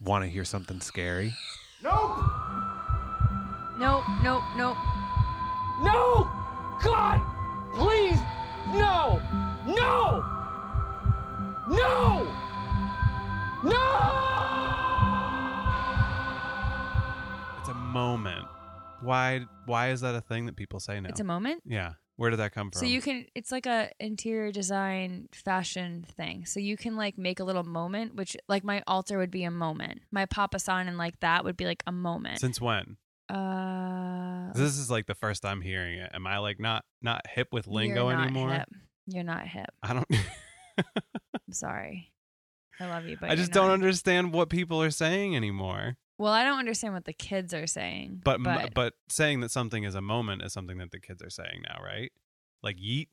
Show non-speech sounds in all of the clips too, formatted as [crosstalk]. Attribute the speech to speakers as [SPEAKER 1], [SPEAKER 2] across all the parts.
[SPEAKER 1] want to hear something scary?
[SPEAKER 2] Nope!
[SPEAKER 3] Nope, nope, nope.
[SPEAKER 2] No! God! Please! No! No! No! No!
[SPEAKER 1] It's a moment. Why? Why is that a thing that people say now?
[SPEAKER 3] It's a moment.
[SPEAKER 1] yeah. Where did that come from?
[SPEAKER 3] So you can it's like a interior design fashion thing. So you can like make a little moment, which like my altar would be a moment. My Papa San and like that would be like a moment.
[SPEAKER 1] Since when?
[SPEAKER 3] Oh. uh
[SPEAKER 1] This is like the first I'm hearing it. Am I like not not hip with lingo
[SPEAKER 3] you're not
[SPEAKER 1] anymore?
[SPEAKER 3] Hip. You're not hip.
[SPEAKER 1] I don't. [laughs]
[SPEAKER 3] I'm sorry. I love you, but
[SPEAKER 1] I
[SPEAKER 3] you're
[SPEAKER 1] just don't
[SPEAKER 3] not.
[SPEAKER 1] understand what people are saying anymore.
[SPEAKER 3] Well, I don't understand what the kids are saying.
[SPEAKER 1] But but, but saying that something is a moment is something that the kids are saying now, right? Like yeet.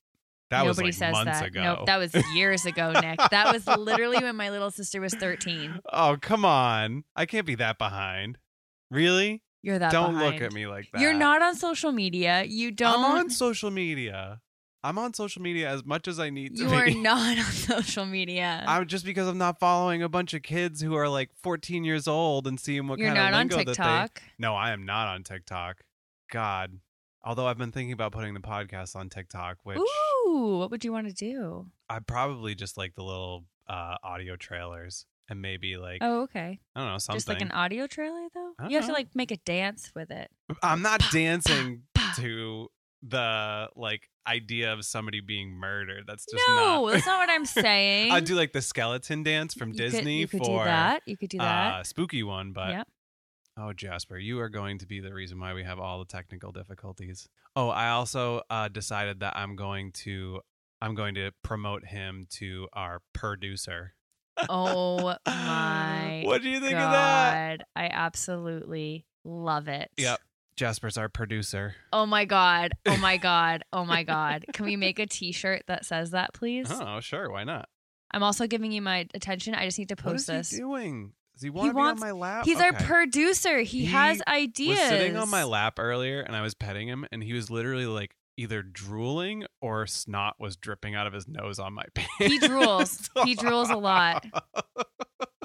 [SPEAKER 1] That was
[SPEAKER 3] nobody
[SPEAKER 1] like
[SPEAKER 3] says
[SPEAKER 1] months
[SPEAKER 3] that.
[SPEAKER 1] ago.
[SPEAKER 3] Nope, that was years ago, Nick. that was literally when my little sister was 13.
[SPEAKER 1] [laughs] Oh come on! I can't be that behind. Really?
[SPEAKER 3] You're that.
[SPEAKER 1] don't look
[SPEAKER 3] behind.
[SPEAKER 1] at me like that.
[SPEAKER 3] You're not on social media. You don't.
[SPEAKER 1] I'm on social media. I'm on social media as much as I need to
[SPEAKER 3] you
[SPEAKER 1] be. [laughs]
[SPEAKER 3] are not on social media.
[SPEAKER 1] I'm just because I'm not following a bunch of kids who are like 14 years old and seeing what
[SPEAKER 3] You're
[SPEAKER 1] kind
[SPEAKER 3] not
[SPEAKER 1] of
[SPEAKER 3] on
[SPEAKER 1] lingo that
[SPEAKER 3] TikTok.
[SPEAKER 1] they. No, I am not on TikTok. God. Although I've been thinking about putting the podcast on TikTok, which
[SPEAKER 3] Ooh, what would you want to do?
[SPEAKER 1] I probably just like the little uh, audio trailers and maybe like
[SPEAKER 3] Oh, okay.
[SPEAKER 1] I don't know something.
[SPEAKER 3] Just like an audio trailer, though.
[SPEAKER 1] I don't
[SPEAKER 3] You have to
[SPEAKER 1] know.
[SPEAKER 3] like make a dance with it.
[SPEAKER 1] I'm not
[SPEAKER 3] [laughs] Pa, pa,
[SPEAKER 1] dancing
[SPEAKER 3] pa.
[SPEAKER 1] to the like idea of somebody being murdered. That's just
[SPEAKER 3] no,
[SPEAKER 1] not.
[SPEAKER 3] that's not what I'm
[SPEAKER 1] [laughs]
[SPEAKER 3] saying.
[SPEAKER 1] I do like the skeleton dance from
[SPEAKER 3] You could-
[SPEAKER 1] Disney
[SPEAKER 3] you could
[SPEAKER 1] for
[SPEAKER 3] do that. You could do that.
[SPEAKER 1] Uh, spooky one, but [laughs]
[SPEAKER 3] Yep.
[SPEAKER 1] oh, Jasper, you are going to be the reason why we have all the technical difficulties. Oh, I also uh, decided that I'm going to I'm going to promote him to our producer.
[SPEAKER 3] Oh my
[SPEAKER 1] [gasps] what do you think
[SPEAKER 3] God,
[SPEAKER 1] of that?
[SPEAKER 3] I absolutely love it.
[SPEAKER 1] Yep. Jasper's our producer.
[SPEAKER 3] Oh my god.
[SPEAKER 1] [laughs]
[SPEAKER 3] Oh my god. Oh my god. Can we make a t-shirt that says that, please?
[SPEAKER 1] Oh, sure, why not?
[SPEAKER 3] I'm also giving you my attention. I just need to post
[SPEAKER 1] what is
[SPEAKER 3] this.
[SPEAKER 1] he doing? Does he want to be
[SPEAKER 3] wants-
[SPEAKER 1] on my lap?
[SPEAKER 3] He's our
[SPEAKER 1] Okay.
[SPEAKER 3] producer. He,
[SPEAKER 1] He
[SPEAKER 3] has
[SPEAKER 1] was
[SPEAKER 3] ideas.
[SPEAKER 1] sitting on my lap earlier and I was petting him and he was literally like either drooling or snot was dripping out of his nose on my [laughs] pants.
[SPEAKER 3] He
[SPEAKER 1] [laughs]
[SPEAKER 3] drools. He drools a lot.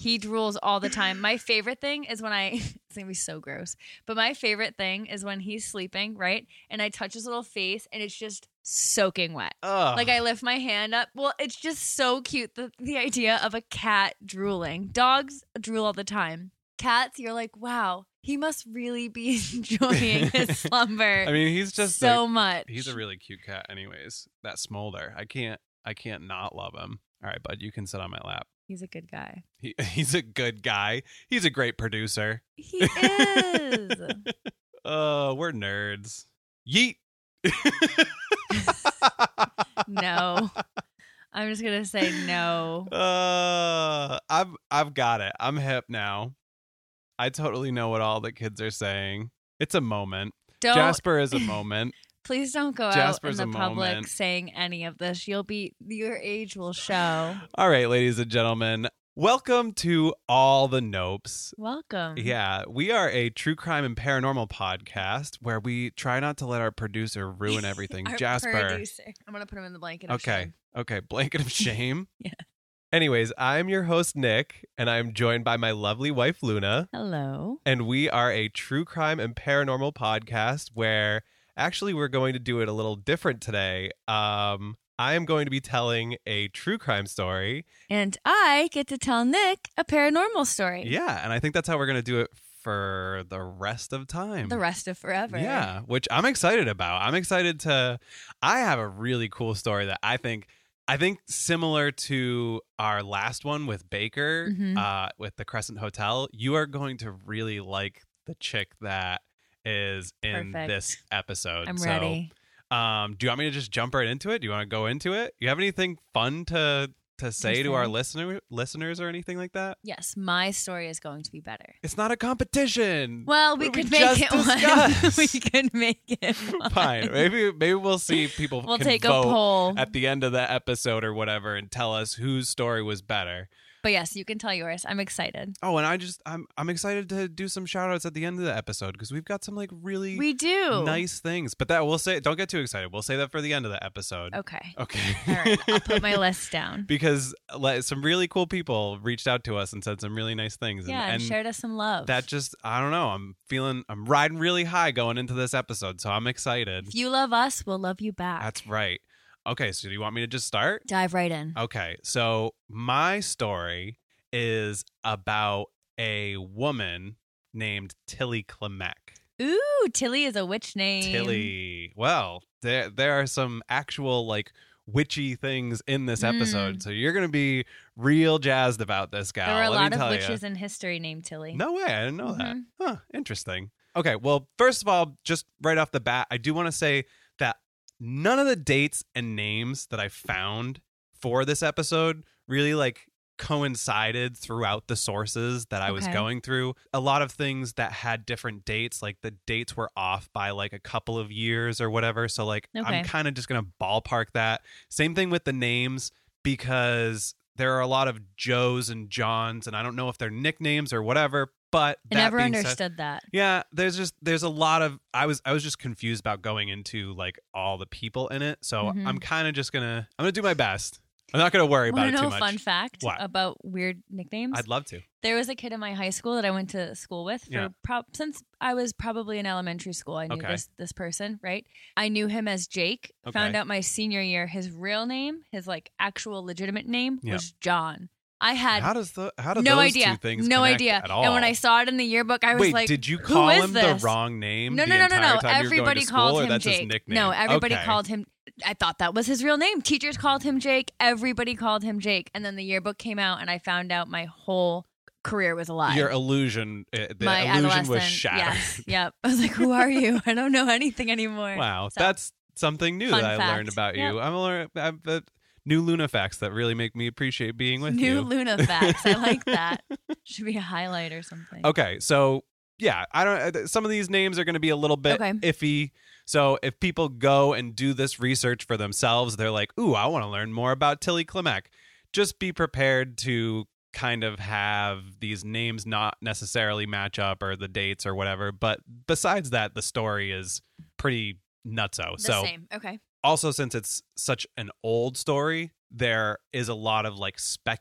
[SPEAKER 3] He drools all the time. My favorite thing is when I [laughs] it's gonna be so gross. But my favorite thing is when he's sleeping, right? And I touch his little face and it's just soaking wet.
[SPEAKER 1] Ugh.
[SPEAKER 3] Like I lift my hand up. Well, it's just so cute the the idea of a cat drooling. Dogs drool all the time. Cats, you're like, wow, he must really be [laughs]
[SPEAKER 1] [laughs]
[SPEAKER 3] enjoying his slumber
[SPEAKER 1] I mean, he's just
[SPEAKER 3] so
[SPEAKER 1] like-
[SPEAKER 3] much.
[SPEAKER 1] he's a really cute cat. Anyways, that Smolder, I can't I can't not love him. All right, bud, you can sit on my lap.
[SPEAKER 3] he's a good guy.
[SPEAKER 1] He, [laughs] he's a good guy. He's a great producer. [laughs]
[SPEAKER 3] He is.
[SPEAKER 1] Oh, we're nerds. Yeet. [laughs]
[SPEAKER 3] [laughs]
[SPEAKER 1] [laughs]
[SPEAKER 3] no. I'm just gonna say no.
[SPEAKER 1] Uh, I've I've got it. I'm hip now. I totally know what all the kids are saying. It's a moment.
[SPEAKER 3] Don't
[SPEAKER 1] Jasper is a
[SPEAKER 3] [laughs]
[SPEAKER 1] moment.
[SPEAKER 3] please don't go
[SPEAKER 1] Jasper's
[SPEAKER 3] out
[SPEAKER 1] a
[SPEAKER 3] in the public
[SPEAKER 1] moment.
[SPEAKER 3] saying any of this. You'll be your age
[SPEAKER 1] [sighs]
[SPEAKER 3] will show.
[SPEAKER 1] all right, ladies and gentlemen, welcome to all the nopes.
[SPEAKER 3] Welcome.
[SPEAKER 1] Yeah, we are a true crime and paranormal podcast where we try not to let our producer
[SPEAKER 3] [laughs]
[SPEAKER 1] ruin everything.
[SPEAKER 3] Our
[SPEAKER 1] Jasper.
[SPEAKER 3] producer. I'm gonna put him in the blanket. of
[SPEAKER 1] Okay.
[SPEAKER 3] shame.
[SPEAKER 1] Okay, blanket
[SPEAKER 3] [laughs]
[SPEAKER 1] of shame.
[SPEAKER 3] Yeah.
[SPEAKER 1] Anyways, I'm your host Nick and I'm joined by my lovely wife Luna.
[SPEAKER 3] Hello.
[SPEAKER 1] and we are a true crime and paranormal podcast where actually we're going to do it a little different today. Um, I am going to be telling a true crime story.
[SPEAKER 3] And I get to tell Nick a paranormal story.
[SPEAKER 1] Yeah, and I think that's how we're going to do it for the rest of time.
[SPEAKER 3] The rest of forever.
[SPEAKER 1] Yeah, which I'm excited about. I'm excited to I have a really cool story that I think I think similar to our last one with Baker
[SPEAKER 3] Mhm.
[SPEAKER 1] uh with the Crescent Hotel, you are going to really like the chick that is in
[SPEAKER 3] Perfect.
[SPEAKER 1] this episode.
[SPEAKER 3] I'm
[SPEAKER 1] So,
[SPEAKER 3] ready.
[SPEAKER 1] Um do you want me to just jump right into it? Do you want to go into it? You have anything fun to to say to our
[SPEAKER 3] saying.
[SPEAKER 1] listener listeners or anything like that?
[SPEAKER 3] Yes, my story is going to be better.
[SPEAKER 1] It's not a competition.
[SPEAKER 3] Well, we
[SPEAKER 1] What
[SPEAKER 3] could
[SPEAKER 1] we
[SPEAKER 3] make
[SPEAKER 1] just
[SPEAKER 3] it one. [laughs]
[SPEAKER 1] discussed.
[SPEAKER 3] we could make it
[SPEAKER 1] [laughs]
[SPEAKER 3] one.
[SPEAKER 1] Fine. Maybe maybe we'll see if people
[SPEAKER 3] We'll
[SPEAKER 1] can
[SPEAKER 3] take a
[SPEAKER 1] vote
[SPEAKER 3] poll.
[SPEAKER 1] at the end of the episode or whatever and tell us whose story was better.
[SPEAKER 3] But But yes, you can tell yours. I'm excited.
[SPEAKER 1] Oh, and I just I'm I'm excited to do some shout outs at the end of the episode because we've got some like really
[SPEAKER 3] We do.
[SPEAKER 1] nice things. But that we'll say don't get too excited. We'll say that for the end of the episode.
[SPEAKER 3] Okay.
[SPEAKER 1] Okay.
[SPEAKER 3] All right. I'll put my list down.
[SPEAKER 1] [laughs] because like, some really cool people reached out to us and said some really nice things.
[SPEAKER 3] Yeah, and,
[SPEAKER 1] and, and
[SPEAKER 3] shared us some love.
[SPEAKER 1] that just I don't know. I'm feeling I'm riding really high going into this episode, so I'm excited.
[SPEAKER 3] if you love us, we'll love you back.
[SPEAKER 1] That's Uh, right. Okay, so do you want me to just start?
[SPEAKER 3] Dive right in.
[SPEAKER 1] Okay, so my story is about a woman named Tilly Klemek.
[SPEAKER 3] Ooh, Tilly is a witch name.
[SPEAKER 1] Tilly. Well, there there are some actual like witchy things in this episode, so you're gonna be real jazzed about this gal.
[SPEAKER 3] Mm. There were a
[SPEAKER 1] Let
[SPEAKER 3] lot
[SPEAKER 1] me
[SPEAKER 3] of
[SPEAKER 1] tell ya.
[SPEAKER 3] witches in history named Tilly. Mm-hmm.
[SPEAKER 1] No way, I didn't know that. Huh, interesting. Okay, well, first of all, just right off the bat, I do want to say that none of the dates and names that I found for this episode really like coincided throughout the sources that I was
[SPEAKER 3] Okay.
[SPEAKER 1] going through. A lot of things that had different dates, like the dates were off by like a couple of years or whatever. So like
[SPEAKER 3] Okay.
[SPEAKER 1] I'm kind of just going to ballpark that. Same thing with the names because there are a lot of Joes and Johns, and I don't know if they're nicknames or whatever. But
[SPEAKER 3] I
[SPEAKER 1] that
[SPEAKER 3] never
[SPEAKER 1] being said-
[SPEAKER 3] understood that.
[SPEAKER 1] yeah, there's just there's a lot of I was I was just confused about going into like all the people in it. So
[SPEAKER 3] Mhm.
[SPEAKER 1] I'm kind of just gonna I'm gonna do my best. I'm not gonna worry about
[SPEAKER 3] Want
[SPEAKER 1] it
[SPEAKER 3] to know
[SPEAKER 1] too
[SPEAKER 3] a
[SPEAKER 1] much.
[SPEAKER 3] fun fact
[SPEAKER 1] What?
[SPEAKER 3] about weird nicknames?
[SPEAKER 1] I'd love to.
[SPEAKER 3] there was a kid in my high school that I went to school with for
[SPEAKER 1] Yeah.
[SPEAKER 3] prob- since I was probably in elementary school. I knew
[SPEAKER 1] Okay.
[SPEAKER 3] this this person, right? I knew him as Jake. Found
[SPEAKER 1] Okay.
[SPEAKER 3] out my senior year, his real name, his like actual legitimate name
[SPEAKER 1] Yeah.
[SPEAKER 3] was John. I had
[SPEAKER 1] How does the how do
[SPEAKER 3] no
[SPEAKER 1] those
[SPEAKER 3] idea,
[SPEAKER 1] two things
[SPEAKER 3] no
[SPEAKER 1] connect
[SPEAKER 3] idea.
[SPEAKER 1] at all?
[SPEAKER 3] And when I saw it in the yearbook, I was
[SPEAKER 1] Wait,
[SPEAKER 3] like,
[SPEAKER 1] did you
[SPEAKER 3] "Who
[SPEAKER 1] call
[SPEAKER 3] is
[SPEAKER 1] him
[SPEAKER 3] this?"
[SPEAKER 1] the wrong name?
[SPEAKER 3] No,
[SPEAKER 1] the
[SPEAKER 3] no, no, no,
[SPEAKER 1] entire
[SPEAKER 3] no.
[SPEAKER 1] time you were going
[SPEAKER 3] Everybody
[SPEAKER 1] to
[SPEAKER 3] called
[SPEAKER 1] school, or
[SPEAKER 3] him
[SPEAKER 1] that's
[SPEAKER 3] Jake.
[SPEAKER 1] His nickname?
[SPEAKER 3] No, everybody
[SPEAKER 1] Okay.
[SPEAKER 3] called him. I thought that was his real name. Teachers called him Jake. Everybody called him Jake. And then the yearbook came out, and I found out my whole career was a lie.
[SPEAKER 1] Your illusion, uh, the
[SPEAKER 3] my
[SPEAKER 1] illusion was
[SPEAKER 3] adolescent-
[SPEAKER 1] shattered.
[SPEAKER 3] Yes, yep. I was like, "Who are you? I don't know anything anymore."
[SPEAKER 1] Wow,
[SPEAKER 3] So-
[SPEAKER 1] that's something new
[SPEAKER 3] Fun
[SPEAKER 1] that I learned about
[SPEAKER 3] fact.
[SPEAKER 1] you. I'm learning I've, uh, new Luna facts that really make me appreciate being with
[SPEAKER 3] New
[SPEAKER 1] you.
[SPEAKER 3] Luna facts. I
[SPEAKER 1] [laughs]
[SPEAKER 3] like that. Should be a highlight or something.
[SPEAKER 1] okay, so yeah, I don't. uh, Some of these names are going to be a little bit
[SPEAKER 3] Okay.
[SPEAKER 1] iffy. So if people go and do this research for themselves, they're like, "Ooh, I want to learn more about Tilly Klemek." Just be prepared to kind of have these names not necessarily match up or the dates or whatever. But besides that, the story is pretty nutso.
[SPEAKER 3] The
[SPEAKER 1] so
[SPEAKER 3] same. Okay.
[SPEAKER 1] also since it's such an old story there is a lot of like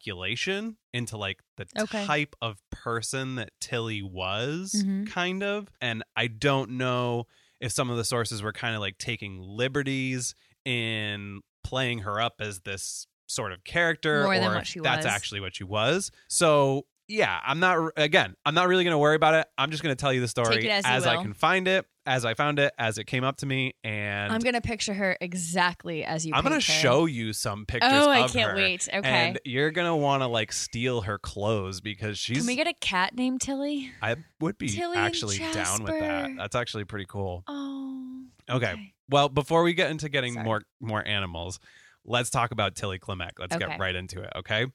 [SPEAKER 1] speculation into like the
[SPEAKER 3] Okay.
[SPEAKER 1] type of person that tilly was
[SPEAKER 3] Mhm.
[SPEAKER 1] kind of and i don't know if some of the sources were kind of like taking liberties in playing her up as this sort of character
[SPEAKER 3] More
[SPEAKER 1] or
[SPEAKER 3] than
[SPEAKER 1] if
[SPEAKER 3] what she
[SPEAKER 1] that's
[SPEAKER 3] was.
[SPEAKER 1] actually what she was so yeah i'm not again i'm not really gonna worry about it i'm just gonna tell you the
[SPEAKER 3] Take
[SPEAKER 1] story
[SPEAKER 3] it as you
[SPEAKER 1] i
[SPEAKER 3] will.
[SPEAKER 1] can find it as i found it as it came up to me and
[SPEAKER 3] I'm gonna picture her exactly as you.
[SPEAKER 1] I'm gonna
[SPEAKER 3] paint her.
[SPEAKER 1] show you some pictures.
[SPEAKER 3] Oh, I
[SPEAKER 1] of
[SPEAKER 3] can't
[SPEAKER 1] her,
[SPEAKER 3] wait. Okay.
[SPEAKER 1] And you're gonna want to like steal her clothes because she's.
[SPEAKER 3] Can we get a cat named Tilly?
[SPEAKER 1] I would be
[SPEAKER 3] Tilly and
[SPEAKER 1] actually down with that.
[SPEAKER 3] Jasper?
[SPEAKER 1] That's actually pretty cool.
[SPEAKER 3] Oh.
[SPEAKER 1] Okay. Well, before we get into getting
[SPEAKER 3] Sorry.
[SPEAKER 1] more more animals, let's talk about Tilly Klimek. Let's
[SPEAKER 3] Okay.
[SPEAKER 1] get right into it. Okay.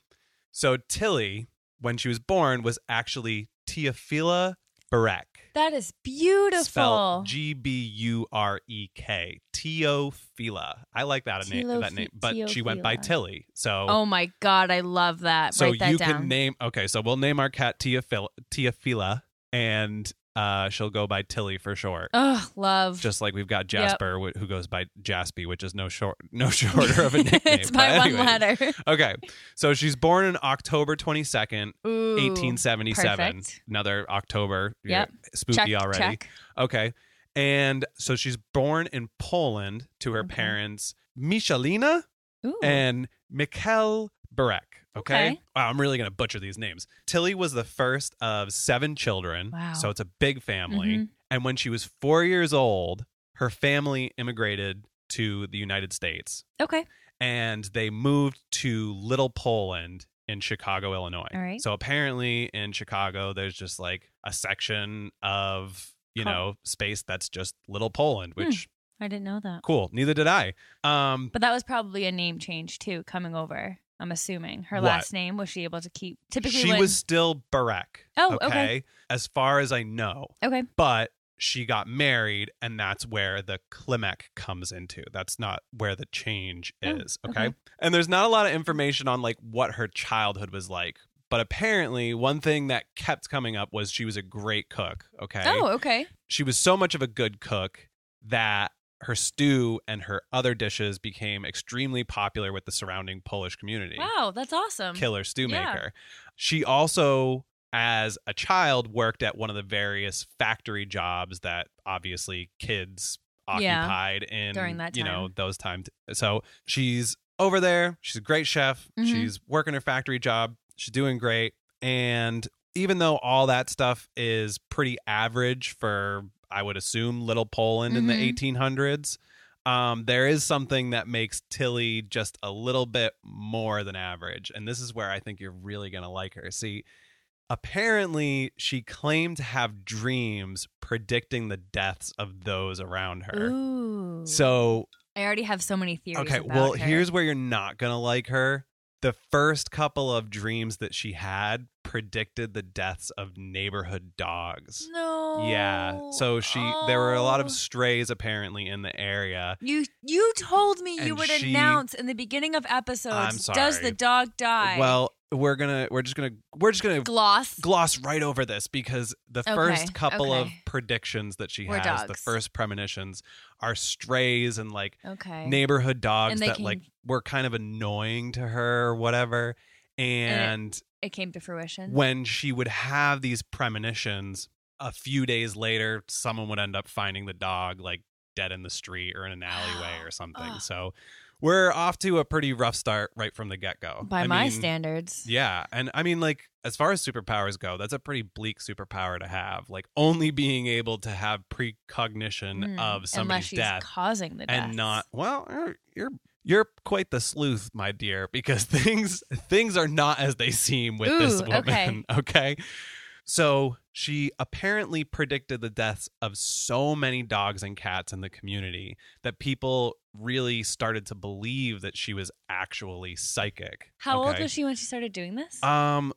[SPEAKER 1] So Tilly, when she was born, was actually Teofila Barek.
[SPEAKER 3] That is beautiful.
[SPEAKER 1] Spelled G B U R E K. Teofila. I like that name. That
[SPEAKER 3] Teofi-
[SPEAKER 1] name, but she went by
[SPEAKER 3] Teofila.
[SPEAKER 1] Tilly. So
[SPEAKER 3] oh my god, I love that.
[SPEAKER 1] so
[SPEAKER 3] Write that
[SPEAKER 1] you
[SPEAKER 3] down.
[SPEAKER 1] can name okay so we'll name our cat Teofila, Teofila and uh she'll go by Tilly for short
[SPEAKER 3] oh, love.
[SPEAKER 1] just like we've got Jasper wh- who goes by Jaspy which is no short
[SPEAKER 3] [laughs]
[SPEAKER 1] no shorter of a nickname
[SPEAKER 3] it's
[SPEAKER 1] But
[SPEAKER 3] by
[SPEAKER 1] anyways.
[SPEAKER 3] one letter.
[SPEAKER 1] [laughs] okay so she's born in October 22nd
[SPEAKER 3] Ooh.
[SPEAKER 1] 1877
[SPEAKER 3] perfect.
[SPEAKER 1] another October
[SPEAKER 3] Yep.
[SPEAKER 1] Yeah, spooky
[SPEAKER 3] check,
[SPEAKER 1] already
[SPEAKER 3] Check.
[SPEAKER 1] okay and so she's born in Poland to her
[SPEAKER 3] Okay.
[SPEAKER 1] parents Michalina
[SPEAKER 3] Ooh.
[SPEAKER 1] and Mikkel Barek. Okay?
[SPEAKER 3] Okay.
[SPEAKER 1] Wow, I'm really going to butcher these names. Tilly was the first of seven children.
[SPEAKER 3] Wow.
[SPEAKER 1] So it's a big family.
[SPEAKER 3] Mhm.
[SPEAKER 1] And when she was four years old, her family immigrated to the United States
[SPEAKER 3] Okay.
[SPEAKER 1] and they moved to Little Poland in Chicago, Illinois.
[SPEAKER 3] All right.
[SPEAKER 1] So apparently in Chicago, there's just like a section of, you
[SPEAKER 3] Huh.
[SPEAKER 1] know, space that's just Little Poland, which
[SPEAKER 3] I didn't know that.
[SPEAKER 1] cool. Neither did I. Um,
[SPEAKER 3] But that was probably a name change too, coming over. I'm assuming her
[SPEAKER 1] What?
[SPEAKER 3] last name was she able to keep? Typically,
[SPEAKER 1] she
[SPEAKER 3] when-
[SPEAKER 1] was still Barak.
[SPEAKER 3] Oh, okay.
[SPEAKER 1] As far as I know,
[SPEAKER 3] okay.
[SPEAKER 1] but she got married, and that's where the Klimek comes into. That's not where the change
[SPEAKER 3] Oh,
[SPEAKER 1] is. Okay?
[SPEAKER 3] okay.
[SPEAKER 1] and there's not a lot of information on like what her childhood was like. But apparently, one thing that kept coming up was she was a great cook. Okay.
[SPEAKER 3] Oh, okay.
[SPEAKER 1] She was so much of a good cook that her stew and her other dishes became extremely popular with the surrounding Polish community.
[SPEAKER 3] Wow, that's awesome.
[SPEAKER 1] Killer stew
[SPEAKER 3] Yeah.
[SPEAKER 1] maker. She also, as a child, worked at one of the various factory jobs that obviously kids
[SPEAKER 3] Yeah.
[SPEAKER 1] occupied in
[SPEAKER 3] During that
[SPEAKER 1] you know
[SPEAKER 3] time.
[SPEAKER 1] those times. So she's over there. She's a great chef.
[SPEAKER 3] Mhm.
[SPEAKER 1] She's working her factory job. She's doing great. And even though all that stuff is pretty average for, I would assume, little Poland in
[SPEAKER 3] Mhm.
[SPEAKER 1] the 1800s, um, there is something that makes Tilly just a little bit more than average. And this is where I think you're really going to like her. See, apparently she claimed to have dreams predicting the deaths of those around her.
[SPEAKER 3] Ooh.
[SPEAKER 1] So
[SPEAKER 3] I already have so many theories.
[SPEAKER 1] Okay,
[SPEAKER 3] about
[SPEAKER 1] well,
[SPEAKER 3] her.
[SPEAKER 1] here's where you're not going to like her. The first couple of dreams that she had predicted the deaths of neighborhood dogs.
[SPEAKER 3] no.
[SPEAKER 1] Yeah. So she there were a lot
[SPEAKER 3] Oh.
[SPEAKER 1] of strays apparently in the area.
[SPEAKER 3] You you told me you
[SPEAKER 1] And
[SPEAKER 3] would
[SPEAKER 1] she-
[SPEAKER 3] announce in the beginning of episodes.
[SPEAKER 1] I'm
[SPEAKER 3] Does
[SPEAKER 1] sorry.
[SPEAKER 3] the dog die?
[SPEAKER 1] Well, we're going to we're just going to we're just going to
[SPEAKER 3] gloss.
[SPEAKER 1] gloss right over this because the
[SPEAKER 3] Okay,
[SPEAKER 1] first couple of
[SPEAKER 3] okay.
[SPEAKER 1] predictions that she
[SPEAKER 3] Were
[SPEAKER 1] has, the
[SPEAKER 3] dogs.
[SPEAKER 1] first premonitions are strays and like
[SPEAKER 3] okay.
[SPEAKER 1] neighborhood dogs
[SPEAKER 3] they
[SPEAKER 1] that
[SPEAKER 3] can-
[SPEAKER 1] like were kind of annoying to her or whatever. And
[SPEAKER 3] it came to fruition.
[SPEAKER 1] when she would have these premonitions a few days later someone would end up finding the dog like dead in the street or in an
[SPEAKER 3] [gasps]
[SPEAKER 1] alleyway or something
[SPEAKER 3] Ugh.
[SPEAKER 1] so we're off to a pretty rough start right from the get-go
[SPEAKER 3] By
[SPEAKER 1] I
[SPEAKER 3] my
[SPEAKER 1] mean,
[SPEAKER 3] standards.
[SPEAKER 1] yeah and i mean like as far as superpowers go that's a pretty bleak superpower to have like only being able to have precognition
[SPEAKER 3] Hmm,
[SPEAKER 1] of
[SPEAKER 3] Unless
[SPEAKER 1] somebody's
[SPEAKER 3] she's
[SPEAKER 1] death
[SPEAKER 3] causing the death.
[SPEAKER 1] and not well you're- you're you're quite the sleuth my dear because [laughs] things things are not as they seem with this
[SPEAKER 3] Ooh,
[SPEAKER 1] woman [laughs]
[SPEAKER 3] okay.
[SPEAKER 1] okay? so she apparently predicted the deaths of so many dogs and cats in the community that people really started to believe that she was actually psychic
[SPEAKER 3] How old
[SPEAKER 1] okay?
[SPEAKER 3] was she when she started doing this?
[SPEAKER 1] Um,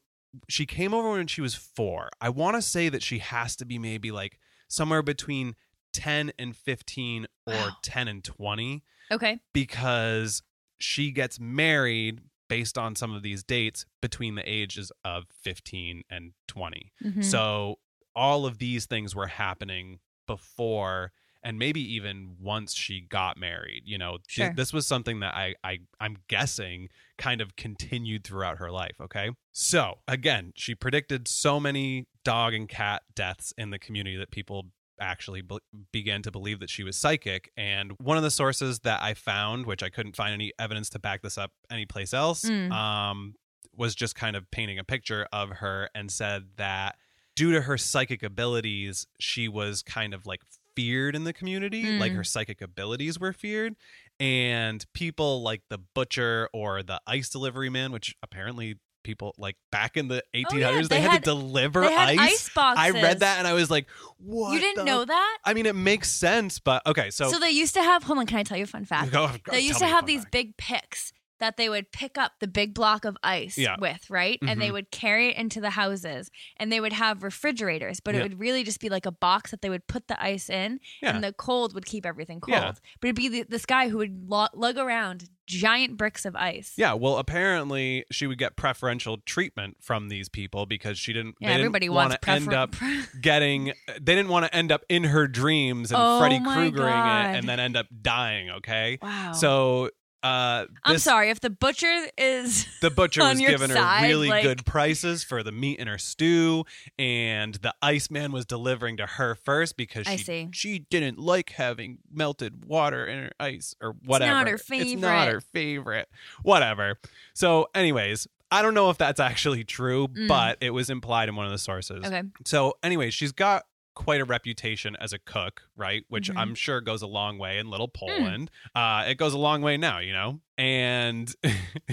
[SPEAKER 1] she came over when she was four. I want to say that she has to be maybe like somewhere between ten and fifteen or
[SPEAKER 3] Wow.
[SPEAKER 1] ten and twenty
[SPEAKER 3] okay.
[SPEAKER 1] because she gets married based on some of these dates between the ages of fifteen and 20
[SPEAKER 3] Mhm.
[SPEAKER 1] So all of these things were happening before. And maybe even once she got married, you know, Th-
[SPEAKER 3] Sure.
[SPEAKER 1] this was something that I, I, I'm guessing kind of continued throughout her life. Okay. So again, she predicted so many dog and cat deaths in the community that people actually be- began to believe that she was psychic. And one of the sources that I found, which I couldn't find any evidence to back this up anyplace else,
[SPEAKER 3] Mm.
[SPEAKER 1] um, was just kind of painting a picture of her and said that due to her psychic abilities, she was kind of like feared in the community.
[SPEAKER 3] Mm.
[SPEAKER 1] Like her psychic abilities were feared. And people like the butcher or the ice delivery man, which apparently people like back in the 1800s, they,
[SPEAKER 3] Oh, they
[SPEAKER 1] had,
[SPEAKER 3] had-
[SPEAKER 1] to deliver
[SPEAKER 3] they had
[SPEAKER 1] ice.
[SPEAKER 3] ice
[SPEAKER 1] I
[SPEAKER 3] boxes.
[SPEAKER 1] read that and I was like, what?
[SPEAKER 3] You didn't
[SPEAKER 1] the-
[SPEAKER 3] know that?
[SPEAKER 1] I mean, it makes sense, but okay. So, [laughs]
[SPEAKER 3] So, they used to have. Hold on, can I tell you a fun fact?
[SPEAKER 1] Go- go-
[SPEAKER 3] they
[SPEAKER 1] tell
[SPEAKER 3] used to
[SPEAKER 1] me
[SPEAKER 3] have
[SPEAKER 1] about
[SPEAKER 3] these
[SPEAKER 1] that.
[SPEAKER 3] big picks that they would pick up the big block of ice
[SPEAKER 1] Yeah.
[SPEAKER 3] with, right? And they
[SPEAKER 1] Mhm.
[SPEAKER 3] would carry it into the houses and they would have refrigerators, but
[SPEAKER 1] Yeah.
[SPEAKER 3] it would really just be like a box that they would put the ice in
[SPEAKER 1] Yeah.
[SPEAKER 3] and the cold would keep everything cold.
[SPEAKER 1] Yeah.
[SPEAKER 3] But it'd be the, this guy who would lo- lug around giant bricks of ice.
[SPEAKER 1] Yeah, well, apparently she would get preferential treatment from these people because she didn't.
[SPEAKER 3] Yeah,
[SPEAKER 1] they
[SPEAKER 3] everybody
[SPEAKER 1] didn't
[SPEAKER 3] wants
[SPEAKER 1] to end
[SPEAKER 3] prefer-
[SPEAKER 1] up [laughs]
[SPEAKER 3] pre-
[SPEAKER 1] getting. They didn't want to end up in her dreams and
[SPEAKER 3] Oh
[SPEAKER 1] Freddy
[SPEAKER 3] my
[SPEAKER 1] Kruegering
[SPEAKER 3] God.
[SPEAKER 1] it and then end up dying. Okay,
[SPEAKER 3] Wow.
[SPEAKER 1] so uh,
[SPEAKER 3] I'm
[SPEAKER 1] this-
[SPEAKER 3] sorry if the butcher
[SPEAKER 1] [laughs]
[SPEAKER 3] is
[SPEAKER 1] The butcher
[SPEAKER 3] [laughs] on
[SPEAKER 1] was
[SPEAKER 3] your
[SPEAKER 1] giving
[SPEAKER 3] side,
[SPEAKER 1] her really
[SPEAKER 3] like-
[SPEAKER 1] good prices for the meat in her stew, and the Iceman was delivering to her first because she,
[SPEAKER 3] I see.
[SPEAKER 1] she didn't like having melted water in her ice or whatever.
[SPEAKER 3] her
[SPEAKER 1] It's not
[SPEAKER 3] favorite.
[SPEAKER 1] her favorite. Whatever. So, anyways, I don't know if that's actually true,
[SPEAKER 3] Mm.
[SPEAKER 1] but it was implied in one of the sources.
[SPEAKER 3] okay.
[SPEAKER 1] So, anyway, she's got quite a reputation as a cook, right? Which
[SPEAKER 3] Mhm.
[SPEAKER 1] I'm sure goes a long way in little
[SPEAKER 3] Hmm.
[SPEAKER 1] Poland. Uh, it goes a long way now, you know? And.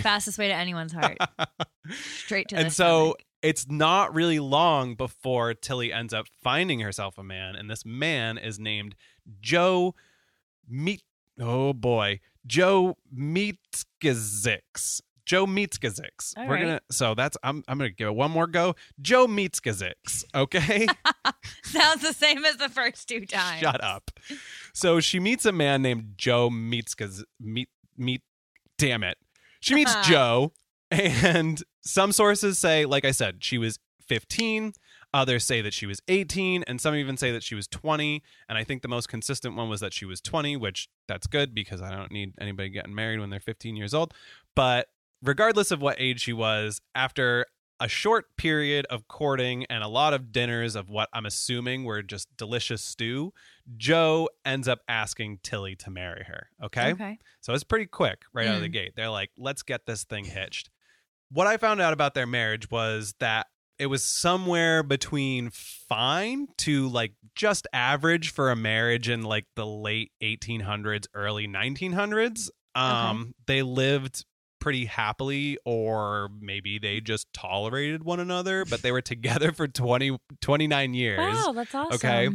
[SPEAKER 3] Fastest way to
[SPEAKER 1] [laughs]
[SPEAKER 3] anyone's heart. Straight to the
[SPEAKER 1] and so
[SPEAKER 3] stomach. [laughs]
[SPEAKER 1] it's not really long before Tilly ends up finding herself a man, and this man is named Joe Meat. Oh boy, Joe Meatskizix. Joe Meatskizix.
[SPEAKER 3] All
[SPEAKER 1] We're
[SPEAKER 3] right.
[SPEAKER 1] gonna. So that's I'm. I'm gonna give it one more go. Joe Meatskizix. Okay.
[SPEAKER 3] sounds the same as the first two
[SPEAKER 1] [laughs]
[SPEAKER 3] times.
[SPEAKER 1] Shut up. So she meets a man named Joe Meatskiz. Meat. Meat. Damn it. She meets Joe, And some sources say, like I said, she was 15. Others say that she was 18, and some even say that she was 20. And I think the most consistent one was that she was 20, which that's good because I don't need anybody getting married when they're 15 years old. But regardless of what age she was, after a short period of courting and a lot of dinners of what I'm assuming were just delicious stew, Joe ends up asking Tilly to marry her. Okay.
[SPEAKER 3] Okay.
[SPEAKER 1] So it's pretty quick right out of the
[SPEAKER 3] Mm.
[SPEAKER 1] gate. They're like, let's get this thing hitched. What I found out about their marriage was that it was somewhere between fine to like just average for a marriage in like the late 1800s, early 1900s. Um, They lived pretty happily, or maybe they just tolerated one another, but
[SPEAKER 3] [laughs]
[SPEAKER 1] they were together for 20, 29 years.
[SPEAKER 3] Wow, that's awesome.
[SPEAKER 1] Okay.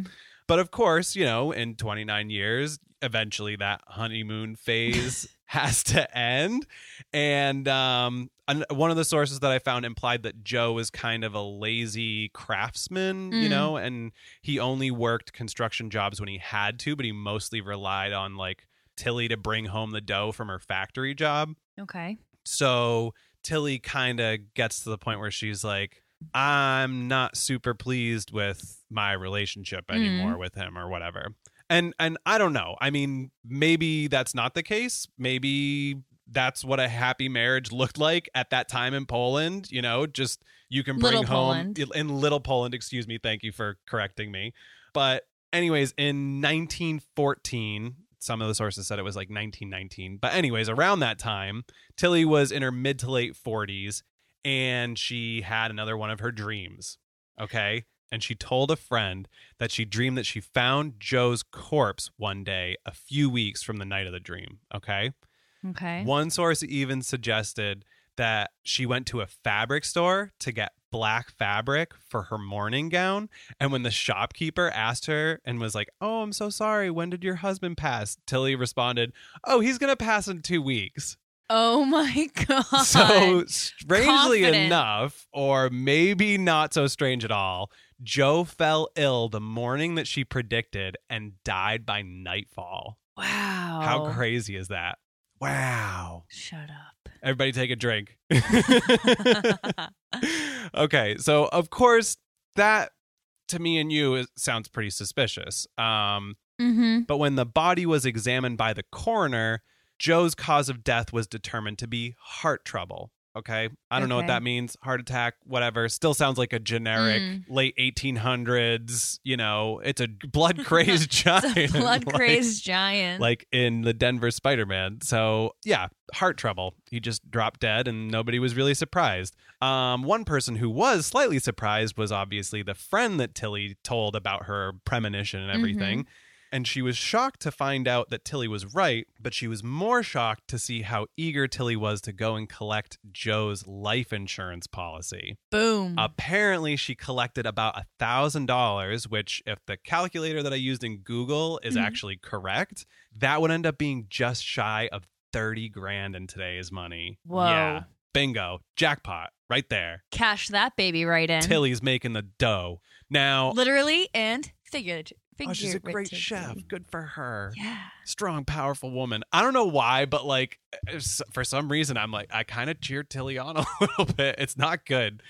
[SPEAKER 1] But of course, you know, in 29 years, eventually that honeymoon phase has to end. And um, an- one of the sources that I found implied that Joe was kind of a lazy craftsman, you
[SPEAKER 3] Mm.
[SPEAKER 1] know, and he only worked construction jobs when he had to, but he mostly relied on like Tilly to bring home the dough from her factory job.
[SPEAKER 3] Okay.
[SPEAKER 1] So Tilly kind of gets to the point where she's like, I'm not super pleased with my relationship anymore with him or whatever. And and I don't know. I mean, maybe that's not the case. Maybe that's what a happy marriage looked like at that time in Poland, you know, just you can bring
[SPEAKER 3] Little
[SPEAKER 1] home
[SPEAKER 3] Poland.
[SPEAKER 1] in little Poland, excuse me, thank you for correcting me. But anyways, in 1914, some of the sources said it was like 1919, but anyways, around that time, Tilly was in her mid to late 40s and she had another one of her dreams. Okay? And she told a friend that she dreamed that she found Joe's corpse one day a few weeks from the night of the dream, okay?
[SPEAKER 3] Okay.
[SPEAKER 1] One source even suggested that she went to a fabric store to get black fabric for her morning gown. And when the shopkeeper asked her and was like, Oh, I'm so sorry. When did your husband pass? Tilly responded, Oh, he's going to pass in two
[SPEAKER 3] [laughs]
[SPEAKER 1] weeks.
[SPEAKER 3] Oh
[SPEAKER 1] [laughs]
[SPEAKER 3] my god.
[SPEAKER 1] So, strangely
[SPEAKER 3] Confident.
[SPEAKER 1] enough, or maybe not so strange at all, Joe fell ill the morning that she predicted and died by nightfall.
[SPEAKER 3] wow.
[SPEAKER 1] How crazy is that? Wow. [laughs]
[SPEAKER 3] Shut up.
[SPEAKER 1] Everybody take a drink. [laughs] okay, so of course that to me and you is, sounds pretty suspicious. Um,
[SPEAKER 3] mm-hmm.
[SPEAKER 1] but when the body was examined by the coroner, Joe's cause of death was determined to be heart trouble. Okay, I don't know what
[SPEAKER 3] Okay.
[SPEAKER 1] that means. Heart attack, whatever. Still sounds like a generic
[SPEAKER 3] Mm.
[SPEAKER 1] late 1800s. You know, it's a blood [laughs] crazed giant.
[SPEAKER 3] [laughs] It's a blood
[SPEAKER 1] Like-
[SPEAKER 3] crazed giant.
[SPEAKER 1] like in the Denver Spider Man. So, yeah, heart trouble. He just dropped dead and nobody was really surprised. Um, one person who was slightly surprised was obviously the friend that Tilly told about her premonition and everything. And she was shocked to find out that Tilly was right, but she was more shocked to see how eager Tilly was to go and collect Joe's life insurance policy.
[SPEAKER 3] boom.
[SPEAKER 1] Apparently, she collected about a thousand dollars, which, if the calculator that I used in Google is
[SPEAKER 3] Mhm.
[SPEAKER 1] actually correct, that would end up being just shy of thirty grand in today's money.
[SPEAKER 3] Whoa.
[SPEAKER 1] Yeah, bingo, jackpot, right there.
[SPEAKER 3] Cash that baby right in.
[SPEAKER 1] Tilly's making the dough now.
[SPEAKER 3] Literally and figured.
[SPEAKER 1] Oh, she's a great
[SPEAKER 3] figuratively.
[SPEAKER 1] chef. Good for her.
[SPEAKER 3] Yeah.
[SPEAKER 1] Strong, powerful woman. I don't know why, but like eh, s- for some reason, I'm like, I kind of cheered Tilly on [laughs] a little bit. It's not good.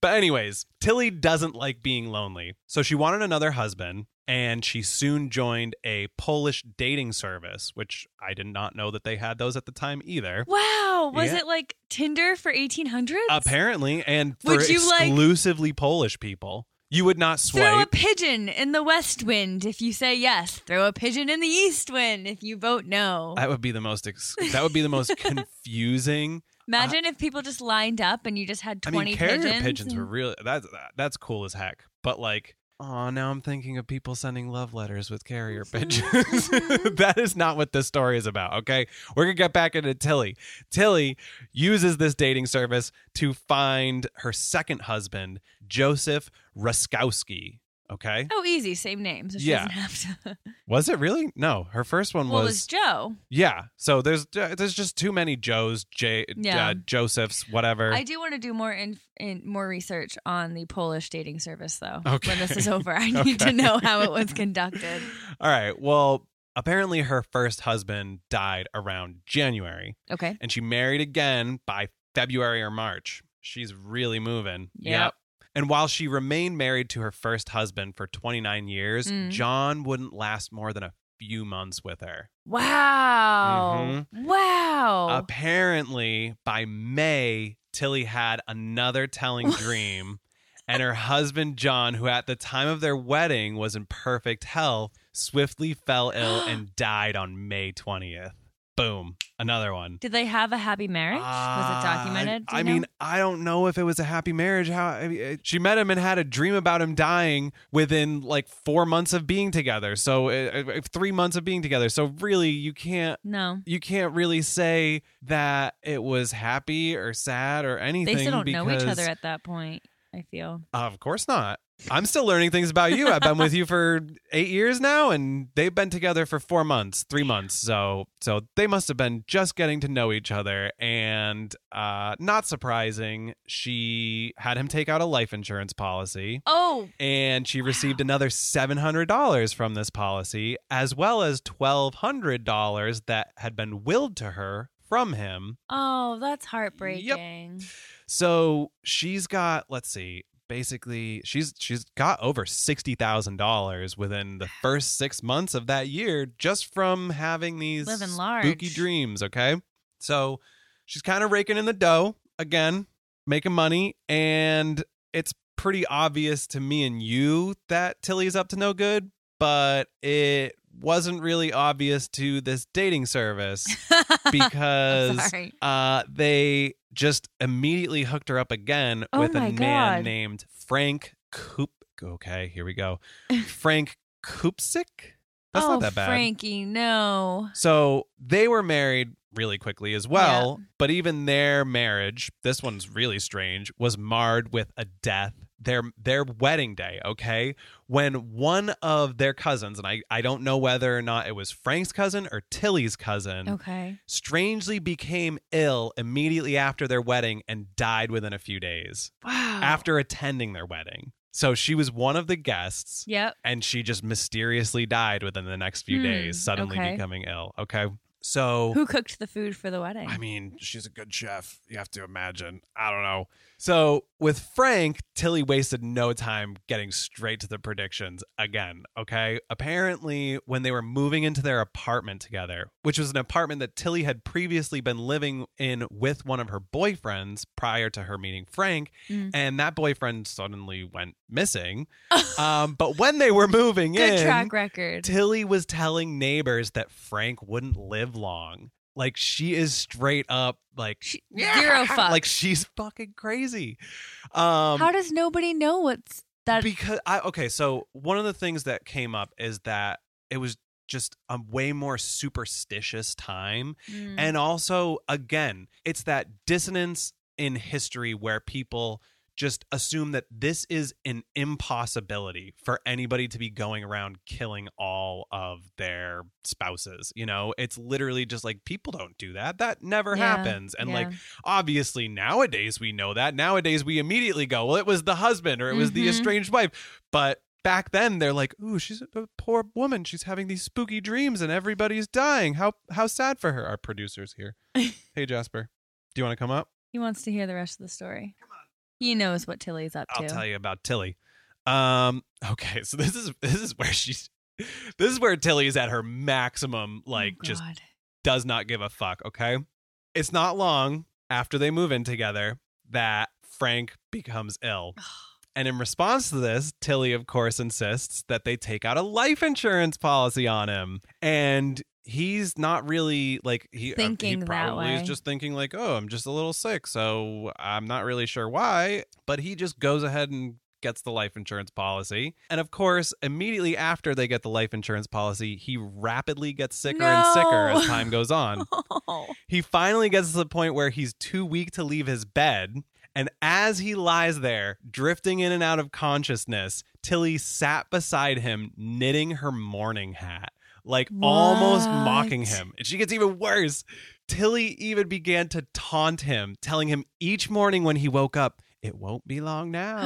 [SPEAKER 1] But, anyways, Tilly doesn't like being lonely. So she wanted another husband, and she soon joined a Polish dating service, which I did not know that they had those at the time either.
[SPEAKER 3] Wow. Was
[SPEAKER 1] Yeah.
[SPEAKER 3] it like Tinder for 1800s?
[SPEAKER 1] Apparently, and for
[SPEAKER 3] Would you, like-
[SPEAKER 1] exclusively Polish people. You would not swipe.
[SPEAKER 3] Throw a pigeon in the west wind if you say yes. Throw a pigeon in the east wind if you vote no.
[SPEAKER 1] that would be the most ex- that would be the
[SPEAKER 3] [laughs]
[SPEAKER 1] most confusing
[SPEAKER 3] Imagine if people just lined up and you just had 20
[SPEAKER 1] Uh, I mean, carrier
[SPEAKER 3] pigeons.
[SPEAKER 1] pigeons, were really that's that, that's cool as heck. But like, oh, now I'm thinking of people sending love letters with
[SPEAKER 3] [laughs]
[SPEAKER 1] carrier pigeons. [laughs]
[SPEAKER 3] mhm.
[SPEAKER 1] that is not what this story is about. Okay, we're gonna get back into Tilly. Tilly uses this dating service to find her second husband, Joseph Ruskowski. Okay,
[SPEAKER 3] oh, easy. Same name. So she
[SPEAKER 1] Yeah.
[SPEAKER 3] doesn't have to. [laughs]
[SPEAKER 1] was it really? No, her first one
[SPEAKER 3] well, it
[SPEAKER 1] was
[SPEAKER 3] was Joe.
[SPEAKER 1] yeah. So there's there's just too many Joes, J,
[SPEAKER 3] Yeah.
[SPEAKER 1] uh, Josephs, whatever.
[SPEAKER 3] I do want to do more in, in more research on the Polish dating service, though.
[SPEAKER 1] Okay.
[SPEAKER 3] When
[SPEAKER 1] [laughs]
[SPEAKER 3] this is over, I need
[SPEAKER 1] Okay.
[SPEAKER 3] to know how it was conducted.
[SPEAKER 1] All right. Well, apparently her first husband died around January,
[SPEAKER 3] Okay.
[SPEAKER 1] and she married again by February or March. She's really moving.
[SPEAKER 3] Yep.
[SPEAKER 1] And while she remained married to her first husband for 29 years,
[SPEAKER 3] Mm.
[SPEAKER 1] John wouldn't last more than a few months with her.
[SPEAKER 3] Wow.
[SPEAKER 1] Mm-hmm.
[SPEAKER 3] Wow.
[SPEAKER 1] Uh, Apparently, by May, Tilly had another
[SPEAKER 3] [laughs]
[SPEAKER 1] telling dream, and her husband, John, who at the time of their wedding was in perfect health, swiftly fell ill
[SPEAKER 3] [gasps]
[SPEAKER 1] and died on May 20th. Boom. Another one.
[SPEAKER 3] Did they have a happy marriage? Was
[SPEAKER 1] Uh,
[SPEAKER 3] it documented? Do you
[SPEAKER 1] I
[SPEAKER 3] know?
[SPEAKER 1] mean, I don't know if it was a happy marriage. How I mean, it- she met him and had a dream about him dying within like four months of being together. So uh, uh, three months of being together. So really, you can't
[SPEAKER 3] no.
[SPEAKER 1] you can't really say that it was happy or sad or anything.
[SPEAKER 3] They still don't know each
[SPEAKER 1] because-
[SPEAKER 3] other at that point, I feel.
[SPEAKER 1] of course not. I'm still learning things about you. I've been with you for eight years now, and they've been together for four months, three months. So, so they must have been just getting to know each other. And uh, not surprising, she had him take out a life insurance policy,
[SPEAKER 3] Oh,
[SPEAKER 1] and she received another seven hundred dollars from this policy, as well as twelve hundred dollars that had been willed to her from him.
[SPEAKER 3] oh, that's heartbreaking. [laughs]
[SPEAKER 1] So she's got, let's see, basically she's she's got over sixty thousand dollars within the first six months of that year just from having these
[SPEAKER 3] Living
[SPEAKER 1] spooky
[SPEAKER 3] large.
[SPEAKER 1] dreams. Okay, so she's kind of raking in the dough again, making money, and it's pretty obvious to me and you that Tilly's up to no good, but it wasn't really obvious to this dating
[SPEAKER 3] [laughs]
[SPEAKER 1] service because
[SPEAKER 3] Sorry.
[SPEAKER 1] uh, they just immediately hooked her up again
[SPEAKER 3] Oh
[SPEAKER 1] with a
[SPEAKER 3] my
[SPEAKER 1] man
[SPEAKER 3] God.
[SPEAKER 1] named Frank Koop. Okay, here we
[SPEAKER 3] [laughs]
[SPEAKER 1] go. Frank Koopsick? That's
[SPEAKER 3] oh,
[SPEAKER 1] not that bad.
[SPEAKER 3] Frankie, no.
[SPEAKER 1] So they were married really quickly as well, but even their marriage, this one's really strange, was marred with a death. Their their wedding day, okay? When one of their cousins, and I, I don't know whether or not it was Frank's cousin or Tilly's cousin,
[SPEAKER 3] Okay.
[SPEAKER 1] strangely became ill immediately after their wedding and died within a few days
[SPEAKER 3] Wow.
[SPEAKER 1] after attending their wedding. So she was one of the guests
[SPEAKER 3] Yep.
[SPEAKER 1] and she just mysteriously died within the next few
[SPEAKER 3] Hmm,
[SPEAKER 1] days, suddenly
[SPEAKER 3] okay.
[SPEAKER 1] becoming ill. Okay. So
[SPEAKER 3] Who cooked the food for the wedding?
[SPEAKER 1] I mean, she's a good chef. You have to imagine. I don't know. So with Frank, Tilly wasted no time getting straight to the predictions again. Okay. Apparently, when they were moving into their apartment together, which was an apartment that Tilly had previously been living in with one of her boyfriends prior to her meeting Frank,
[SPEAKER 3] Mm.
[SPEAKER 1] and that boyfriend suddenly went
[SPEAKER 3] [laughs]
[SPEAKER 1] missing. um, but when they were moving
[SPEAKER 3] Good
[SPEAKER 1] in,
[SPEAKER 3] track record.
[SPEAKER 1] Tilly was telling neighbors that Frank wouldn't live long. Like she is straight up like
[SPEAKER 3] She- Zero
[SPEAKER 1] [laughs]
[SPEAKER 3] fucks.
[SPEAKER 1] Like she's fucking crazy. Um
[SPEAKER 3] How does nobody know what's that?
[SPEAKER 1] because I okay, so one of the things that came up is that it was just a way more superstitious time
[SPEAKER 3] Mm.
[SPEAKER 1] and also, again, it's that dissonance in history where people just assume that this is an impossibility for anybody to be going around killing all of their spouses. You know, it's literally just like people don't do that. That never
[SPEAKER 3] Yeah,
[SPEAKER 1] happens. And
[SPEAKER 3] yeah.
[SPEAKER 1] like, obviously, nowadays we know that. Nowadays we immediately go, well, it was the husband or it was the
[SPEAKER 3] Mhm.
[SPEAKER 1] estranged wife. But back then they're like, "Ooh, she's a poor woman. She's having these spooky dreams, and everybody's dying. How how sad for her." Our producers here. hey, Jasper, do you want to come up?
[SPEAKER 3] he wants to hear the rest of the story. He knows what Tilly's up to.
[SPEAKER 1] I'll tell you about Tilly. Um, okay, so this is this is where she's this is where Tilly is at her maximum,
[SPEAKER 3] Oh,
[SPEAKER 1] like just
[SPEAKER 3] God.
[SPEAKER 1] does not give a fuck, okay? It's not long after they move in together that Frank becomes ill.
[SPEAKER 3] [sighs]
[SPEAKER 1] And in response to this, Tilly, of course, insists that they take out a life insurance policy on him. And he's not really like he, uh,
[SPEAKER 3] Thinking
[SPEAKER 1] he
[SPEAKER 3] that
[SPEAKER 1] probably is
[SPEAKER 3] way.
[SPEAKER 1] just thinking like, oh, I'm just a little sick, so I'm not really sure why. But he just goes ahead and gets the life insurance policy. And of course, immediately after they get the life insurance policy, he rapidly gets sicker and sicker
[SPEAKER 3] No.
[SPEAKER 1] as time goes
[SPEAKER 3] [laughs]
[SPEAKER 1] on. He finally gets to the point where he's too weak to leave his bed. And as he lies there, drifting in and out of consciousness, Tilly sat beside him, knitting her mourning hat, like almost
[SPEAKER 3] What?
[SPEAKER 1] mocking him. And she gets even worse. Tilly even began to taunt him, telling him each morning when he woke up, it won't be long
[SPEAKER 3] [gasps]
[SPEAKER 1] now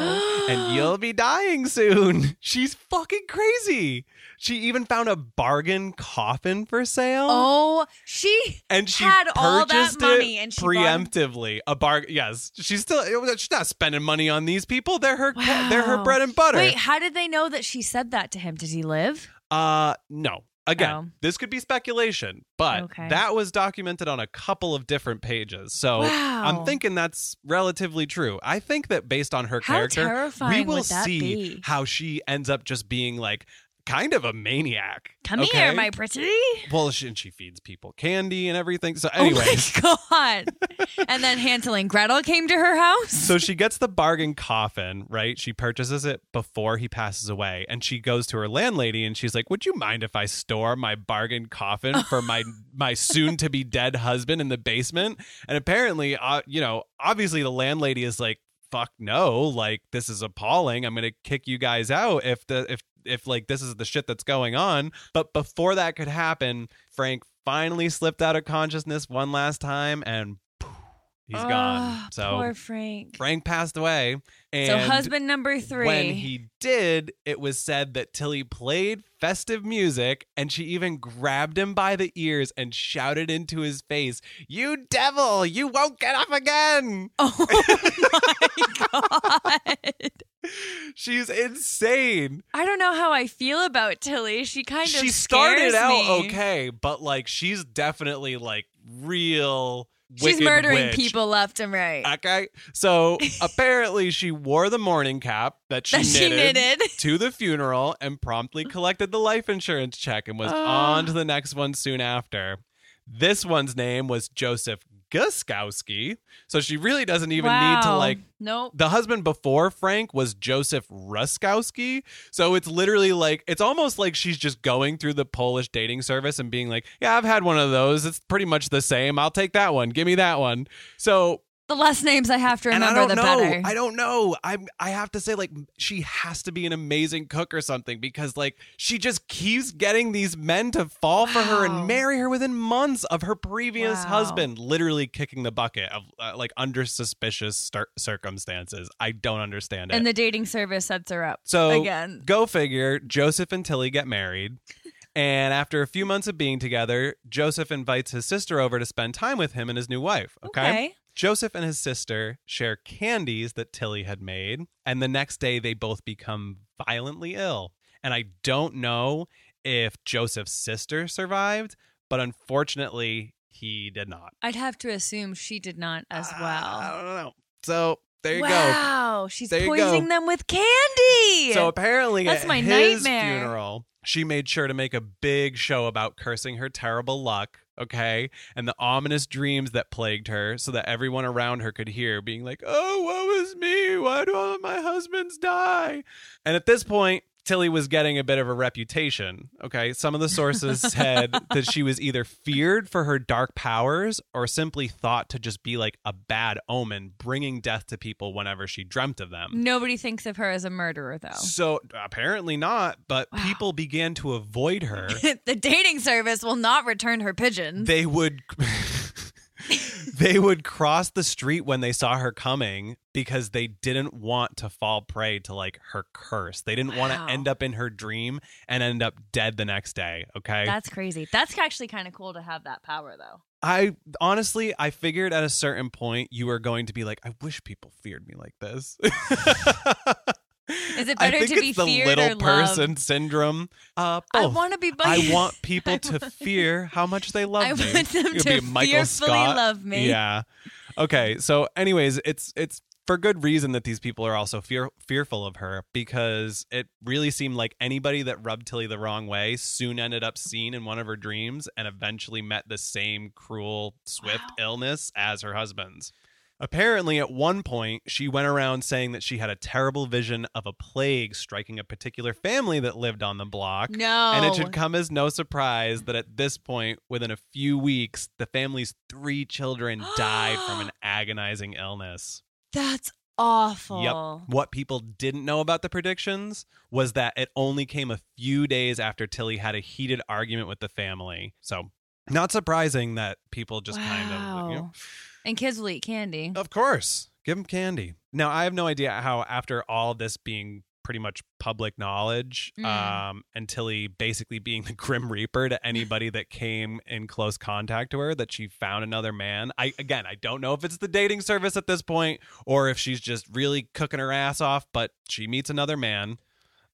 [SPEAKER 1] [gasps] and you'll be dying soon. [laughs] She's fucking crazy. She even found a bargain coffin for sale.
[SPEAKER 3] Oh, she
[SPEAKER 1] and she
[SPEAKER 3] had
[SPEAKER 1] purchased
[SPEAKER 3] all that
[SPEAKER 1] it
[SPEAKER 3] money and she bought-
[SPEAKER 1] preemptively a bargain. Yes, she's still she's not spending money on these people. They're her they're her
[SPEAKER 3] Wow.
[SPEAKER 1] bread and butter.
[SPEAKER 3] Wait, how did they know that she said that to him? Did he live?
[SPEAKER 1] Uh no. Again,
[SPEAKER 3] Oh.
[SPEAKER 1] this could be speculation, but
[SPEAKER 3] Okay.
[SPEAKER 1] that was documented on a couple of different pages. So
[SPEAKER 3] wow.
[SPEAKER 1] Oh, I'm thinking that's relatively true. I think that based on her
[SPEAKER 3] how
[SPEAKER 1] character,
[SPEAKER 3] terrifying
[SPEAKER 1] we will
[SPEAKER 3] would that
[SPEAKER 1] see
[SPEAKER 3] be?
[SPEAKER 1] how she ends up just being like kind of a maniac.
[SPEAKER 3] Come
[SPEAKER 1] okay?
[SPEAKER 3] here, my pretty.
[SPEAKER 1] well, she, and she feeds people candy and everything. So, anyways,
[SPEAKER 3] oh my [laughs] god!
[SPEAKER 1] [laughs]
[SPEAKER 3] and then Hansel and Gretel came to her house.
[SPEAKER 1] so she gets the bargain coffin, right? She purchases it before he passes away, and she goes to her landlady and she's like, "Would you mind if I store my bargain coffin for my my soon to be dead husband in the basement?" And apparently, uh, you know, obviously the landlady is like, "Fuck no! Like this is appalling. I'm gonna kick you guys out if the if if like this is the shit that's going on." But before that could happen, Frank finally slipped out of consciousness one last time and. poof, He's
[SPEAKER 3] Oh,
[SPEAKER 1] gone. So
[SPEAKER 3] poor Frank.
[SPEAKER 1] Frank passed away. And
[SPEAKER 3] so husband number three.
[SPEAKER 1] When he did, it was said that Tilly played festive music and she even grabbed him by the ears and shouted into his face, You devil, you won't get up again.
[SPEAKER 3] oh my [laughs] god!
[SPEAKER 1] She's insane.
[SPEAKER 3] I don't know how I feel about Tilly. She kind of
[SPEAKER 1] she started
[SPEAKER 3] scares
[SPEAKER 1] out
[SPEAKER 3] me.
[SPEAKER 1] okay, but like she's definitely like real.
[SPEAKER 3] She's
[SPEAKER 1] wicked
[SPEAKER 3] murdering
[SPEAKER 1] witch.
[SPEAKER 3] people left and right.
[SPEAKER 1] Okay. So apparently she wore the morning cap that she
[SPEAKER 3] [laughs] that she knitted.
[SPEAKER 1] to the funeral and promptly collected the life insurance check and was
[SPEAKER 3] Ah.
[SPEAKER 1] on to the next one soon after. This one's name was Joseph Guskowski. So she really doesn't even need to
[SPEAKER 3] Wow.
[SPEAKER 1] like
[SPEAKER 3] Nope.
[SPEAKER 1] the husband before Frank was Joseph Ruskowski. So it's literally like it's almost like she's just going through the Polish dating service and being like, "Yeah, I've had one of those. It's pretty much the same. I'll take that one. Give me that one." So
[SPEAKER 3] The less names I have to
[SPEAKER 1] and I
[SPEAKER 3] remember,
[SPEAKER 1] don't
[SPEAKER 3] the
[SPEAKER 1] know.
[SPEAKER 3] better.
[SPEAKER 1] I don't know. I'm. I have to say, like, she has to be an amazing cook or something because, like, she just keeps getting these men to fall for her
[SPEAKER 3] Wow.
[SPEAKER 1] and marry her within months of her previous
[SPEAKER 3] Wow.
[SPEAKER 1] husband literally kicking the bucket of uh, like under suspicious cir- circumstances. I don't understand it.
[SPEAKER 3] and the dating service sets her up
[SPEAKER 1] so
[SPEAKER 3] again.
[SPEAKER 1] Go figure. Joseph and Tilly get married. And after a few months of being together, Joseph invites his sister over to spend time with him and his new wife.
[SPEAKER 3] Okay.
[SPEAKER 1] Joseph and his sister share candies that Tilly had made, and the next day they both become violently ill. And I don't know if Joseph's sister survived, but unfortunately, he did not.
[SPEAKER 3] I'd have to assume she did not as well.
[SPEAKER 1] Ah, I don't know. So there you go.
[SPEAKER 3] wow, she's
[SPEAKER 1] There you go.
[SPEAKER 3] poisoning them with candy.
[SPEAKER 1] So apparently,
[SPEAKER 3] That's
[SPEAKER 1] at
[SPEAKER 3] my
[SPEAKER 1] his
[SPEAKER 3] nightmare.
[SPEAKER 1] funeral, she made sure to make a big show about cursing her terrible luck, okay, and the ominous dreams that plagued her, so that everyone around her could hear, being like, "Oh, woe is me! Why do all of my husbands die?" And at this point. Tilly was getting a bit of a reputation. Okay. Some of the
[SPEAKER 3] [laughs]
[SPEAKER 1] sources said that she was either feared for her dark powers or simply thought to just be like a bad omen, bringing death to people whenever she dreamt of them.
[SPEAKER 3] nobody thinks of her as a murderer, though.
[SPEAKER 1] So apparently not, but
[SPEAKER 3] Wow.
[SPEAKER 1] people began to avoid
[SPEAKER 3] [laughs]
[SPEAKER 1] her.
[SPEAKER 3] the dating service will not return her pigeons.
[SPEAKER 1] they would [laughs] they would cross the street when they saw her coming because they didn't want to fall prey to like her curse. They didn't want
[SPEAKER 3] Wow.
[SPEAKER 1] to end up in her dream and end up dead the next day, okay?
[SPEAKER 3] That's crazy. That's actually kind of cool to have that power, though.
[SPEAKER 1] I honestly, I figured at a certain point you were going to be like, I wish people feared me like this. [laughs]
[SPEAKER 3] Is it
[SPEAKER 1] I
[SPEAKER 3] better
[SPEAKER 1] think
[SPEAKER 3] to
[SPEAKER 1] it's
[SPEAKER 3] be
[SPEAKER 1] the
[SPEAKER 3] feared
[SPEAKER 1] little
[SPEAKER 3] or loved?
[SPEAKER 1] person syndrome? Uh,
[SPEAKER 3] [laughs] I
[SPEAKER 1] both.
[SPEAKER 3] want to be.
[SPEAKER 1] I want people to
[SPEAKER 3] want-
[SPEAKER 1] fear how much they love
[SPEAKER 3] I
[SPEAKER 1] me.
[SPEAKER 3] want them
[SPEAKER 1] It'd be
[SPEAKER 3] to
[SPEAKER 1] Michael
[SPEAKER 3] fearfully
[SPEAKER 1] Scott.
[SPEAKER 3] love me.
[SPEAKER 1] Yeah. Okay. So, anyways, it's it's for good reason that these people are also fear fearful of her because it really seemed like anybody that rubbed Tilly the wrong way soon ended up seen in one of her dreams and eventually met the same cruel, swift
[SPEAKER 3] Wow.
[SPEAKER 1] illness as her husband's. Apparently, at one point, she went around saying that she had a terrible vision of a plague striking a particular family that lived on the block.
[SPEAKER 3] No.
[SPEAKER 1] And it should come as no surprise that at this point, within a few weeks, the family's three children died from an agonizing illness.
[SPEAKER 3] That's awful.
[SPEAKER 1] What people didn't know about the predictions was that it only came a few days after Tilly had a heated argument with the family. So, not surprising that people just kind of, you know,
[SPEAKER 3] Wow. And kids will eat candy.
[SPEAKER 1] of course, give them candy. Now I have no idea how after all this being pretty much public knowledge,
[SPEAKER 3] Mm.
[SPEAKER 1] um, and Tilly basically being the [laughs] Grim Reaper to anybody that came in close contact to her, that she found another man. I again I don't know if it's the dating service at this point or if she's just really cooking her ass off, but she meets another man.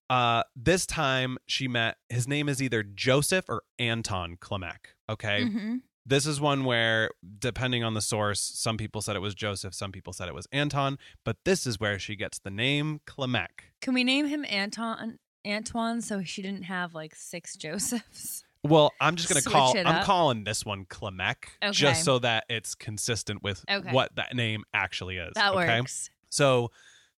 [SPEAKER 1] Uh, this time she met his name is either Joseph or Anton Klemek. Okay.
[SPEAKER 3] Mhm.
[SPEAKER 1] This is one where, depending on the source, some people said it was Joseph, some people said it was Anton, but this is where she gets the name Klemek.
[SPEAKER 3] Can we name him Anton Antoine so she didn't have like six [laughs] Josephs?
[SPEAKER 1] Well, I'm just gonna
[SPEAKER 3] Switch
[SPEAKER 1] call.
[SPEAKER 3] it
[SPEAKER 1] I'm
[SPEAKER 3] up.
[SPEAKER 1] calling this one Klemek,
[SPEAKER 3] Okay.
[SPEAKER 1] just so that it's consistent with
[SPEAKER 3] Okay.
[SPEAKER 1] what that name actually is.
[SPEAKER 3] That
[SPEAKER 1] okay?
[SPEAKER 3] works.
[SPEAKER 1] So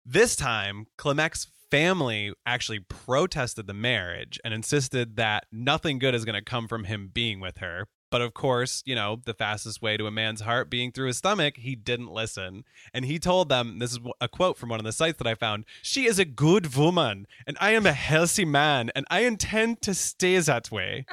[SPEAKER 1] this time, Klemek's family actually protested the marriage and insisted that nothing good is going to come from him being with her. But of course, you know, the fastest way to a man's heart being through his stomach, he didn't listen. And he told them this is a quote from one of the sites that I found She is a good woman, and I am a healthy man, and I intend to stay that way.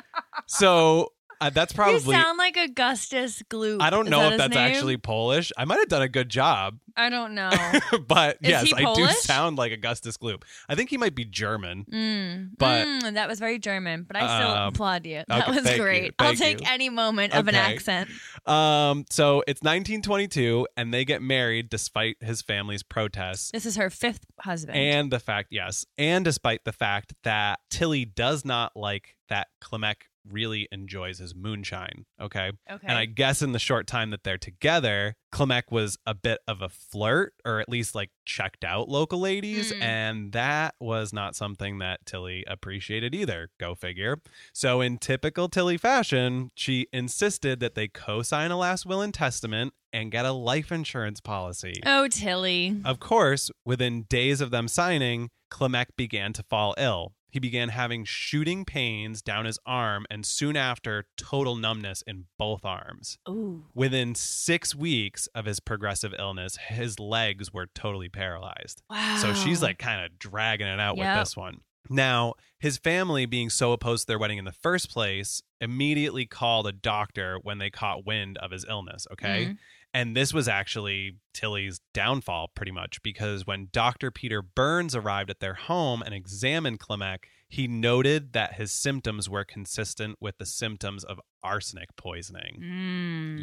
[SPEAKER 1] so uh, that's
[SPEAKER 3] You
[SPEAKER 1] probably.
[SPEAKER 3] sound like Augustus Gloop.
[SPEAKER 1] I don't
[SPEAKER 3] Is
[SPEAKER 1] know
[SPEAKER 3] that
[SPEAKER 1] if
[SPEAKER 3] his
[SPEAKER 1] that's
[SPEAKER 3] name?
[SPEAKER 1] actually Polish. I might have done a good job
[SPEAKER 3] I don't know.
[SPEAKER 1] [laughs] but
[SPEAKER 3] Is
[SPEAKER 1] yes,
[SPEAKER 3] he
[SPEAKER 1] I do
[SPEAKER 3] Polish?
[SPEAKER 1] sound like Augustus Gloop. I think he might be German.
[SPEAKER 3] Mm.
[SPEAKER 1] But-
[SPEAKER 3] Mm, that was very German, but I still
[SPEAKER 1] Um,
[SPEAKER 3] applaud you. That
[SPEAKER 1] okay,
[SPEAKER 3] was
[SPEAKER 1] thank you,
[SPEAKER 3] great. I'll
[SPEAKER 1] thank
[SPEAKER 3] take
[SPEAKER 1] you.
[SPEAKER 3] any moment of an
[SPEAKER 1] Okay.
[SPEAKER 3] accent.
[SPEAKER 1] Um, so it's 1922, and they get married despite his family's protests.
[SPEAKER 3] This is her fifth husband.
[SPEAKER 1] And the fact, yes, and despite the fact that Tilly does not like that Klemek really enjoys his moonshine. Okay.
[SPEAKER 3] okay.
[SPEAKER 1] And I guess in the short time that they're together, Klemek was a bit of a flirt, or at least like checked out local ladies.
[SPEAKER 3] Mm.
[SPEAKER 1] And that was not something that Tilly appreciated either. Go figure. So, in typical Tilly fashion, she insisted that they co sign a last will and testament and get a life insurance policy.
[SPEAKER 3] oh, Tilly.
[SPEAKER 1] Of course, within days of them signing, Klemek began to fall ill. He began having shooting pains down his arm and soon after, total numbness in both arms.
[SPEAKER 3] Ooh.
[SPEAKER 1] Within six weeks of his progressive illness, his legs were totally paralyzed.
[SPEAKER 3] Wow.
[SPEAKER 1] So she's like kind of dragging it out
[SPEAKER 3] Oh. Yep.
[SPEAKER 1] with this one. Now, his family being so opposed to their wedding in the first place immediately called a doctor when they caught wind of his illness. Okay.
[SPEAKER 3] Mhm.
[SPEAKER 1] And this was actually Tilly's downfall, pretty much, because when Dr. Peter Burns arrived at their home and examined Klemek, he noted that his symptoms were consistent with the symptoms of arsenic poisoning.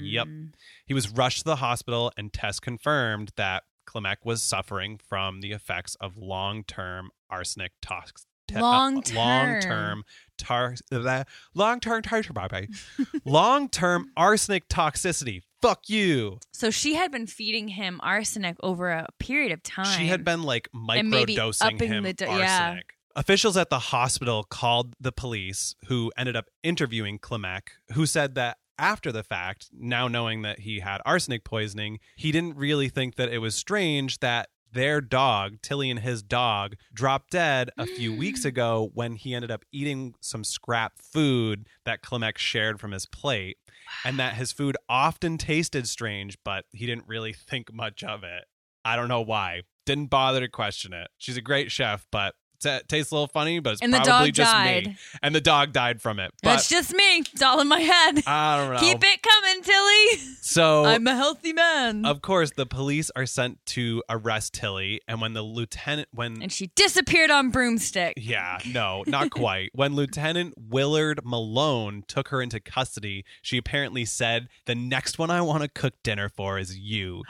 [SPEAKER 1] Yep.
[SPEAKER 3] Mm.
[SPEAKER 1] He was rushed to the hospital, and tests confirmed that Klemek was suffering from the effects of long-term arsenic tox. te- uh,
[SPEAKER 3] Long-term.
[SPEAKER 1] long-term tar- uh, long-term tar- tar- bye-bye. [laughs] long-term arsenic toxicity. Fuck you.
[SPEAKER 3] So she had been feeding him arsenic over a period of time.
[SPEAKER 1] She had been like
[SPEAKER 3] maybe
[SPEAKER 1] microdosing
[SPEAKER 3] upping
[SPEAKER 1] him
[SPEAKER 3] the do-
[SPEAKER 1] arsenic.
[SPEAKER 3] yeah.
[SPEAKER 1] Officials at the hospital called the police, who ended up interviewing Klemek, who said that after the fact, now knowing that he had arsenic poisoning, he didn't really think that it was strange that their dog, Tilly and his dog, dropped dead a few
[SPEAKER 3] [gasps]
[SPEAKER 1] weeks ago when he ended up eating some scrap food that Klemek shared from his plate, and that his food often tasted strange, but he didn't really think much of it. I don't know why. Didn't bother to question it. She's a great chef, but t- tastes a little funny, but it's
[SPEAKER 3] And the
[SPEAKER 1] probably
[SPEAKER 3] dog
[SPEAKER 1] just
[SPEAKER 3] died.
[SPEAKER 1] me. And the dog died from it. But
[SPEAKER 3] That's just me. It's all in my head.
[SPEAKER 1] I don't know.
[SPEAKER 3] Keep it coming, Tilly.
[SPEAKER 1] So
[SPEAKER 3] I'm a healthy man.
[SPEAKER 1] of course the police are sent to arrest Tilly, and when the lieutenant when
[SPEAKER 3] and she disappeared on broomstick. [laughs]
[SPEAKER 1] Yeah, no, not quite. when Lieutenant Willard Malone took her into custody, she apparently said, The next one I want to cook dinner for is
[SPEAKER 3] [gasps]
[SPEAKER 1] you.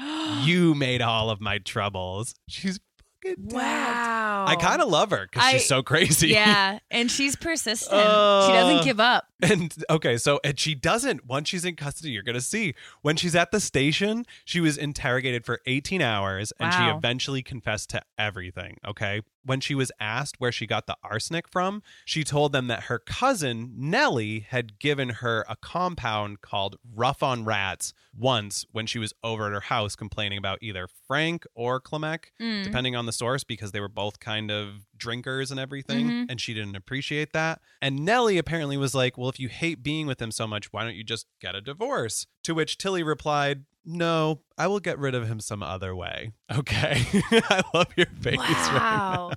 [SPEAKER 1] you made all of my troubles. She's fucking dead.
[SPEAKER 3] Wow.
[SPEAKER 1] I kind of love her because
[SPEAKER 3] Oh. I-
[SPEAKER 1] she's so crazy.
[SPEAKER 3] Yeah, and she's persistent.
[SPEAKER 1] Uh,
[SPEAKER 3] she doesn't give up.
[SPEAKER 1] [laughs] And okay, so and she doesn't. Once she's in custody, you're gonna see when she's at the station. She was interrogated for 18 hours, and she
[SPEAKER 3] Wow.
[SPEAKER 1] eventually confessed to everything. Okay, when she was asked where she got the arsenic from, she told them that her cousin Nellie had given her a compound called Rough on Rats once when she was over at her house complaining about either Frank or Klemek
[SPEAKER 3] Mm.
[SPEAKER 1] depending on the source, because they were both kind of drinkers and everything,
[SPEAKER 3] Mhm.
[SPEAKER 1] and she didn't appreciate that. And Nellie apparently was like, Well, if you hate being with him so much, why don't you just get a divorce? To which Tilly replied, No, I will get rid of him some other way. [laughs] Okay. I love your face. right?
[SPEAKER 3] Wow.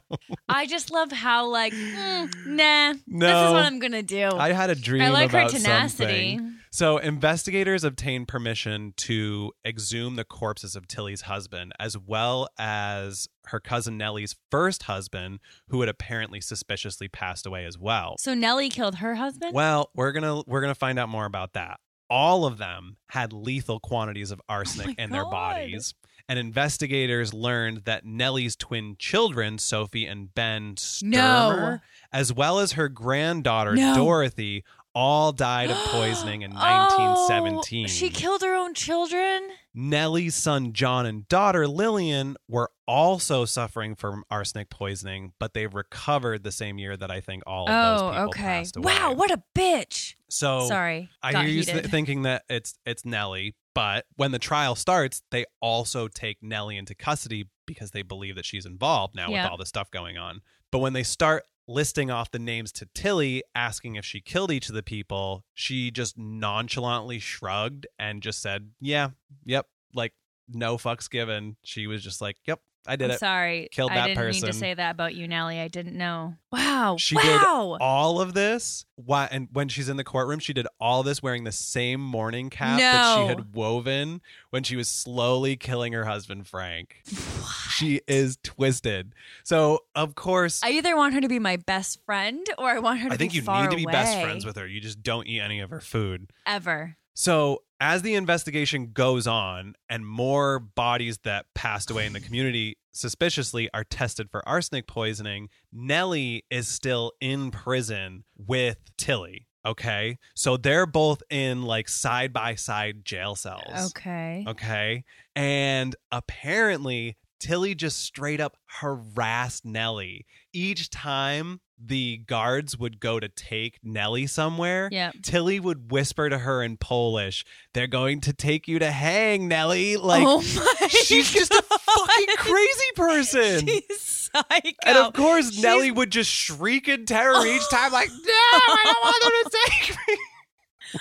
[SPEAKER 3] I just love how like mm, nah. This is
[SPEAKER 1] No.
[SPEAKER 3] what I'm gonna do.
[SPEAKER 1] I had a dream
[SPEAKER 3] I like her
[SPEAKER 1] about
[SPEAKER 3] tenacity.
[SPEAKER 1] something. So, investigators obtained permission to exhume the corpses of Tilly's husband, as well as her cousin Nellie's first husband, who had apparently suspiciously passed away as well.
[SPEAKER 3] So Nellie killed her husband?
[SPEAKER 1] Well, we're gonna we're gonna find out more about that. All of them had lethal quantities of arsenic
[SPEAKER 3] Oh my
[SPEAKER 1] in their
[SPEAKER 3] God.
[SPEAKER 1] bodies. And investigators learned that Nellie's twin children, Sophie and Ben Sturmer, as well as her granddaughter,
[SPEAKER 3] No.
[SPEAKER 1] Dorothy, all died
[SPEAKER 3] [gasps]
[SPEAKER 1] of poisoning in 1917.
[SPEAKER 3] Oh, she killed her own children?
[SPEAKER 1] Nellie's son John and daughter Lillian were also suffering from arsenic poisoning, but they recovered the same year that I think all of those
[SPEAKER 3] oh,
[SPEAKER 1] people
[SPEAKER 3] okay.
[SPEAKER 1] passed away.
[SPEAKER 3] Wow, what a bitch.
[SPEAKER 1] So
[SPEAKER 3] Sorry.
[SPEAKER 1] I
[SPEAKER 3] got
[SPEAKER 1] hear you
[SPEAKER 3] heated.
[SPEAKER 1] th- thinking that it's it's Nellie, but when the trial starts, they also take Nellie into custody because they believe that she's involved now
[SPEAKER 3] Yeah.
[SPEAKER 1] with all this stuff going on. But when they start listing off the names to Tilly, asking if she killed each of the people, she just nonchalantly shrugged and just said, "Yeah, yep," like no fucks given. She was just like, "Yep, I did
[SPEAKER 3] I'm
[SPEAKER 1] it."
[SPEAKER 3] sorry.
[SPEAKER 1] Killed
[SPEAKER 3] I
[SPEAKER 1] that
[SPEAKER 3] didn't mean to
[SPEAKER 1] person.
[SPEAKER 3] say that about you, Nellie. I didn't know. Wow.
[SPEAKER 1] She did
[SPEAKER 3] wow.
[SPEAKER 1] all of this why and when she's in the courtroom she did all this wearing the same morning cap that she
[SPEAKER 3] No.
[SPEAKER 1] had woven when she was slowly killing her husband frank
[SPEAKER 3] What?
[SPEAKER 1] she is twisted so of course
[SPEAKER 3] I either want her to be my best friend or I want her to
[SPEAKER 1] I think
[SPEAKER 3] be
[SPEAKER 1] you
[SPEAKER 3] far
[SPEAKER 1] need to be best
[SPEAKER 3] away.
[SPEAKER 1] friends with her you just don't eat any of her food
[SPEAKER 3] ever.
[SPEAKER 1] so as the investigation goes on and more bodies that passed away in the community suspiciously are tested for arsenic poisoning, Nellie is still in prison with Tilly. Okay. So they're both in like side by side jail cells.
[SPEAKER 3] Okay.
[SPEAKER 1] Okay. And apparently, Tilly just straight up harassed Nellie. Each time the guards would go to take Nellie somewhere,
[SPEAKER 3] Yeah.
[SPEAKER 1] Tilly would whisper to her in Polish, They're going to take you to hang, Nellie. Like,
[SPEAKER 3] oh my
[SPEAKER 1] she's just a fucking
[SPEAKER 3] [laughs] God.
[SPEAKER 1] crazy person.
[SPEAKER 3] She's psycho.
[SPEAKER 1] and of course,
[SPEAKER 3] She's-
[SPEAKER 1] Nellie would just shriek in terror each time,
[SPEAKER 3] [laughs]
[SPEAKER 1] like, No, I don't want them to take me.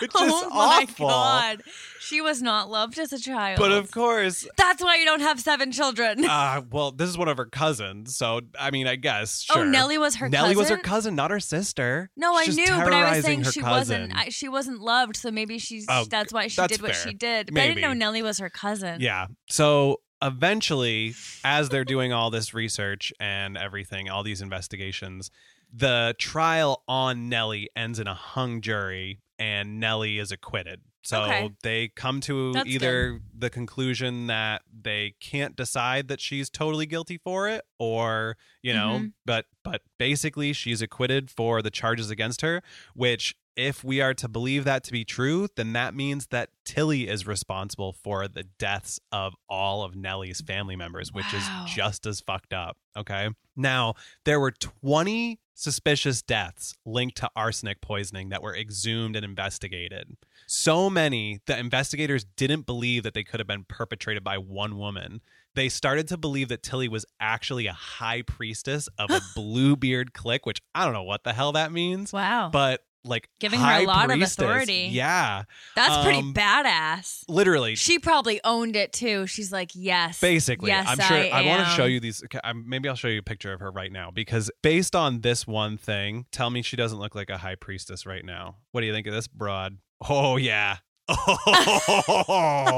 [SPEAKER 1] Which
[SPEAKER 3] oh
[SPEAKER 1] is
[SPEAKER 3] my
[SPEAKER 1] awful.
[SPEAKER 3] god. She was not loved as a child.
[SPEAKER 1] But of course,
[SPEAKER 3] That's why you don't have seven children.
[SPEAKER 1] uh, well, this is one of her cousins, so I mean, I guess. Sure.
[SPEAKER 3] Oh, Nellie was her
[SPEAKER 1] Nellie
[SPEAKER 3] cousin.
[SPEAKER 1] was her cousin, not her sister.
[SPEAKER 3] No, I
[SPEAKER 1] She's
[SPEAKER 3] knew,
[SPEAKER 1] just
[SPEAKER 3] but I was
[SPEAKER 1] terrorizing
[SPEAKER 3] saying
[SPEAKER 1] her
[SPEAKER 3] she
[SPEAKER 1] cousin.
[SPEAKER 3] wasn't. I, she wasn't loved, so maybe she's.
[SPEAKER 1] Oh,
[SPEAKER 3] that's why she
[SPEAKER 1] that's
[SPEAKER 3] did what
[SPEAKER 1] fair.
[SPEAKER 3] she did. But I didn't know
[SPEAKER 1] Maybe.
[SPEAKER 3] Nellie was her cousin.
[SPEAKER 1] Yeah. So eventually, as they're doing all this research and everything, all these investigations, the trial on Nellie ends in a hung jury and Nellie is acquitted. So
[SPEAKER 3] Okay.
[SPEAKER 1] they come to
[SPEAKER 3] That's
[SPEAKER 1] either the conclusion that they can't decide that she's totally guilty for it or, you know,
[SPEAKER 3] Mhm.
[SPEAKER 1] but but basically she's acquitted for the charges against her, which if we are to believe that to be true, then that means that Tilly is responsible for the deaths of all of Nellie's family members, which
[SPEAKER 3] Wow.
[SPEAKER 1] is just as fucked up. Okay. Now, there were 20 suspicious deaths linked to arsenic poisoning that were exhumed and investigated. So many that investigators didn't believe that they could have been perpetrated by one woman. They started to believe that Tilly was actually a high priestess of a Bluebeard clique, which I don't know what the hell that means
[SPEAKER 3] Wow.
[SPEAKER 1] but like
[SPEAKER 3] Giving her a
[SPEAKER 1] high
[SPEAKER 3] lot of
[SPEAKER 1] priestess.
[SPEAKER 3] authority.
[SPEAKER 1] Yeah,
[SPEAKER 3] that's pretty
[SPEAKER 1] um,
[SPEAKER 3] badass.
[SPEAKER 1] literally.
[SPEAKER 3] She probably owned it too. She's like, yes.
[SPEAKER 1] Basically,
[SPEAKER 3] Yes,
[SPEAKER 1] I'm sure I, want to
[SPEAKER 3] am.
[SPEAKER 1] show
[SPEAKER 3] [laughs]
[SPEAKER 1] you these. okay, I'm- Maybe I'll show you a picture of her right now because based on this one thing, tell me she doesn't look like a high priestess right now. What do you think of this broad? Oh yeah,
[SPEAKER 3] [laughs]
[SPEAKER 1] oh,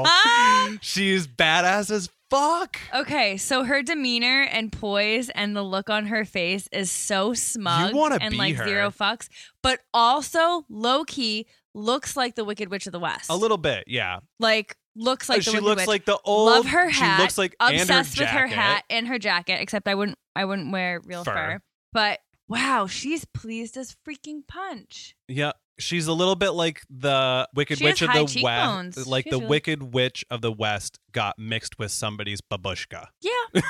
[SPEAKER 3] Ah!
[SPEAKER 1] she's badass as fuck.
[SPEAKER 3] okay, so her demeanor and poise and the look on her face is so smug
[SPEAKER 1] wanna
[SPEAKER 3] and
[SPEAKER 1] be
[SPEAKER 3] like
[SPEAKER 1] her.
[SPEAKER 3] zero fucks, but also low key looks like the Wicked Witch of the West.
[SPEAKER 1] A little bit, yeah.
[SPEAKER 3] like looks like the
[SPEAKER 1] she
[SPEAKER 3] Wicked
[SPEAKER 1] looks
[SPEAKER 3] Witch.
[SPEAKER 1] like the old.
[SPEAKER 3] Love her hat.
[SPEAKER 1] She looks like and her
[SPEAKER 3] obsessed with her
[SPEAKER 1] jacket.
[SPEAKER 3] hat and her jacket. Except I wouldn't. I wouldn't wear real fur.
[SPEAKER 1] Fur.
[SPEAKER 3] But wow, she's pleased as freaking punch.
[SPEAKER 1] Yeah, she's a little bit like the Wicked
[SPEAKER 3] She
[SPEAKER 1] Witch
[SPEAKER 3] has
[SPEAKER 1] of
[SPEAKER 3] high
[SPEAKER 1] the
[SPEAKER 3] cheekbones.
[SPEAKER 1] West. Like
[SPEAKER 3] She
[SPEAKER 1] the
[SPEAKER 3] has really-
[SPEAKER 1] Wicked Witch of the West got mixed with somebody's babushka.
[SPEAKER 3] Yeah,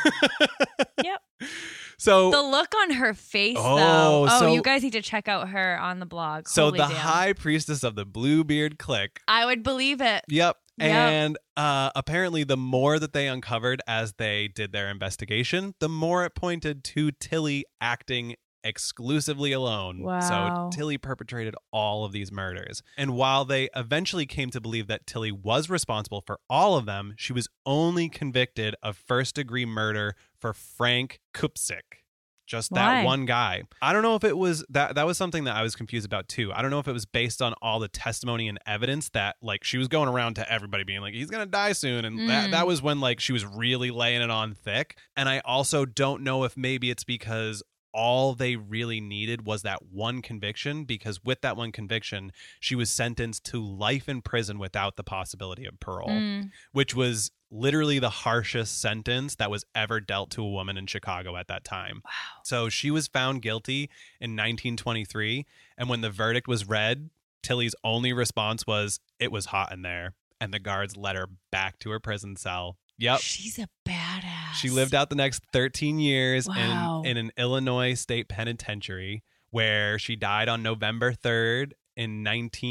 [SPEAKER 1] So
[SPEAKER 3] the look on her face
[SPEAKER 1] Oh,
[SPEAKER 3] though. Oh,
[SPEAKER 1] so-
[SPEAKER 3] you guys need to check out her on the blog.
[SPEAKER 1] so
[SPEAKER 3] Holy
[SPEAKER 1] the
[SPEAKER 3] damn.
[SPEAKER 1] high priestess of the Bluebeard clique.
[SPEAKER 3] I would believe it.
[SPEAKER 1] Yep.
[SPEAKER 3] Yep.
[SPEAKER 1] And uh, apparently, the more that they uncovered as they did their investigation, the more it pointed to Tilly acting exclusively alone.
[SPEAKER 3] Wow.
[SPEAKER 1] So Tilly perpetrated all of these murders. And while they eventually came to believe that Tilly was responsible for all of them, she was only convicted of first degree murder for Frank Kupsik. just
[SPEAKER 3] Why?
[SPEAKER 1] that one guy. I don't know if it was that that was something that I was confused about too. I don't know if it was based on all the testimony and evidence that like she was going around to everybody being like he's going to die soon and that
[SPEAKER 3] Mm.
[SPEAKER 1] that was when like she was really laying it on thick. And I also don't know if maybe it's because all they really needed was that one conviction because with that one conviction she was sentenced to life in prison without the possibility of parole
[SPEAKER 3] Mm.
[SPEAKER 1] which was literally the harshest sentence that was ever dealt to a woman in Chicago at that time.
[SPEAKER 3] Wow.
[SPEAKER 1] So she was found guilty in 1923, and when the verdict was read, Tilly's only response was, "It was hot in there," and the guards led her back to her prison cell. Yep.
[SPEAKER 3] She's a badass.
[SPEAKER 1] She lived out the next 13 years
[SPEAKER 3] Wow.
[SPEAKER 1] in, in an Illinois state penitentiary where she died on November 3rd in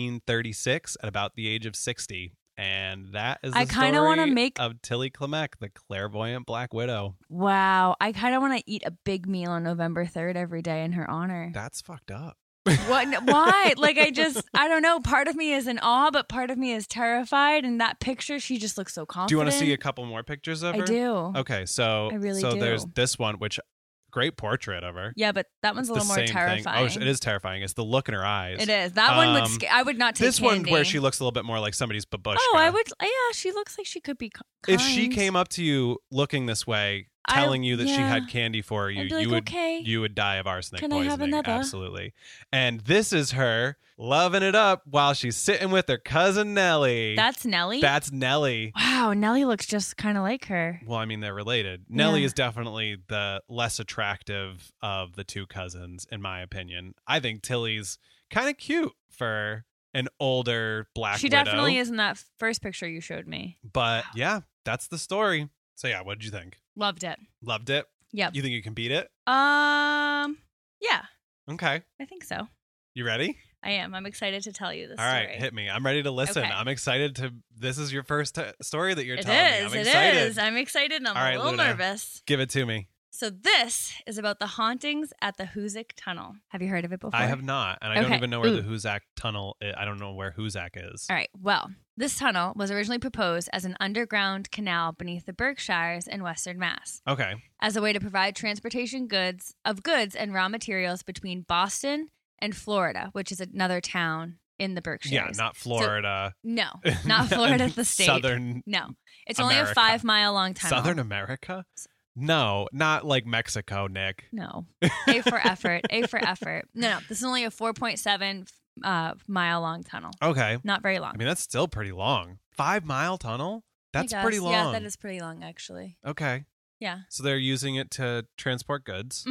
[SPEAKER 1] 1936 at about the age of 60. And that is the
[SPEAKER 3] I
[SPEAKER 1] kind
[SPEAKER 3] kinda
[SPEAKER 1] of
[SPEAKER 3] wanna make-
[SPEAKER 1] of Tilly Klemek, the clairvoyant black widow.
[SPEAKER 3] Wow. I kind of want to eat a big meal on November 3rd every day in
[SPEAKER 1] [laughs]
[SPEAKER 3] her honor.
[SPEAKER 1] That's fucked up.
[SPEAKER 3] What? Why? Like, I just, I don't know. Part of me is in awe, but part of me is terrified. And that picture, she just looks so confident.
[SPEAKER 1] Do you want to see a couple more pictures of
[SPEAKER 3] I
[SPEAKER 1] her?
[SPEAKER 3] do.
[SPEAKER 1] Okay, so
[SPEAKER 3] I really
[SPEAKER 1] so there's
[SPEAKER 3] do.
[SPEAKER 1] this one, which great portrait of her.
[SPEAKER 3] Yeah, but that
[SPEAKER 1] It's
[SPEAKER 3] one's a little
[SPEAKER 1] the
[SPEAKER 3] more
[SPEAKER 1] same thing.
[SPEAKER 3] terrifying.
[SPEAKER 1] Oh, sh- it is terrifying. It's the look in her eyes.
[SPEAKER 3] It is. That one would.
[SPEAKER 1] Um,
[SPEAKER 3] Sca- I would not take
[SPEAKER 1] This one where
[SPEAKER 3] candy.
[SPEAKER 1] she looks a little bit more like somebody's babushka.
[SPEAKER 3] Oh, I would. Yeah, she looks like she could be. ki-
[SPEAKER 1] if
[SPEAKER 3] Kind.
[SPEAKER 1] she came up to you looking this way,
[SPEAKER 3] I-
[SPEAKER 1] telling you that she
[SPEAKER 3] yeah.
[SPEAKER 1] had candy for you,
[SPEAKER 3] I'd be like,
[SPEAKER 1] you would
[SPEAKER 3] okay.
[SPEAKER 1] you would die of arsenic
[SPEAKER 3] Can I
[SPEAKER 1] poisoning.
[SPEAKER 3] have another?
[SPEAKER 1] Absolutely. And this is her loving it up while she's sitting with her cousin Nellie.
[SPEAKER 3] That's Nellie.
[SPEAKER 1] That's Nellie.
[SPEAKER 3] wow, Nellie looks just kind of like her.
[SPEAKER 1] Well, I mean, they're related. Nellie
[SPEAKER 3] Yeah.
[SPEAKER 1] is definitely the less attractive of the two cousins, in my opinion. I think Tilly's kind of cute for an older black
[SPEAKER 3] she
[SPEAKER 1] widow.
[SPEAKER 3] definitely is in that first picture you showed me.
[SPEAKER 1] But yeah, that's the story. So yeah, what did you think?
[SPEAKER 3] Loved it.
[SPEAKER 1] Loved it?
[SPEAKER 3] Yep.
[SPEAKER 1] You think you can beat it?
[SPEAKER 3] um. Yeah,
[SPEAKER 1] Okay.
[SPEAKER 3] I think so.
[SPEAKER 1] You ready?
[SPEAKER 3] I am. I'm excited to tell you this.
[SPEAKER 1] All right, hit me. I'm ready to listen.
[SPEAKER 3] Okay.
[SPEAKER 1] I'm excited to. This is your first t- story that you're
[SPEAKER 3] It
[SPEAKER 1] telling
[SPEAKER 3] is.
[SPEAKER 1] me. I'm
[SPEAKER 3] It
[SPEAKER 1] excited.
[SPEAKER 3] is. I'm excited. and I'm
[SPEAKER 1] All right,
[SPEAKER 3] a little
[SPEAKER 1] Luna.
[SPEAKER 3] nervous.
[SPEAKER 1] Give it to me.
[SPEAKER 3] So this is about the hauntings at the Hoosick Tunnel. Have you heard of it before?
[SPEAKER 1] I have not, and I don't
[SPEAKER 3] Okay.
[SPEAKER 1] even know where
[SPEAKER 3] Ooh.
[SPEAKER 1] the Hoosac Tunnel. Is. I don't know where Hoosac is.
[SPEAKER 3] All right. Well, this tunnel was originally proposed as an underground canal beneath the Berkshires in Western Mass
[SPEAKER 1] Okay.
[SPEAKER 3] as a way to provide transportation goods of goods and raw materials between Boston and Florida, which is another town in the Berkshires.
[SPEAKER 1] Yeah, not Florida.
[SPEAKER 3] no,
[SPEAKER 1] [laughs]
[SPEAKER 3] [laughs] not Florida, the state.
[SPEAKER 1] Southern
[SPEAKER 3] no. It's only
[SPEAKER 1] America.
[SPEAKER 3] a five mile long tunnel.
[SPEAKER 1] Southern America. No, not like Mexico, Nick.
[SPEAKER 3] No. A for effort. A for effort. No, no. This is only a 4.7 uh, mile long tunnel.
[SPEAKER 1] Okay.
[SPEAKER 3] Not very long.
[SPEAKER 1] I mean, that's still pretty long. Five mile tunnel.
[SPEAKER 3] I
[SPEAKER 1] That's
[SPEAKER 3] guess.
[SPEAKER 1] pretty long.
[SPEAKER 3] Yeah, that is pretty long, actually.
[SPEAKER 1] Okay.
[SPEAKER 3] Yeah.
[SPEAKER 1] So they're using it to transport
[SPEAKER 3] Mm.
[SPEAKER 1] goods.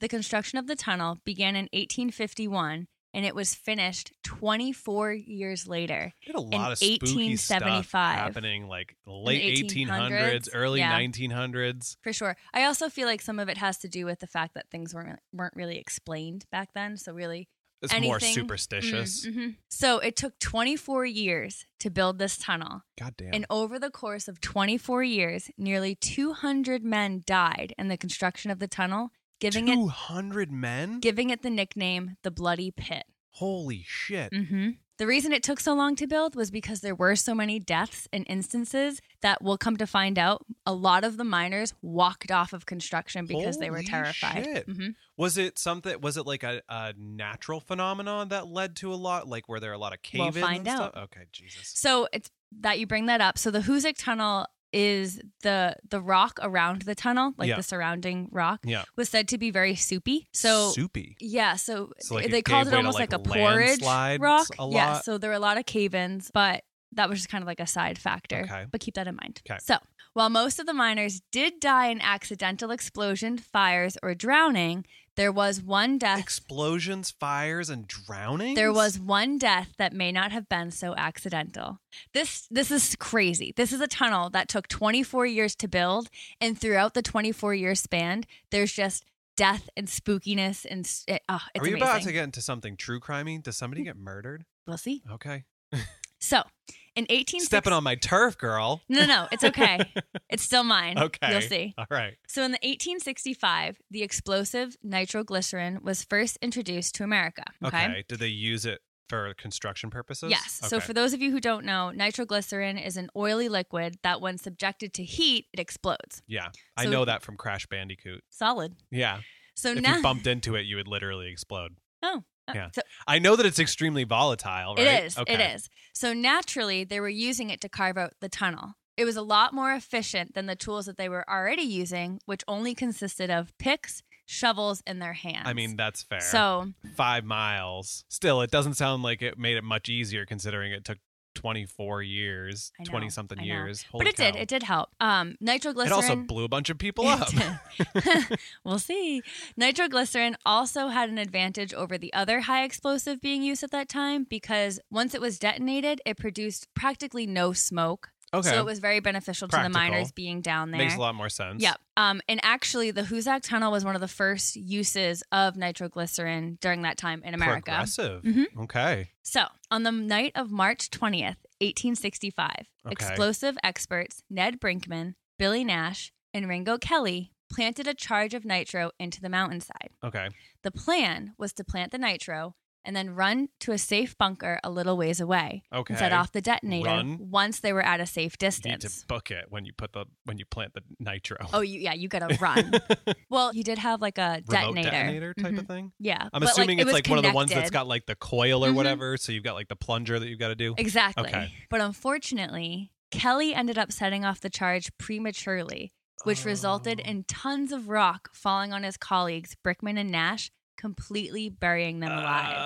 [SPEAKER 3] The construction of the tunnel began in 1851 and it was finished 24 years later.
[SPEAKER 1] They had a lot of spooky stuff
[SPEAKER 3] 1875.
[SPEAKER 1] happening like late 1800s,
[SPEAKER 3] 1800s,
[SPEAKER 1] early
[SPEAKER 3] yeah.
[SPEAKER 1] 1900s.
[SPEAKER 3] For sure. I also feel like some of it has to do with the fact that things weren't weren't really explained back then, so really
[SPEAKER 1] It's more
[SPEAKER 3] Anything- Mm-hmm.
[SPEAKER 1] superstitious.
[SPEAKER 3] Mm, mhm. So it took 24 years to build this tunnel,
[SPEAKER 1] God damn.
[SPEAKER 3] Mm-hmm. and over the course of 24 years, nearly 200 men died in the construction of the tunnel, giving it
[SPEAKER 1] 200 men?
[SPEAKER 3] giving it the nickname the Bloody Pit.
[SPEAKER 1] Holy shit.
[SPEAKER 3] hmm The reason it took so long to build was because there were so many deaths and instances that we'll come to find out a lot of the miners walked off of construction because they were
[SPEAKER 1] Holy
[SPEAKER 3] terrified.
[SPEAKER 1] shit.
[SPEAKER 3] Mhm.
[SPEAKER 1] Was it something? Was it like a, a natural phenomenon that led to a lot? Like, were there a lot of cave
[SPEAKER 3] We'll
[SPEAKER 1] ins
[SPEAKER 3] find
[SPEAKER 1] and stuff? Okay, Jesus.
[SPEAKER 3] So it's that you bring that up. So the Hoosick Tunnel is the the rock around the tunnel, like
[SPEAKER 1] Yeah.
[SPEAKER 3] the surrounding rock,
[SPEAKER 1] Yeah.
[SPEAKER 3] was said to be very soupy. So
[SPEAKER 1] soupy.
[SPEAKER 3] Yeah, so,
[SPEAKER 1] So, like, it
[SPEAKER 3] they called
[SPEAKER 1] gave
[SPEAKER 3] it
[SPEAKER 1] way to,
[SPEAKER 3] almost
[SPEAKER 1] like,
[SPEAKER 3] like, a porridge
[SPEAKER 1] landslides
[SPEAKER 3] rock.
[SPEAKER 1] a
[SPEAKER 3] Yeah,
[SPEAKER 1] lot.
[SPEAKER 3] so there were a lot of cave-ins, but that was just kind of like a side factor.
[SPEAKER 1] Okay.
[SPEAKER 3] But keep that in mind.
[SPEAKER 1] Okay.
[SPEAKER 3] So while most of the miners did die in accidental explosion, fires, or drowning, there was one death.
[SPEAKER 1] Explosions, fires, and drowning.
[SPEAKER 3] there was one death that may not have been so accidental. This this is crazy. This is a tunnel that took 24 years to build, and throughout the 24 year span, there's just death and spookiness and s- it, oh,
[SPEAKER 1] Are
[SPEAKER 3] it's
[SPEAKER 1] we
[SPEAKER 3] amazing.
[SPEAKER 1] about to get into something true crimey? Does somebody get murdered?
[SPEAKER 3] we'll see.
[SPEAKER 1] Okay.
[SPEAKER 3] So in 1860
[SPEAKER 1] Stepping on my turf, girl.
[SPEAKER 3] [laughs] No, no, no,
[SPEAKER 1] [laughs]
[SPEAKER 3] it's okay. it's still mine.
[SPEAKER 1] Okay.
[SPEAKER 3] You'll see.
[SPEAKER 1] All right.
[SPEAKER 3] So in the 1865, the explosive nitroglycerin was first introduced to America.
[SPEAKER 1] Okay. Did they use it for construction purposes?
[SPEAKER 3] Yes. So
[SPEAKER 1] Okay.
[SPEAKER 3] for those of you who don't know, nitroglycerin is an oily liquid that when subjected to heat, it explodes.
[SPEAKER 1] yeah, I
[SPEAKER 3] so-
[SPEAKER 1] know that from Crash Bandicoot.
[SPEAKER 3] Solid.
[SPEAKER 1] Yeah.
[SPEAKER 3] So
[SPEAKER 1] if
[SPEAKER 3] now Oh, uh,
[SPEAKER 1] you bumped into it, you would literally explode. yeah.
[SPEAKER 3] So
[SPEAKER 1] I know that it's extremely volatile, right?
[SPEAKER 3] It is. It is. So naturally, they were using it to carve out the tunnel. It was a lot more efficient than the tools that they were already using, which only consisted of picks, shovels, and their hands.
[SPEAKER 1] I mean, that's fair.
[SPEAKER 3] so
[SPEAKER 1] five miles. Still, it doesn't sound like it made it much easier considering it took 24 years,
[SPEAKER 3] I know,
[SPEAKER 1] 20 something
[SPEAKER 3] I know.
[SPEAKER 1] years.
[SPEAKER 3] but
[SPEAKER 1] Holy
[SPEAKER 3] it did.
[SPEAKER 1] cow.
[SPEAKER 3] It did help. Um, nitroglycerin.
[SPEAKER 1] It also blew a bunch of
[SPEAKER 3] [laughs]
[SPEAKER 1] people up.
[SPEAKER 3] It did. [laughs] we'll see. Nitroglycerin also had an advantage over the other high explosive being used at that time because once it was detonated, it produced practically no smoke.
[SPEAKER 1] okay.
[SPEAKER 3] So it was very beneficial to the
[SPEAKER 1] Practical.
[SPEAKER 3] miners being down
[SPEAKER 1] [laughs]
[SPEAKER 3] there.
[SPEAKER 1] Makes a lot more sense.
[SPEAKER 3] Yep. Um, and actually, the Hoosac Tunnel was one of the first uses of nitroglycerin during that time in America.
[SPEAKER 1] Progressive.
[SPEAKER 3] Mhm.
[SPEAKER 1] Okay.
[SPEAKER 3] So, on the night of March 20th, 1865,
[SPEAKER 1] Okay.
[SPEAKER 3] explosive experts Ned Brinkman, Billy Nash, and Ringo Kelly planted a charge of nitro into the mountainside.
[SPEAKER 1] Okay.
[SPEAKER 3] The plan was to plant the nitro and then run to a safe bunker a little ways away
[SPEAKER 1] Okay.
[SPEAKER 3] and set off the detonator
[SPEAKER 1] Run.
[SPEAKER 3] once they were at a safe
[SPEAKER 1] You need
[SPEAKER 3] distance.
[SPEAKER 1] to book it when you put the when you plant the nitro.
[SPEAKER 3] Oh, you, yeah, you
[SPEAKER 1] [laughs]
[SPEAKER 3] gotta run. well, he did have like a
[SPEAKER 1] Remote
[SPEAKER 3] detonator.
[SPEAKER 1] type
[SPEAKER 3] Mhm.
[SPEAKER 1] of thing.
[SPEAKER 3] Yeah.
[SPEAKER 1] I'm
[SPEAKER 3] but,
[SPEAKER 1] assuming
[SPEAKER 3] it
[SPEAKER 1] it's
[SPEAKER 3] was
[SPEAKER 1] like one of the ones that's
[SPEAKER 3] connected.
[SPEAKER 1] got like the coil or
[SPEAKER 3] Mhm.
[SPEAKER 1] whatever. So you've got like the plunger that you've got to do.
[SPEAKER 3] Exactly.
[SPEAKER 1] Okay.
[SPEAKER 3] But unfortunately, Kelly ended up setting off the charge prematurely, which resulted
[SPEAKER 1] Oh.
[SPEAKER 3] in tons of rock falling on his colleagues, Brickman and Nash, completely burying them alive.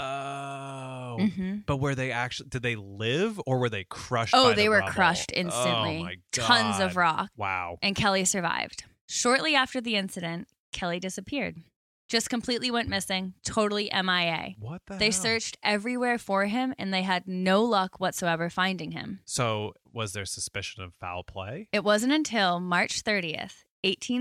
[SPEAKER 1] Oh.
[SPEAKER 3] hmm
[SPEAKER 1] But were they actually? Did they live or were they crushed?
[SPEAKER 3] Oh,
[SPEAKER 1] by
[SPEAKER 3] they
[SPEAKER 1] the
[SPEAKER 3] were
[SPEAKER 1] rubble?
[SPEAKER 3] crushed
[SPEAKER 1] Oh
[SPEAKER 3] instantly.
[SPEAKER 1] my God.
[SPEAKER 3] Tons of rock.
[SPEAKER 1] Wow.
[SPEAKER 3] And Kelly survived. Shortly after the incident, Kelly disappeared. Just completely went missing, totally MIA.
[SPEAKER 1] What the?
[SPEAKER 3] They
[SPEAKER 1] hell?
[SPEAKER 3] searched everywhere for him and they had no luck whatsoever finding him.
[SPEAKER 1] So was there suspicion of foul play?
[SPEAKER 3] It wasn't until March 30th,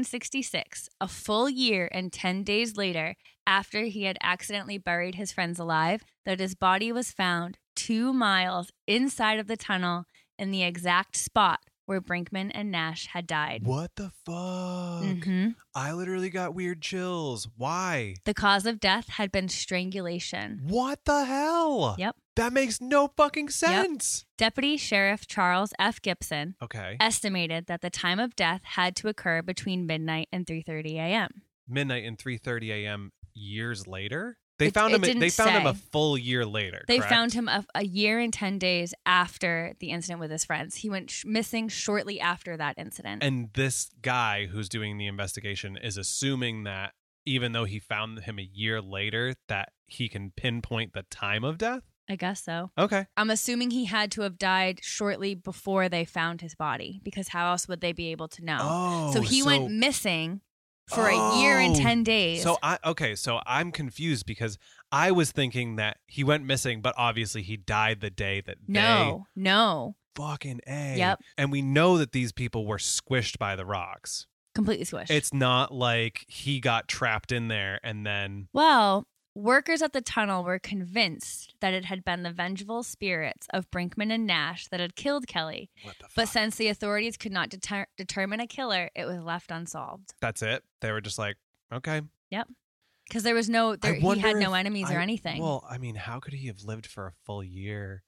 [SPEAKER 3] 1866, a full year and 10 days later, after he had accidentally buried his friends alive, that his body was found two miles inside of the tunnel in the exact spot where Brinkman and Nash had died.
[SPEAKER 1] What the fuck?
[SPEAKER 3] Mhm.
[SPEAKER 1] I literally got weird chills. Why?
[SPEAKER 3] The cause of death had been strangulation.
[SPEAKER 1] What the hell?
[SPEAKER 3] Yep.
[SPEAKER 1] That makes no fucking sense.
[SPEAKER 3] Deputy Sheriff Charles F. Gibson
[SPEAKER 1] Okay.
[SPEAKER 3] estimated that the time of death had to occur between midnight and 3:30 a.m.
[SPEAKER 1] Midnight and 3:30 a.m. years later. They
[SPEAKER 3] It-
[SPEAKER 1] found
[SPEAKER 3] it
[SPEAKER 1] him.
[SPEAKER 3] didn't
[SPEAKER 1] they found him a
[SPEAKER 3] say.
[SPEAKER 1] full year later.
[SPEAKER 3] They
[SPEAKER 1] correct?
[SPEAKER 3] found him a, a year and 10 days after the incident with his friends. He went sh- missing shortly after that incident.
[SPEAKER 1] And this guy who's doing the investigation is assuming that even though he found him a year later, that he can pinpoint the time of death.
[SPEAKER 3] I guess so.
[SPEAKER 1] Okay.
[SPEAKER 3] I'm assuming he had to have died shortly before they found his body because how else would they be able to know?
[SPEAKER 1] Oh,
[SPEAKER 3] so he went missing for a year and
[SPEAKER 1] Oh.
[SPEAKER 3] 10 days.
[SPEAKER 1] So I okay, so I'm confused because I was thinking that he went missing, but obviously he died the day that
[SPEAKER 3] no, no,
[SPEAKER 1] they fucking a.
[SPEAKER 3] Yep.
[SPEAKER 1] And we know that these people were squished by the rocks.
[SPEAKER 3] completely squished.
[SPEAKER 1] It's not like he got trapped in there and then
[SPEAKER 3] Well, workers at the tunnel were convinced that it had been the vengeful spirits of Brinkman and Nash that had killed Kelly.
[SPEAKER 1] what the fuck?
[SPEAKER 3] But since the authorities could not deter- determine a killer, it was left unsolved
[SPEAKER 1] That's it. They were just like, okay.
[SPEAKER 3] because there was no there, he
[SPEAKER 1] wonder
[SPEAKER 3] had no
[SPEAKER 1] if
[SPEAKER 3] enemies or
[SPEAKER 1] I-
[SPEAKER 3] anything.
[SPEAKER 1] Well, I mean, how could he have lived for a full year?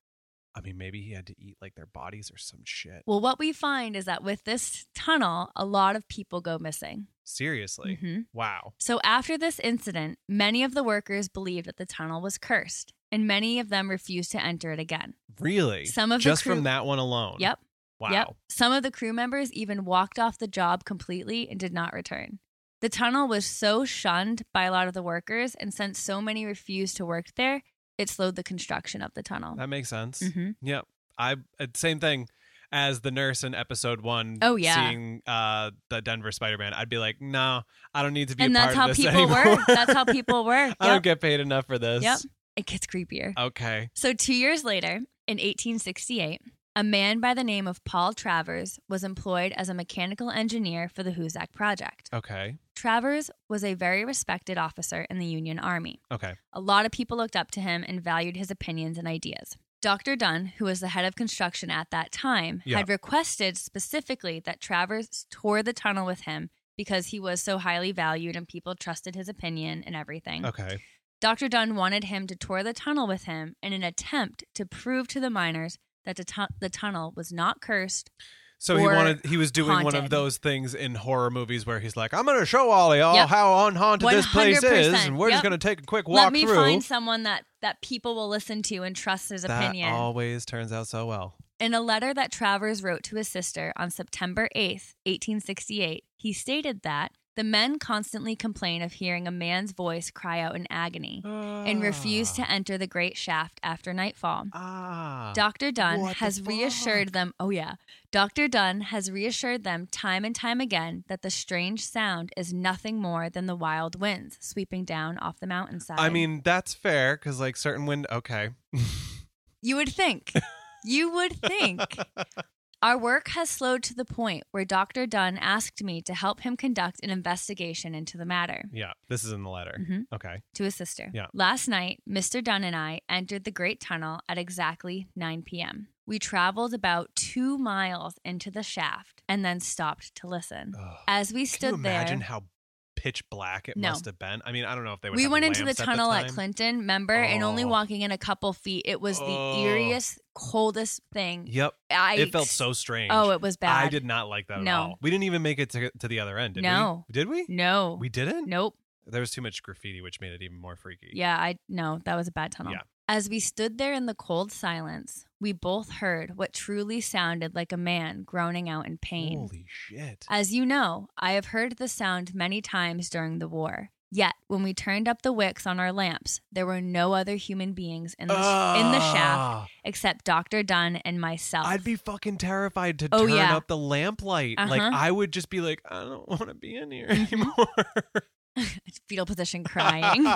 [SPEAKER 1] I mean, maybe he had to eat like their bodies or some shit.
[SPEAKER 3] well, what we find is that with this tunnel, a lot of people go missing.
[SPEAKER 1] Seriously.
[SPEAKER 3] Mhm.
[SPEAKER 1] Wow.
[SPEAKER 3] So after this incident, many of the workers believed that the tunnel was cursed, and many of them refused to enter it again.
[SPEAKER 1] Really?
[SPEAKER 3] Some of the
[SPEAKER 1] just
[SPEAKER 3] crew-
[SPEAKER 1] from that one alone.
[SPEAKER 3] Yep.
[SPEAKER 1] Wow.
[SPEAKER 3] Yep. Some of the crew members even walked off the job completely and did not return. The tunnel was so shunned by a lot of the workers, and since so many refused to work there, it slowed the construction of the tunnel.
[SPEAKER 1] That makes sense.
[SPEAKER 3] hmm
[SPEAKER 1] Yep. I uh, same thing as the nurse in episode one.
[SPEAKER 3] Oh, yeah.
[SPEAKER 1] seeing uh, the Denver Spider Man, I'd be like, no, I don't need to be.
[SPEAKER 3] And
[SPEAKER 1] a
[SPEAKER 3] that's
[SPEAKER 1] part
[SPEAKER 3] how
[SPEAKER 1] of this [laughs]
[SPEAKER 3] people
[SPEAKER 1] anymore. Oh,
[SPEAKER 3] work. That's how people work.
[SPEAKER 1] I don't
[SPEAKER 3] Yep.
[SPEAKER 1] get paid enough for this.
[SPEAKER 3] Yep. It gets creepier.
[SPEAKER 1] Okay.
[SPEAKER 3] So, two years later, in 1868, a man by the name of Paul Travers was employed as a mechanical engineer for the Hoosac Project.
[SPEAKER 1] Okay.
[SPEAKER 3] Travers was a very respected officer in the Union Army.
[SPEAKER 1] Okay.
[SPEAKER 3] A lot of people looked up to him and valued his opinions and ideas. Dr. Dunn, who was the head of construction at that time,
[SPEAKER 1] Yeah.
[SPEAKER 3] had requested specifically that Travers tour the tunnel with him because he was so highly valued and people trusted his opinion and everything.
[SPEAKER 1] Okay.
[SPEAKER 3] Dr. Dunn wanted him to tour the tunnel with him in an attempt to prove to the miners that the, tu- the tunnel was not cursed
[SPEAKER 1] So he
[SPEAKER 3] or
[SPEAKER 1] wanted he was doing one of
[SPEAKER 3] haunted.
[SPEAKER 1] those things in horror movies where he's like, "I'm going to show all y'all
[SPEAKER 3] Yep.
[SPEAKER 1] how unhaunted this place is,
[SPEAKER 3] 100%.
[SPEAKER 1] and we're just
[SPEAKER 3] Yep.
[SPEAKER 1] going to take a quick walk
[SPEAKER 3] Let me
[SPEAKER 1] through."
[SPEAKER 3] find someone that that people will listen to and trust his
[SPEAKER 1] that
[SPEAKER 3] opinion.
[SPEAKER 1] always turns out so well.
[SPEAKER 3] In a letter that Travers wrote to his sister on September 8th, 1868, he stated that the men constantly complain of hearing a man's voice cry out in agony and refuse to enter the great shaft after nightfall.
[SPEAKER 1] Ah,
[SPEAKER 3] Dr. Dunn
[SPEAKER 1] what the
[SPEAKER 3] has reassured
[SPEAKER 1] fuck?
[SPEAKER 3] them. Oh, yeah. Dr. Dunn has reassured them time and time again that the strange sound is nothing more than the wild winds sweeping down off the mountainside.
[SPEAKER 1] I mean, that's fair because like certain wind. Okay,
[SPEAKER 3] you would think. You would
[SPEAKER 1] [laughs]
[SPEAKER 3] think. Our work has slowed to the point where Dr. Dunn asked me to help him conduct an investigation into the matter.
[SPEAKER 1] yeah, this is in the letter.
[SPEAKER 3] Mhm.
[SPEAKER 1] Okay,
[SPEAKER 3] to his sister.
[SPEAKER 1] Yeah.
[SPEAKER 3] Last night, Mr. Dunn and I entered the Great Tunnel at exactly 9 p.m. We traveled about two miles into the shaft and then stopped to listen.
[SPEAKER 1] Ugh.
[SPEAKER 3] As we
[SPEAKER 1] can you
[SPEAKER 3] stood
[SPEAKER 1] imagine
[SPEAKER 3] there,
[SPEAKER 1] how pitch black it
[SPEAKER 3] No.
[SPEAKER 1] must have been? I mean, I don't know if they would
[SPEAKER 3] we
[SPEAKER 1] have
[SPEAKER 3] went into the
[SPEAKER 1] lamps
[SPEAKER 3] tunnel at,
[SPEAKER 1] time.
[SPEAKER 3] Clinton, remember? And only
[SPEAKER 1] Oh.
[SPEAKER 3] walking in a couple feet, it was
[SPEAKER 1] Oh.
[SPEAKER 3] the eeriest, coldest thing.
[SPEAKER 1] Yep,
[SPEAKER 3] I
[SPEAKER 1] it felt so strange.
[SPEAKER 3] Oh, it was bad.
[SPEAKER 1] I did not like that at
[SPEAKER 3] No.
[SPEAKER 1] all. We didn't even make it to, to the other end. Did
[SPEAKER 3] No.
[SPEAKER 1] we? Did we?
[SPEAKER 3] No.
[SPEAKER 1] We didn't.
[SPEAKER 3] nope.
[SPEAKER 1] There was too much graffiti, which made it even more freaky.
[SPEAKER 3] Yeah, I no, that was a bad tunnel.
[SPEAKER 1] Yeah.
[SPEAKER 3] As we stood there in the cold silence, we both heard what truly sounded like a man groaning out in pain.
[SPEAKER 1] Holy shit.
[SPEAKER 3] As you know, I have heard the sound many times during the war. Yet, when we turned up the wicks on our lamps, there were no other human beings in the, in the shaft
[SPEAKER 1] Ah,
[SPEAKER 3] except Dr. Dunn and myself.
[SPEAKER 1] I'd be fucking terrified to
[SPEAKER 3] Oh,
[SPEAKER 1] turn
[SPEAKER 3] yeah.
[SPEAKER 1] up the lamplight. Like
[SPEAKER 3] Uh-huh.
[SPEAKER 1] I would just be like, I don't want to be in here
[SPEAKER 3] Mhm.
[SPEAKER 1] anymore.
[SPEAKER 3] fetal position crying.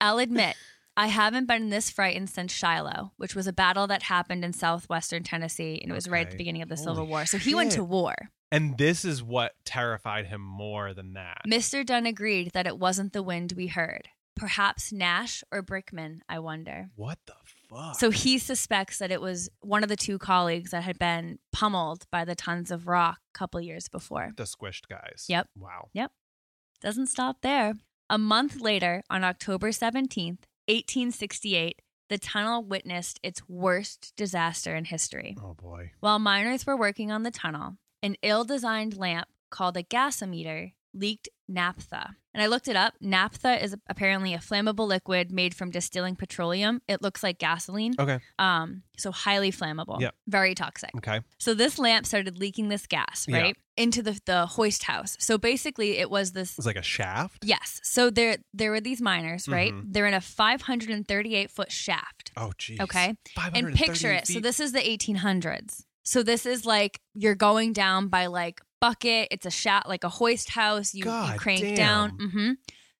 [SPEAKER 3] I'll admit, I haven't been this frightened since Shiloh, which was a battle that happened in southwestern Tennessee, and it was right at
[SPEAKER 1] Okay.
[SPEAKER 3] the beginning of the
[SPEAKER 1] Holy
[SPEAKER 3] Civil War. So he went to
[SPEAKER 1] shit.
[SPEAKER 3] war.
[SPEAKER 1] [laughs] and this is what terrified him more than that.
[SPEAKER 3] Mr. Dunn agreed that it wasn't the wind we heard. Perhaps Nash or Brickman, I wonder.
[SPEAKER 1] What the fuck?
[SPEAKER 3] So he suspects that it was one of the two colleagues that had been pummeled by the tons of rock a couple years before.
[SPEAKER 1] the squished guys.
[SPEAKER 3] Yep.
[SPEAKER 1] Wow.
[SPEAKER 3] Doesn't stop there. A month later, on October 17th, 1868, the tunnel witnessed its worst disaster in history.
[SPEAKER 1] Oh boy.
[SPEAKER 3] While miners were working on the tunnel, an ill designed lamp called a gasometer leaked naphtha. And I looked it up. Naphtha is apparently a flammable liquid made from distilling petroleum. It looks like gasoline.
[SPEAKER 1] Okay.
[SPEAKER 3] Um, so highly flammable.
[SPEAKER 1] Yeah.
[SPEAKER 3] Very toxic.
[SPEAKER 1] Okay.
[SPEAKER 3] So this lamp started leaking this gas,
[SPEAKER 1] Yeah.
[SPEAKER 3] right? Into the, the hoist house. So basically it was this
[SPEAKER 1] It was like a shaft.
[SPEAKER 3] Yes. So there there were these miners, right?
[SPEAKER 1] Mhm.
[SPEAKER 3] They're in a five hundred and thirty eight foot shaft.
[SPEAKER 1] Oh geez.
[SPEAKER 3] Okay. And
[SPEAKER 1] 538
[SPEAKER 3] picture it. So
[SPEAKER 1] feet.
[SPEAKER 3] this is the eighteen hundreds. So this is like you're going down by like bucket. It's a shaft like a hoist house. You, you
[SPEAKER 1] God
[SPEAKER 3] crank
[SPEAKER 1] damn.
[SPEAKER 3] down. hmm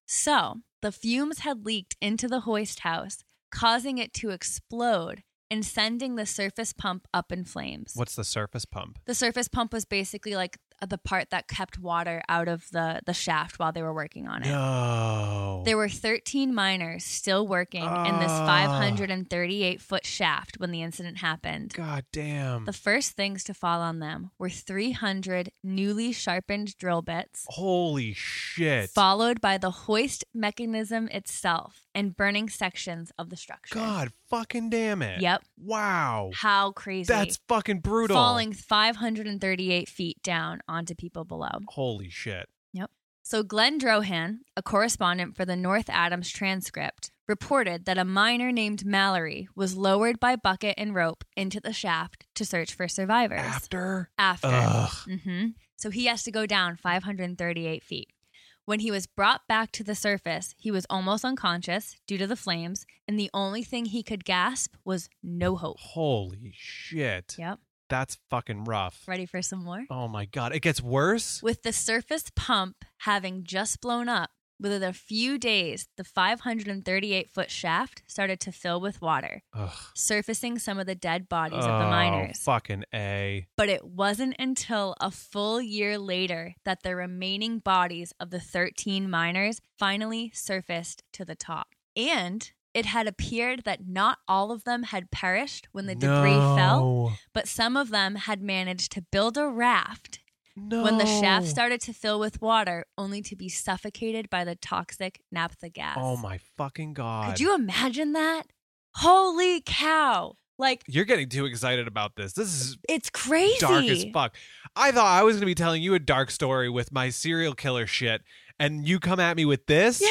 [SPEAKER 3] So the fumes had leaked into the hoist house, causing it to explode and sending the surface pump up in flames
[SPEAKER 1] What's the surface pump?
[SPEAKER 3] the surface pump was basically like the part that kept water out of the the shaft while they were working on it.
[SPEAKER 1] No.
[SPEAKER 3] There were 13 miners still working in this
[SPEAKER 1] Ah.
[SPEAKER 3] 538 foot shaft when the incident happened.
[SPEAKER 1] God damn.
[SPEAKER 3] The first things to fall on them were 300 newly sharpened drill bits,
[SPEAKER 1] Holy shit.
[SPEAKER 3] followed by the hoist mechanism itself and burning sections of the structure.
[SPEAKER 1] God fucking damn it.
[SPEAKER 3] Yep.
[SPEAKER 1] Wow.
[SPEAKER 3] How crazy.
[SPEAKER 1] That's fucking brutal.
[SPEAKER 3] Falling 538 feet down onto people below.
[SPEAKER 1] Holy shit.
[SPEAKER 3] So, Glenn Drohan, a correspondent for the North Adams Transcript, reported that a miner named Mallory was lowered by bucket and rope into the shaft to search for survivors.
[SPEAKER 1] After?
[SPEAKER 3] After.
[SPEAKER 1] Ugh.
[SPEAKER 3] hmm So, he has to go down 538 feet. When he was brought back to the surface, he was almost unconscious due to the flames, and the only thing he could gasp was no hope.
[SPEAKER 1] Holy shit.
[SPEAKER 3] Yep.
[SPEAKER 1] That's fucking rough.
[SPEAKER 3] Ready for some more?
[SPEAKER 1] Oh my god. It gets worse?
[SPEAKER 3] With the surface pump having just blown up, within a few days, the 538 foot shaft started to fill with water,
[SPEAKER 1] Ugh.
[SPEAKER 3] surfacing some of the dead bodies
[SPEAKER 1] oh,
[SPEAKER 3] of the miners.
[SPEAKER 1] Fucking A.
[SPEAKER 3] But it wasn't until a full year later that the remaining bodies of the 13 miners finally surfaced to the top. And it had appeared that not all of them had perished when the debris fell,
[SPEAKER 1] No.
[SPEAKER 3] but some of them had managed to build a raft
[SPEAKER 1] No.
[SPEAKER 3] when the shaft started to fill with water, only to be suffocated by the toxic naphtha gas.
[SPEAKER 1] Oh my fucking Oh god.
[SPEAKER 3] Could you imagine that? Holy cow! Like
[SPEAKER 1] You're getting too excited about this. This is
[SPEAKER 3] it's crazy.
[SPEAKER 1] dark as fuck. I thought I was going to be telling you a dark story with my serial killer shit, and you come at me with this.
[SPEAKER 3] Yeah,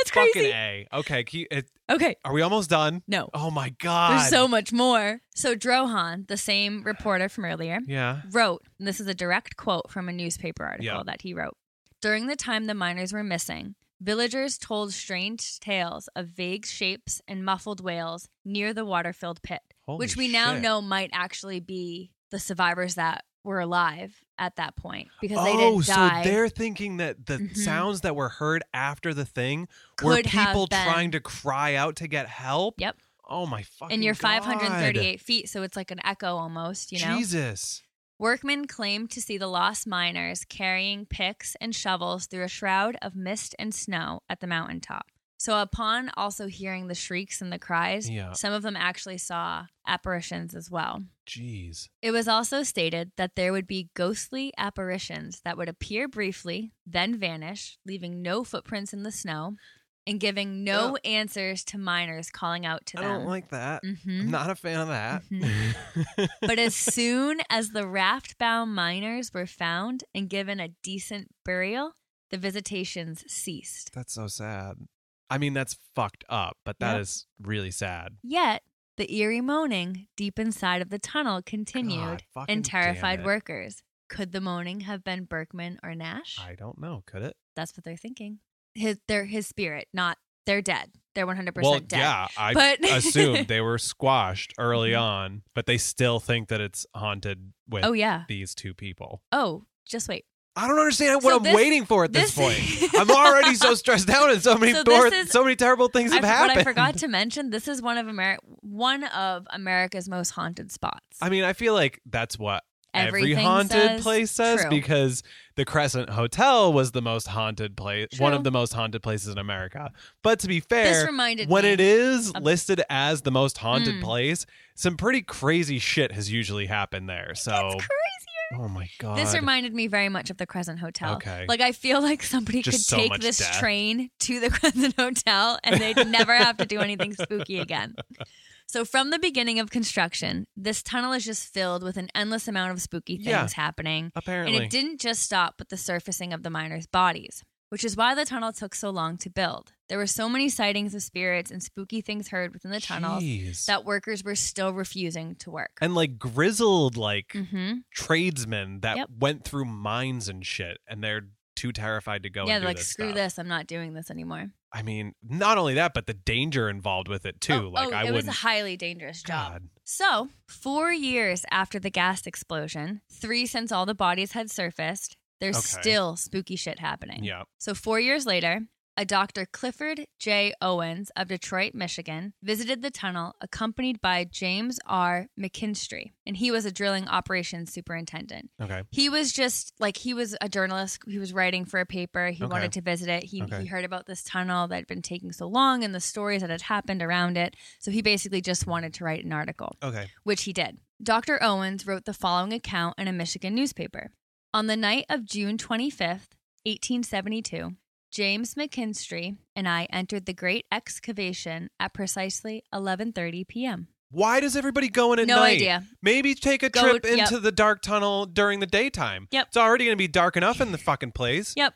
[SPEAKER 3] it's
[SPEAKER 1] fucking
[SPEAKER 3] crazy.
[SPEAKER 1] a. Okay, keep, it,
[SPEAKER 3] Okay,
[SPEAKER 1] are we almost done?
[SPEAKER 3] no,
[SPEAKER 1] Oh my god.
[SPEAKER 3] there's so much more. So Drohan, the same reporter from earlier,
[SPEAKER 1] yeah.
[SPEAKER 3] wrote, and this is a direct quote from a newspaper article
[SPEAKER 1] Yeah.
[SPEAKER 3] that he wrote. During the time the miners were missing, villagers told strange tales of vague shapes and muffled wails near the water filled pit,
[SPEAKER 1] Holy
[SPEAKER 3] which we now
[SPEAKER 1] shit.
[SPEAKER 3] know might actually be the survivors that were alive at that point because they
[SPEAKER 1] Oh,
[SPEAKER 3] didn't
[SPEAKER 1] so
[SPEAKER 3] die.
[SPEAKER 1] they're thinking that the
[SPEAKER 3] Mhm.
[SPEAKER 1] sounds that were heard after the thing were
[SPEAKER 3] Could have
[SPEAKER 1] people
[SPEAKER 3] been.
[SPEAKER 1] trying to cry out to get help.
[SPEAKER 3] Yep.
[SPEAKER 1] Oh my fucking.
[SPEAKER 3] and you're
[SPEAKER 1] God.
[SPEAKER 3] 538 feet, so it's like an echo almost, you know?
[SPEAKER 1] Jesus.
[SPEAKER 3] Workmen claimed to see the lost miners carrying picks and shovels through a shroud of mist and snow at the mountaintop. So, upon also hearing the shrieks and the cries,
[SPEAKER 1] Yeah.
[SPEAKER 3] some of them actually saw apparitions as well.
[SPEAKER 1] Jeez.
[SPEAKER 3] It was also stated that there would be ghostly apparitions that would appear briefly, then vanish, leaving no footprints in the snow and giving no answers to miners calling out to
[SPEAKER 1] I
[SPEAKER 3] them. Mm-hmm.
[SPEAKER 1] don't like that.
[SPEAKER 3] Mhm.
[SPEAKER 1] I'm not a fan of that.
[SPEAKER 3] But as soon as the raft bound miners were found and given a decent burial, the visitations ceased.
[SPEAKER 1] That's so sad. I mean, that's fucked up, but that
[SPEAKER 3] Yep.
[SPEAKER 1] is really sad.
[SPEAKER 3] Yet, the eerie moaning deep inside of the tunnel
[SPEAKER 1] God,
[SPEAKER 3] continued
[SPEAKER 1] fucking
[SPEAKER 3] and terrified
[SPEAKER 1] damn it.
[SPEAKER 3] workers. Could the moaning have been Berkman or Nash?
[SPEAKER 1] I don't know. Could it?
[SPEAKER 3] That's what they're thinking. His, their, his spirit, not they're dead. They're 100%
[SPEAKER 1] well,
[SPEAKER 3] dead.
[SPEAKER 1] yeah. I
[SPEAKER 3] but [laughs]
[SPEAKER 1] assumed they were squashed early
[SPEAKER 3] Mhm.
[SPEAKER 1] on, but they still think that it's haunted with
[SPEAKER 3] Oh, yeah.
[SPEAKER 1] these two people.
[SPEAKER 3] Oh, just wait.
[SPEAKER 1] I don't understand what
[SPEAKER 3] So
[SPEAKER 1] I'm
[SPEAKER 3] this-
[SPEAKER 1] waiting for at this,
[SPEAKER 3] this- [laughs]
[SPEAKER 1] point. I'm already so stressed out, and so many
[SPEAKER 3] So
[SPEAKER 1] dor-
[SPEAKER 3] this is-
[SPEAKER 1] so many terrible things have
[SPEAKER 3] I,
[SPEAKER 1] happened.
[SPEAKER 3] What I
[SPEAKER 1] [laughs]
[SPEAKER 3] forgot to mention, this is one of Ameri- one of America's most haunted spots.
[SPEAKER 1] I mean, I feel like that's what every
[SPEAKER 3] Everything
[SPEAKER 1] haunted
[SPEAKER 3] says-
[SPEAKER 1] place says
[SPEAKER 3] true.
[SPEAKER 1] because the Crescent Hotel was the most haunted place, one
[SPEAKER 3] True.
[SPEAKER 1] of the most haunted places in America. But to be
[SPEAKER 3] This
[SPEAKER 1] fair,
[SPEAKER 3] reminded
[SPEAKER 1] when
[SPEAKER 3] me.
[SPEAKER 1] it is
[SPEAKER 3] of-
[SPEAKER 1] listed as the most haunted
[SPEAKER 3] Mm.
[SPEAKER 1] place, some pretty crazy shit has usually happened there. So,
[SPEAKER 3] It's crazy.
[SPEAKER 1] oh my god,
[SPEAKER 3] This reminded me very much of the Crescent Hotel.
[SPEAKER 1] Okay.
[SPEAKER 3] Like I feel like somebody
[SPEAKER 1] Just
[SPEAKER 3] could
[SPEAKER 1] so
[SPEAKER 3] take
[SPEAKER 1] much
[SPEAKER 3] this
[SPEAKER 1] death.
[SPEAKER 3] train to the [laughs] Crescent Hotel and they'd never have to do anything spooky again. So from the beginning of construction, this tunnel is just filled with an endless amount of spooky things
[SPEAKER 1] Yeah.
[SPEAKER 3] happening.
[SPEAKER 1] apparently
[SPEAKER 3] And it didn't just stop with the surfacing of the miners' bodies, which is why the tunnel took so long to build. There were so many sightings of spirits and spooky things heard within the tunnels
[SPEAKER 1] Jeez.
[SPEAKER 3] that workers were still refusing to work.
[SPEAKER 1] and like grizzled like
[SPEAKER 3] hmm
[SPEAKER 1] tradesmen that
[SPEAKER 3] Yep.
[SPEAKER 1] went through mines and shit, and they're too terrified to go.
[SPEAKER 3] yeah,
[SPEAKER 1] and do
[SPEAKER 3] they're like,
[SPEAKER 1] this
[SPEAKER 3] screw
[SPEAKER 1] stuff.
[SPEAKER 3] this. I'm not doing this anymore.
[SPEAKER 1] I mean, not only that, but the danger involved with it too.
[SPEAKER 3] Oh,
[SPEAKER 1] like
[SPEAKER 3] oh,
[SPEAKER 1] I
[SPEAKER 3] it was
[SPEAKER 1] wouldn't.
[SPEAKER 3] a highly dangerous job.
[SPEAKER 1] God.
[SPEAKER 3] So, four years after the gas explosion, three since all the bodies had surfaced, there's
[SPEAKER 1] Okay.
[SPEAKER 3] still spooky shit happening.
[SPEAKER 1] Yeah.
[SPEAKER 3] So, four years later, a Dr. Clifford J. Owens of Detroit, Michigan, visited the tunnel accompanied by James R. McKinstry, and he was a drilling operations superintendent.
[SPEAKER 1] Okay.
[SPEAKER 3] He was just like he was a journalist. He was writing for a paper. He
[SPEAKER 1] Okay.
[SPEAKER 3] wanted to visit it. He,
[SPEAKER 1] Okay.
[SPEAKER 3] he heard about this tunnel that had been taking so long and the stories that had happened around it. So he basically just wanted to write an article
[SPEAKER 1] Okay.
[SPEAKER 3] which he did. Dr. Owens wrote the following account in a Michigan newspaper. On the night of June 25th, 1872, James McKinstry and I entered the great excavation at precisely 11:30 p.m.
[SPEAKER 1] Why does everybody go in at
[SPEAKER 3] No
[SPEAKER 1] night?
[SPEAKER 3] idea.
[SPEAKER 1] Maybe take a
[SPEAKER 3] Go-
[SPEAKER 1] trip
[SPEAKER 3] yep.
[SPEAKER 1] into the dark tunnel during the daytime.
[SPEAKER 3] Yep.
[SPEAKER 1] It's already going to be dark enough in the fucking place.
[SPEAKER 3] Yep.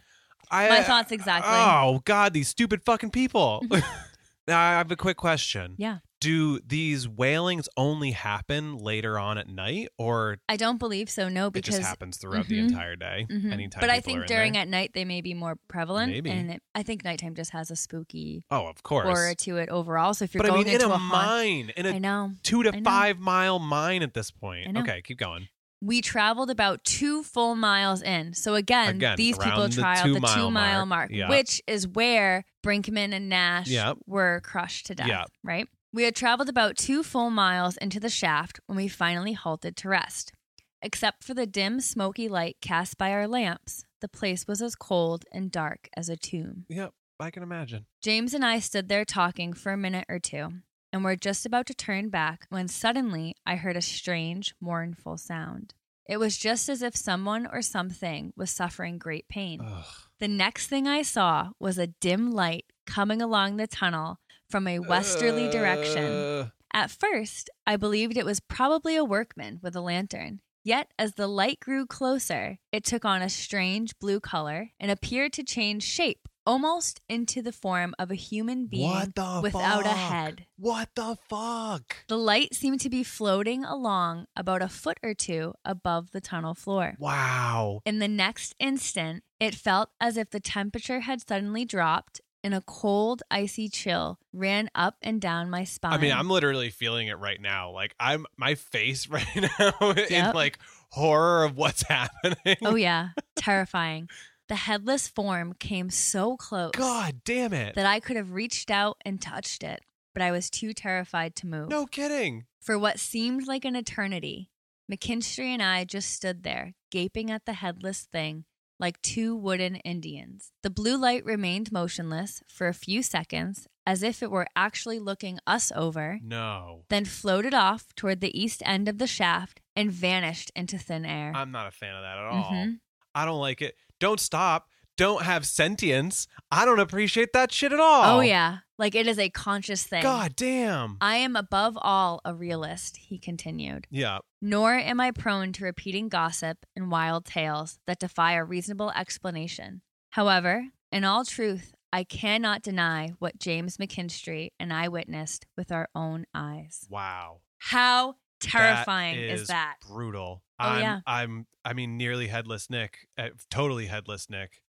[SPEAKER 1] I,
[SPEAKER 3] My thoughts exactly.
[SPEAKER 1] Oh God, these stupid fucking people.
[SPEAKER 3] [laughs]
[SPEAKER 1] [laughs] now I have a quick question.
[SPEAKER 3] Yeah.
[SPEAKER 1] Do these wailings only happen later on at night, or
[SPEAKER 3] I don't believe so, no,
[SPEAKER 1] it
[SPEAKER 3] because
[SPEAKER 1] just happens throughout the
[SPEAKER 3] Mhm.
[SPEAKER 1] entire day?
[SPEAKER 3] Mhm.
[SPEAKER 1] Anytime.
[SPEAKER 3] But
[SPEAKER 1] people
[SPEAKER 3] I
[SPEAKER 1] are
[SPEAKER 3] think
[SPEAKER 1] in
[SPEAKER 3] during
[SPEAKER 1] there?
[SPEAKER 3] at night they may be more prevalent
[SPEAKER 1] Maybe.
[SPEAKER 3] and it, I think nighttime just has a spooky
[SPEAKER 1] Oh, of course.
[SPEAKER 3] aura to it overall. So if you're
[SPEAKER 1] but I
[SPEAKER 3] going
[SPEAKER 1] mean, in
[SPEAKER 3] into
[SPEAKER 1] a,
[SPEAKER 3] a, haunt,
[SPEAKER 1] mine, in
[SPEAKER 3] I
[SPEAKER 1] a
[SPEAKER 3] know.
[SPEAKER 1] two
[SPEAKER 3] I
[SPEAKER 1] to
[SPEAKER 3] know.
[SPEAKER 1] five mile mine at this
[SPEAKER 3] I
[SPEAKER 1] point.
[SPEAKER 3] know.
[SPEAKER 1] Okay, keep going.
[SPEAKER 3] we traveled about two full miles in. So again,
[SPEAKER 1] Again,
[SPEAKER 3] these people
[SPEAKER 1] around the
[SPEAKER 3] trialed the two
[SPEAKER 1] two-mile
[SPEAKER 3] mile
[SPEAKER 1] mark.
[SPEAKER 3] mark,
[SPEAKER 1] Yeah.
[SPEAKER 3] which is where Brinkman and Nash
[SPEAKER 1] Yeah.
[SPEAKER 3] were crushed to death.
[SPEAKER 1] Yeah.
[SPEAKER 3] Right? We had traveled about two full miles into the shaft when we finally halted to rest. Except for the dim, smoky light cast by our lamps, the place was as cold and dark as a tomb.
[SPEAKER 1] Yep, I can imagine.
[SPEAKER 3] James and I stood there talking for a minute or two, and were just about to turn back when suddenly I heard a strange, mournful sound. It was just as if someone or something was suffering great pain.
[SPEAKER 1] Ugh.
[SPEAKER 3] The next thing I saw was a dim light coming along the tunnel from a westerly direction.
[SPEAKER 1] Uh,
[SPEAKER 3] At first, I believed it was probably a workman with a lantern. Yet, as the light grew closer, it took on a strange blue color and appeared to change shape almost into the form of a human being
[SPEAKER 4] what the
[SPEAKER 3] without a
[SPEAKER 4] fuck?
[SPEAKER 3] head.
[SPEAKER 4] What the fuck?
[SPEAKER 3] The light seemed to be floating along about a foot or two above the tunnel floor.
[SPEAKER 4] Wow.
[SPEAKER 3] In the next instant, it felt as if the temperature had suddenly dropped and a cold, icy chill ran up and down my spine.
[SPEAKER 1] I mean, I'm literally feeling it right now. Like I'm my face [laughs] right now in
[SPEAKER 3] Yep.
[SPEAKER 1] like horror of what's [laughs] happening.
[SPEAKER 3] Oh, yeah. Terrifying. The headless form came so close
[SPEAKER 1] God damn it.
[SPEAKER 3] that I could have reached out and touched it, but I was too terrified to move.
[SPEAKER 1] No kidding.
[SPEAKER 3] For what seemed like an eternity, McKinstry and I just stood there, gaping at the headless thing like two wooden Indians. The blue light remained motionless for a few seconds, as if it were actually looking us over,
[SPEAKER 1] No.
[SPEAKER 3] then floated off toward the east end of the shaft and vanished into thin air.
[SPEAKER 1] I'm not a fan of that at all.
[SPEAKER 3] Mhm.
[SPEAKER 1] I don't like it. Don't stop. Don't have sentience. I don't appreciate that shit at all.
[SPEAKER 3] Oh, yeah. Uh, Like it is a conscious thing.
[SPEAKER 1] God damn.
[SPEAKER 3] I am above all a realist, he continued.
[SPEAKER 1] yeah.
[SPEAKER 3] Nor am I prone to repeating gossip and wild tales that defy a reasonable explanation. However, in all truth, I cannot deny what James McKinstry and I witnessed with our own eyes.
[SPEAKER 1] Wow.
[SPEAKER 3] How terrifying
[SPEAKER 1] That
[SPEAKER 3] is, that?
[SPEAKER 1] brutal
[SPEAKER 3] Oh,
[SPEAKER 1] i'm
[SPEAKER 3] yeah.
[SPEAKER 1] i'm i mean nearly headless nick uh, totally headless nick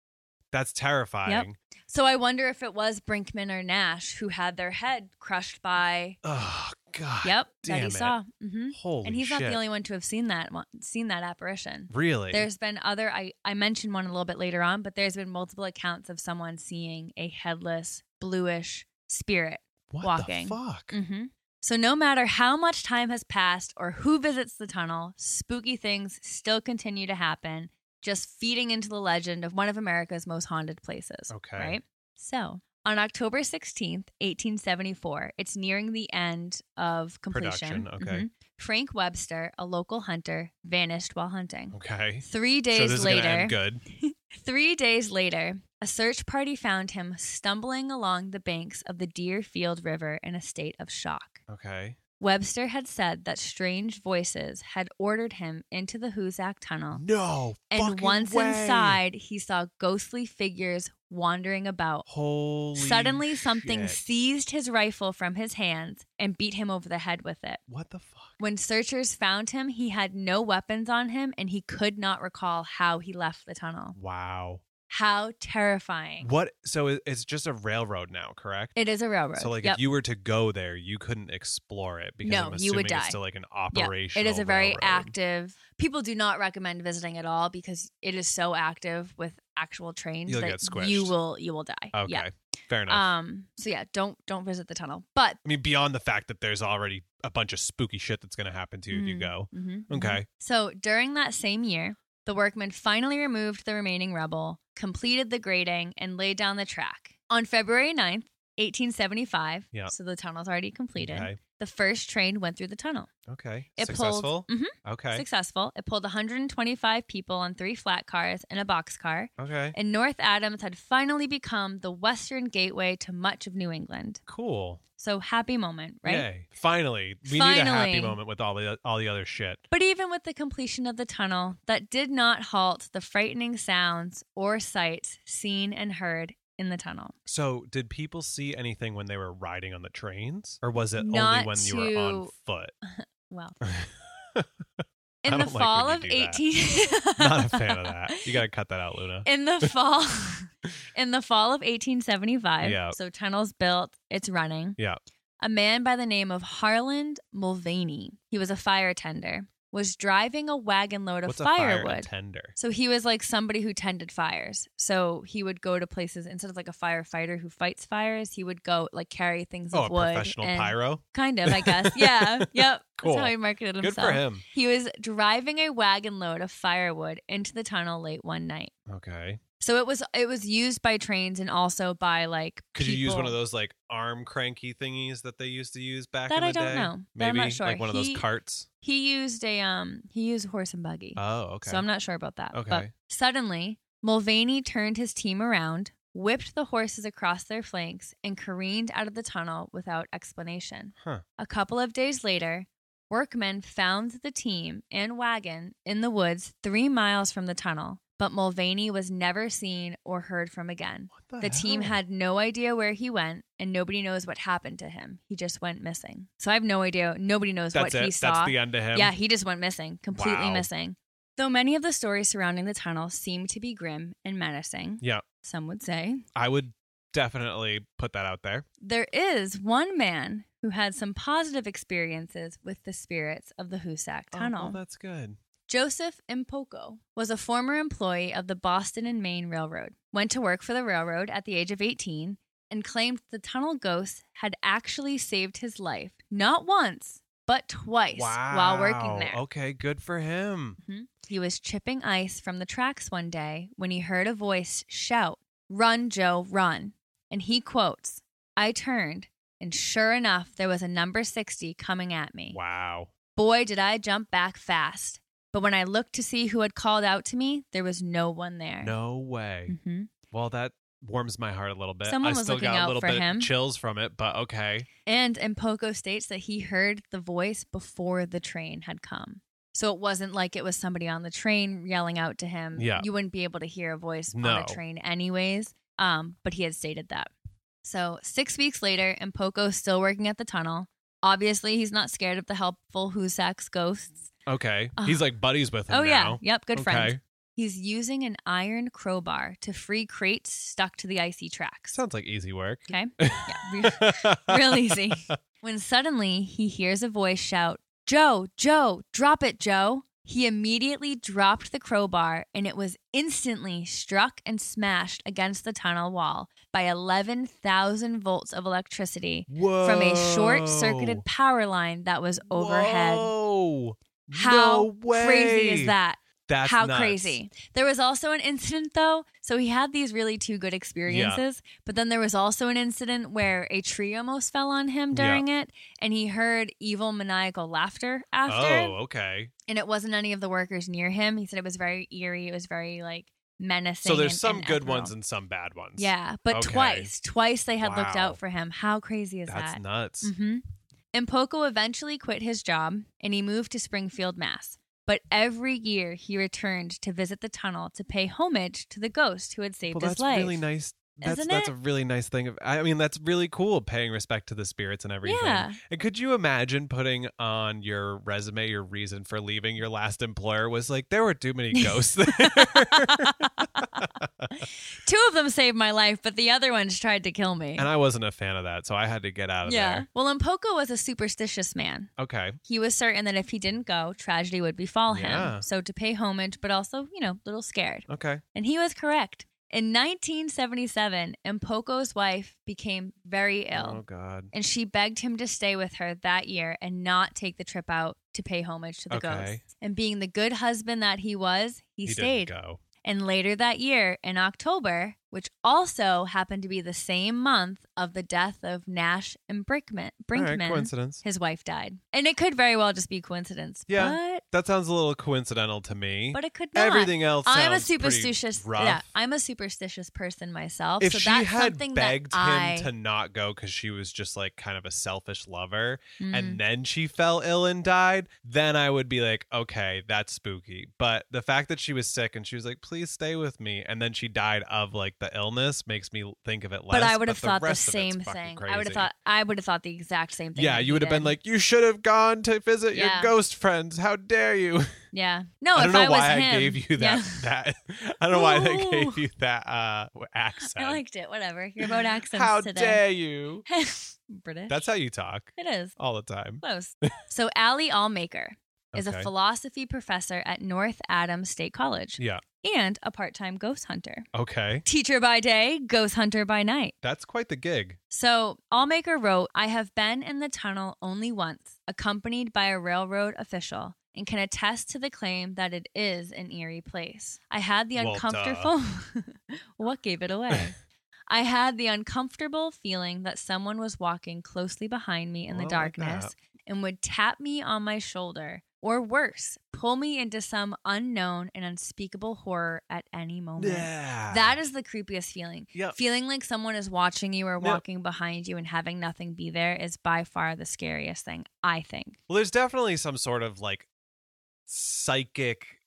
[SPEAKER 1] that's terrifying
[SPEAKER 3] So I wonder if it was Brinkman or Nash who had their head crushed by.
[SPEAKER 1] oh god
[SPEAKER 3] Yep, that
[SPEAKER 1] damn
[SPEAKER 3] he
[SPEAKER 1] it.
[SPEAKER 3] saw. hmm
[SPEAKER 1] holy
[SPEAKER 3] And he's not
[SPEAKER 1] shit.
[SPEAKER 3] the only one to have seen that one- seen that apparition.
[SPEAKER 1] really
[SPEAKER 3] There's been other I, I mentioned one a little bit later on, but there's been multiple accounts of someone seeing a headless, bluish spirit.
[SPEAKER 1] what
[SPEAKER 3] walking.
[SPEAKER 1] the fuck
[SPEAKER 3] Mm-hmm. So no matter how much time has passed or who visits the tunnel, spooky things still continue to happen, just feeding into the legend of one of America's most haunted places.
[SPEAKER 1] Okay.
[SPEAKER 3] Right? So on October 16th, 1874, it's nearing the end of completion.
[SPEAKER 1] Production, okay.
[SPEAKER 3] Mhm. Frank Webster, a local hunter, vanished while hunting.
[SPEAKER 1] okay
[SPEAKER 3] Three
[SPEAKER 1] so
[SPEAKER 3] days
[SPEAKER 1] this is
[SPEAKER 3] later,
[SPEAKER 1] gonna end good
[SPEAKER 3] Three days later, a search party found him stumbling along the banks of the Deerfield River in a state of shock.
[SPEAKER 1] okay
[SPEAKER 3] Webster had said that strange voices had ordered him into the Hoosac Tunnel,
[SPEAKER 1] no
[SPEAKER 3] and
[SPEAKER 1] fucking
[SPEAKER 3] once
[SPEAKER 1] way.
[SPEAKER 3] inside, he saw ghostly figures wandering about.
[SPEAKER 1] holy
[SPEAKER 3] Suddenly, something
[SPEAKER 1] shit.
[SPEAKER 3] seized his rifle from his hands and beat him over the head with it.
[SPEAKER 1] what the fuck
[SPEAKER 3] When searchers found him, he had no weapons on him and he could not recall how he left the tunnel.
[SPEAKER 1] wow
[SPEAKER 3] How terrifying.
[SPEAKER 1] what so it- it's just a railroad now correct
[SPEAKER 3] It is a railroad.
[SPEAKER 1] so like
[SPEAKER 3] Yep.
[SPEAKER 1] if you were to go there you couldn't explore it because
[SPEAKER 3] No,
[SPEAKER 1] i'm assuming
[SPEAKER 3] you would
[SPEAKER 1] it's
[SPEAKER 3] die.
[SPEAKER 1] still like an
[SPEAKER 3] Yep.
[SPEAKER 1] operation
[SPEAKER 3] It is a very active. People do not recommend visiting at all because it is so active with actual trains
[SPEAKER 1] You'll
[SPEAKER 3] that
[SPEAKER 1] get squished.
[SPEAKER 3] you will you will die.
[SPEAKER 1] okay
[SPEAKER 3] Yeah.
[SPEAKER 1] fair enough
[SPEAKER 3] Um. So yeah, don't don't visit the tunnel. But
[SPEAKER 1] I mean, beyond the fact that there's already a bunch of spooky shit that's going to happen to you if you
[SPEAKER 3] Mm.
[SPEAKER 1] go.
[SPEAKER 3] Mhm, mhm.
[SPEAKER 1] Okay.
[SPEAKER 3] So during that same year, the workmen finally removed the remaining rubble, completed the grading, and laid down the track on February 9th, 1875.
[SPEAKER 1] Yeah.
[SPEAKER 3] So the tunnel's already completed.
[SPEAKER 1] Okay.
[SPEAKER 3] The first train went through the tunnel.
[SPEAKER 1] Okay.
[SPEAKER 3] It
[SPEAKER 1] Successful.
[SPEAKER 3] pulled. Mhm.
[SPEAKER 1] okay.
[SPEAKER 3] successful. It pulled 125 people on three flat cars and a boxcar,
[SPEAKER 1] okay.
[SPEAKER 3] and North Adams had finally become the western gateway to much of New England.
[SPEAKER 1] Cool.
[SPEAKER 3] So happy moment, right?
[SPEAKER 1] Yay. Finally, we need a happy
[SPEAKER 3] Finally.
[SPEAKER 1] moment with all the all the other shit.
[SPEAKER 3] But even with the completion of the tunnel, that did not halt the frightening sounds or sights seen and heard in the tunnel.
[SPEAKER 1] So, did people see anything when they were riding on the trains, or was it only
[SPEAKER 3] Not
[SPEAKER 1] when you were on
[SPEAKER 3] to- [laughs]
[SPEAKER 1] foot?
[SPEAKER 3] Well,
[SPEAKER 1] [laughs] I
[SPEAKER 3] in the
[SPEAKER 1] don't like when
[SPEAKER 3] fall
[SPEAKER 1] you
[SPEAKER 3] of
[SPEAKER 1] do
[SPEAKER 3] 18
[SPEAKER 1] [laughs] Not a fan of that. You got to cut that out, Luna. [laughs]
[SPEAKER 3] in the fall [laughs] in the fall of 1875
[SPEAKER 1] Yeah.
[SPEAKER 3] so tunnels built it's running
[SPEAKER 1] Yeah.
[SPEAKER 3] a man by the name of harland mulvaney he was a fire attender was driving a wagon load of
[SPEAKER 1] What's a fire
[SPEAKER 3] firewood
[SPEAKER 1] tender?
[SPEAKER 3] so he was like somebody who tended fires so he would go to places instead of like a firefighter who fights fires he would go like carry things
[SPEAKER 1] Oh,
[SPEAKER 3] of
[SPEAKER 1] a
[SPEAKER 3] wood
[SPEAKER 1] professional
[SPEAKER 3] and-
[SPEAKER 1] pyro.
[SPEAKER 3] kind of
[SPEAKER 1] [laughs]
[SPEAKER 3] i guess yeah yep
[SPEAKER 1] Cool.
[SPEAKER 3] that's how he marketed
[SPEAKER 1] Good
[SPEAKER 3] himself
[SPEAKER 1] for him.
[SPEAKER 3] he was driving a wagon load of firewood into the tunnel late one night
[SPEAKER 1] Okay.
[SPEAKER 3] so it was it was used by trains and also by like.
[SPEAKER 1] Could you use one of
[SPEAKER 3] people.
[SPEAKER 1] those like arm cranky thingies that they used to use back in
[SPEAKER 3] That
[SPEAKER 1] the
[SPEAKER 3] I don't
[SPEAKER 1] day?
[SPEAKER 3] know. That
[SPEAKER 1] Maybe
[SPEAKER 3] I'm not sure.
[SPEAKER 1] like one of
[SPEAKER 3] He-
[SPEAKER 1] those carts.
[SPEAKER 3] He used a um he used horse and buggy.
[SPEAKER 1] Oh, okay.
[SPEAKER 3] So I'm not sure about that. But
[SPEAKER 1] Okay.
[SPEAKER 3] suddenly Mulvaney turned his team around, whipped the horses across their flanks, and careened out of the tunnel without explanation.
[SPEAKER 1] Huh.
[SPEAKER 3] A couple of days later, workmen found the team and wagon in the woods three miles from the tunnel, but Mulvaney was never seen or heard from again.
[SPEAKER 1] What the,
[SPEAKER 3] The team
[SPEAKER 1] hell?
[SPEAKER 3] had no idea where he went, and nobody knows what happened to him. He just went missing. So I have no idea. Nobody knows
[SPEAKER 1] That's
[SPEAKER 3] what
[SPEAKER 1] it.
[SPEAKER 3] he saw.
[SPEAKER 1] That's the end of him.
[SPEAKER 3] Yeah, he just went missing, completely
[SPEAKER 1] Wow.
[SPEAKER 3] missing. Though many of the stories surrounding the tunnel seem to be grim and menacing,
[SPEAKER 1] Yeah.
[SPEAKER 3] some would say,
[SPEAKER 1] I would definitely put that out there.
[SPEAKER 3] there is one man who had some positive experiences with the spirits of the Hoosac
[SPEAKER 1] Oh,
[SPEAKER 3] Tunnel.
[SPEAKER 1] well, that's good.
[SPEAKER 3] Joseph Impoco was a former employee of the Boston and Maine Railroad, went to work for the railroad at the age of 18, and claimed the tunnel ghosts had actually saved his life, not once, but twice
[SPEAKER 1] Wow.
[SPEAKER 3] while working there. Hmm?
[SPEAKER 1] Okay, good for him.
[SPEAKER 3] He was chipping ice from the tracks one day when he heard a voice shout, Run, Joe, run. And he quotes, I turned, and sure enough, there was a number 60 coming at me.
[SPEAKER 1] Wow.
[SPEAKER 3] Boy, did I jump back fast. But when I looked to see who had called out to me, there was no one there.
[SPEAKER 1] No way.
[SPEAKER 3] Mhm.
[SPEAKER 1] Well, that warms my heart a little bit.
[SPEAKER 3] Someone
[SPEAKER 1] I
[SPEAKER 3] was
[SPEAKER 1] still
[SPEAKER 3] looking
[SPEAKER 1] got
[SPEAKER 3] out
[SPEAKER 1] a little
[SPEAKER 3] for
[SPEAKER 1] bit
[SPEAKER 3] him.
[SPEAKER 1] chills from it, but okay.
[SPEAKER 3] And Impoco states that he heard the voice before the train had come. So it wasn't like it was somebody on the train yelling out to him.
[SPEAKER 1] Yeah.
[SPEAKER 3] You wouldn't be able to hear a voice on
[SPEAKER 1] No.
[SPEAKER 3] a train anyways. Um, but he had stated that. So six weeks later, Impoco's still working at the tunnel. Obviously, he's not scared of the helpful Husak's ghosts.
[SPEAKER 1] Okay.
[SPEAKER 3] Uh,
[SPEAKER 1] He's like buddies with him
[SPEAKER 3] Oh, yeah.
[SPEAKER 1] now.
[SPEAKER 3] Yep. Good
[SPEAKER 1] okay.
[SPEAKER 3] friend. He's using an iron crowbar to free crates stuck to the icy tracks.
[SPEAKER 1] Sounds like easy work.
[SPEAKER 3] [laughs]
[SPEAKER 1] [laughs]
[SPEAKER 3] Okay. Yeah. re- Real easy. When suddenly he hears a voice shout, Joe, Joe, drop it, Joe. He immediately dropped the crowbar and it was instantly struck and smashed against the tunnel wall by 11,000 volts of electricity
[SPEAKER 1] Whoa.
[SPEAKER 3] from a short circuited power line that was overhead.
[SPEAKER 1] Whoa.
[SPEAKER 3] How
[SPEAKER 1] no way.
[SPEAKER 3] crazy is that?
[SPEAKER 1] That's
[SPEAKER 3] how
[SPEAKER 1] nuts.
[SPEAKER 3] crazy. There was also an incident though. So he had these really two good experiences, but then there was also an incident where a tree almost fell on him
[SPEAKER 1] Yeah.
[SPEAKER 3] during it and he heard evil maniacal laughter after
[SPEAKER 1] Oh, okay.
[SPEAKER 3] and it wasn't any of the workers near him. He said it was very eerie, it was very like menacing.
[SPEAKER 1] So there's
[SPEAKER 3] and-
[SPEAKER 1] some
[SPEAKER 3] and
[SPEAKER 1] good
[SPEAKER 3] ephemeral.
[SPEAKER 1] ones and some bad ones.
[SPEAKER 3] Yeah, but
[SPEAKER 1] Okay.
[SPEAKER 3] twice. Twice they had looked
[SPEAKER 1] Wow.
[SPEAKER 3] out for him. How crazy is
[SPEAKER 1] That's
[SPEAKER 3] that?
[SPEAKER 1] nuts.
[SPEAKER 3] Mm-hmm. Impoco eventually quit his job and he moved to Springfield, Mass. But every year he returned to visit the tunnel to pay homage to the ghost who had saved
[SPEAKER 1] Well,
[SPEAKER 3] his
[SPEAKER 1] that's
[SPEAKER 3] life.
[SPEAKER 1] really nice. That's
[SPEAKER 3] Isn't
[SPEAKER 1] that's
[SPEAKER 3] it?
[SPEAKER 1] a really nice thing. Of, I mean, that's really cool. Paying respect to the spirits and everything.
[SPEAKER 3] Yeah.
[SPEAKER 1] And could you imagine putting on your resume your reason for leaving your last employer was like there were too many
[SPEAKER 3] [laughs]
[SPEAKER 1] ghosts there.
[SPEAKER 3] Two of them saved my life, but the other ones tried to kill me.
[SPEAKER 1] and I wasn't a fan of that, so I had to get out of
[SPEAKER 3] yeah. Well, Impoco was a superstitious man.
[SPEAKER 1] there. Okay.
[SPEAKER 3] He was certain that if he didn't go, tragedy would befall
[SPEAKER 1] Yeah.
[SPEAKER 3] him. So to pay homage, but also, you know, a little scared.
[SPEAKER 1] Okay.
[SPEAKER 3] And he was correct. In 1977, Impoco's wife became very ill.
[SPEAKER 1] Oh god.
[SPEAKER 3] and she begged him to stay with her that year and not take the trip out to pay homage to the
[SPEAKER 1] Okay.
[SPEAKER 3] ghosts. And being the good husband that he was, he,
[SPEAKER 1] didn't
[SPEAKER 3] stayed.
[SPEAKER 1] go.
[SPEAKER 3] And later that year, in October, which also happened to be the same month of the death of Nash and
[SPEAKER 1] All
[SPEAKER 3] Brinkman,
[SPEAKER 1] right,
[SPEAKER 3] Brinkman
[SPEAKER 1] coincidence.
[SPEAKER 3] his wife died. And it could very well just be coincidence.
[SPEAKER 1] Yeah. That sounds a little coincidental to me.
[SPEAKER 3] But, but it could not.
[SPEAKER 1] Everything else.
[SPEAKER 3] I'm a
[SPEAKER 1] sounds pretty
[SPEAKER 3] superstitious.
[SPEAKER 1] Rough.
[SPEAKER 3] Yeah, I'm a superstitious person myself.
[SPEAKER 1] if
[SPEAKER 3] so
[SPEAKER 1] she
[SPEAKER 3] that's
[SPEAKER 1] had
[SPEAKER 3] something
[SPEAKER 1] begged
[SPEAKER 3] that I,
[SPEAKER 1] him to not go because she was just like kind of a selfish lover
[SPEAKER 3] Mm.
[SPEAKER 1] and then she fell ill and died then i would be like okay that's spooky but the fact that she was sick and she was like please stay with me and then she died of like the illness makes me think of it less
[SPEAKER 3] but I would have
[SPEAKER 1] the
[SPEAKER 3] thought the
[SPEAKER 1] rest of it's
[SPEAKER 3] same
[SPEAKER 1] fucking
[SPEAKER 3] thing.
[SPEAKER 1] crazy.
[SPEAKER 3] I would have thought I would have thought the exact same thing.
[SPEAKER 1] yeah
[SPEAKER 3] that
[SPEAKER 1] you
[SPEAKER 3] he
[SPEAKER 1] would have been
[SPEAKER 3] did.
[SPEAKER 1] like you should have gone to visit
[SPEAKER 3] Yeah.
[SPEAKER 1] your ghost friends how dare you
[SPEAKER 3] yeah,
[SPEAKER 1] [laughs]
[SPEAKER 3] no.
[SPEAKER 1] i
[SPEAKER 3] if
[SPEAKER 1] don't know
[SPEAKER 3] I was
[SPEAKER 1] why
[SPEAKER 3] him,
[SPEAKER 1] i gave you that
[SPEAKER 3] Yeah. [laughs]
[SPEAKER 1] that [laughs] i don't know why i
[SPEAKER 3] Ooh.
[SPEAKER 1] gave you that uh accent
[SPEAKER 3] I liked it. Whatever. You're about accents
[SPEAKER 1] [laughs] how
[SPEAKER 3] today.
[SPEAKER 1] dare you
[SPEAKER 3] British.
[SPEAKER 1] that's how you talk
[SPEAKER 3] it is
[SPEAKER 1] all the time. [laughs]
[SPEAKER 3] close. so Allie Allmaker is a
[SPEAKER 1] Okay.
[SPEAKER 3] philosophy professor at North Adams State College
[SPEAKER 1] Yeah.
[SPEAKER 3] and a part-time ghost hunter.
[SPEAKER 1] Okay.
[SPEAKER 3] Teacher by day, ghost hunter by night.
[SPEAKER 1] That's quite the gig.
[SPEAKER 3] So, Allmaker wrote, I have been in the tunnel only once, accompanied by a railroad official, and can attest to the claim that it is an eerie place. I had the
[SPEAKER 1] Well, duh.
[SPEAKER 3] uncomfortable. [laughs] what gave
[SPEAKER 1] [laughs]
[SPEAKER 3] it away? I had the uncomfortable feeling that someone was walking closely behind me in
[SPEAKER 1] Well,
[SPEAKER 3] the
[SPEAKER 1] I like
[SPEAKER 3] darkness
[SPEAKER 1] that.
[SPEAKER 3] and would tap me on my shoulder or worse, pull me into some unknown and unspeakable horror at any moment.
[SPEAKER 1] Yeah.
[SPEAKER 3] Oh, That is the creepiest feeling.
[SPEAKER 1] Yep.
[SPEAKER 3] Feeling like someone is watching you or
[SPEAKER 1] Yep.
[SPEAKER 3] walking behind you and having nothing be there is by far the scariest thing, I think.
[SPEAKER 1] Well, there's definitely some sort of like psychic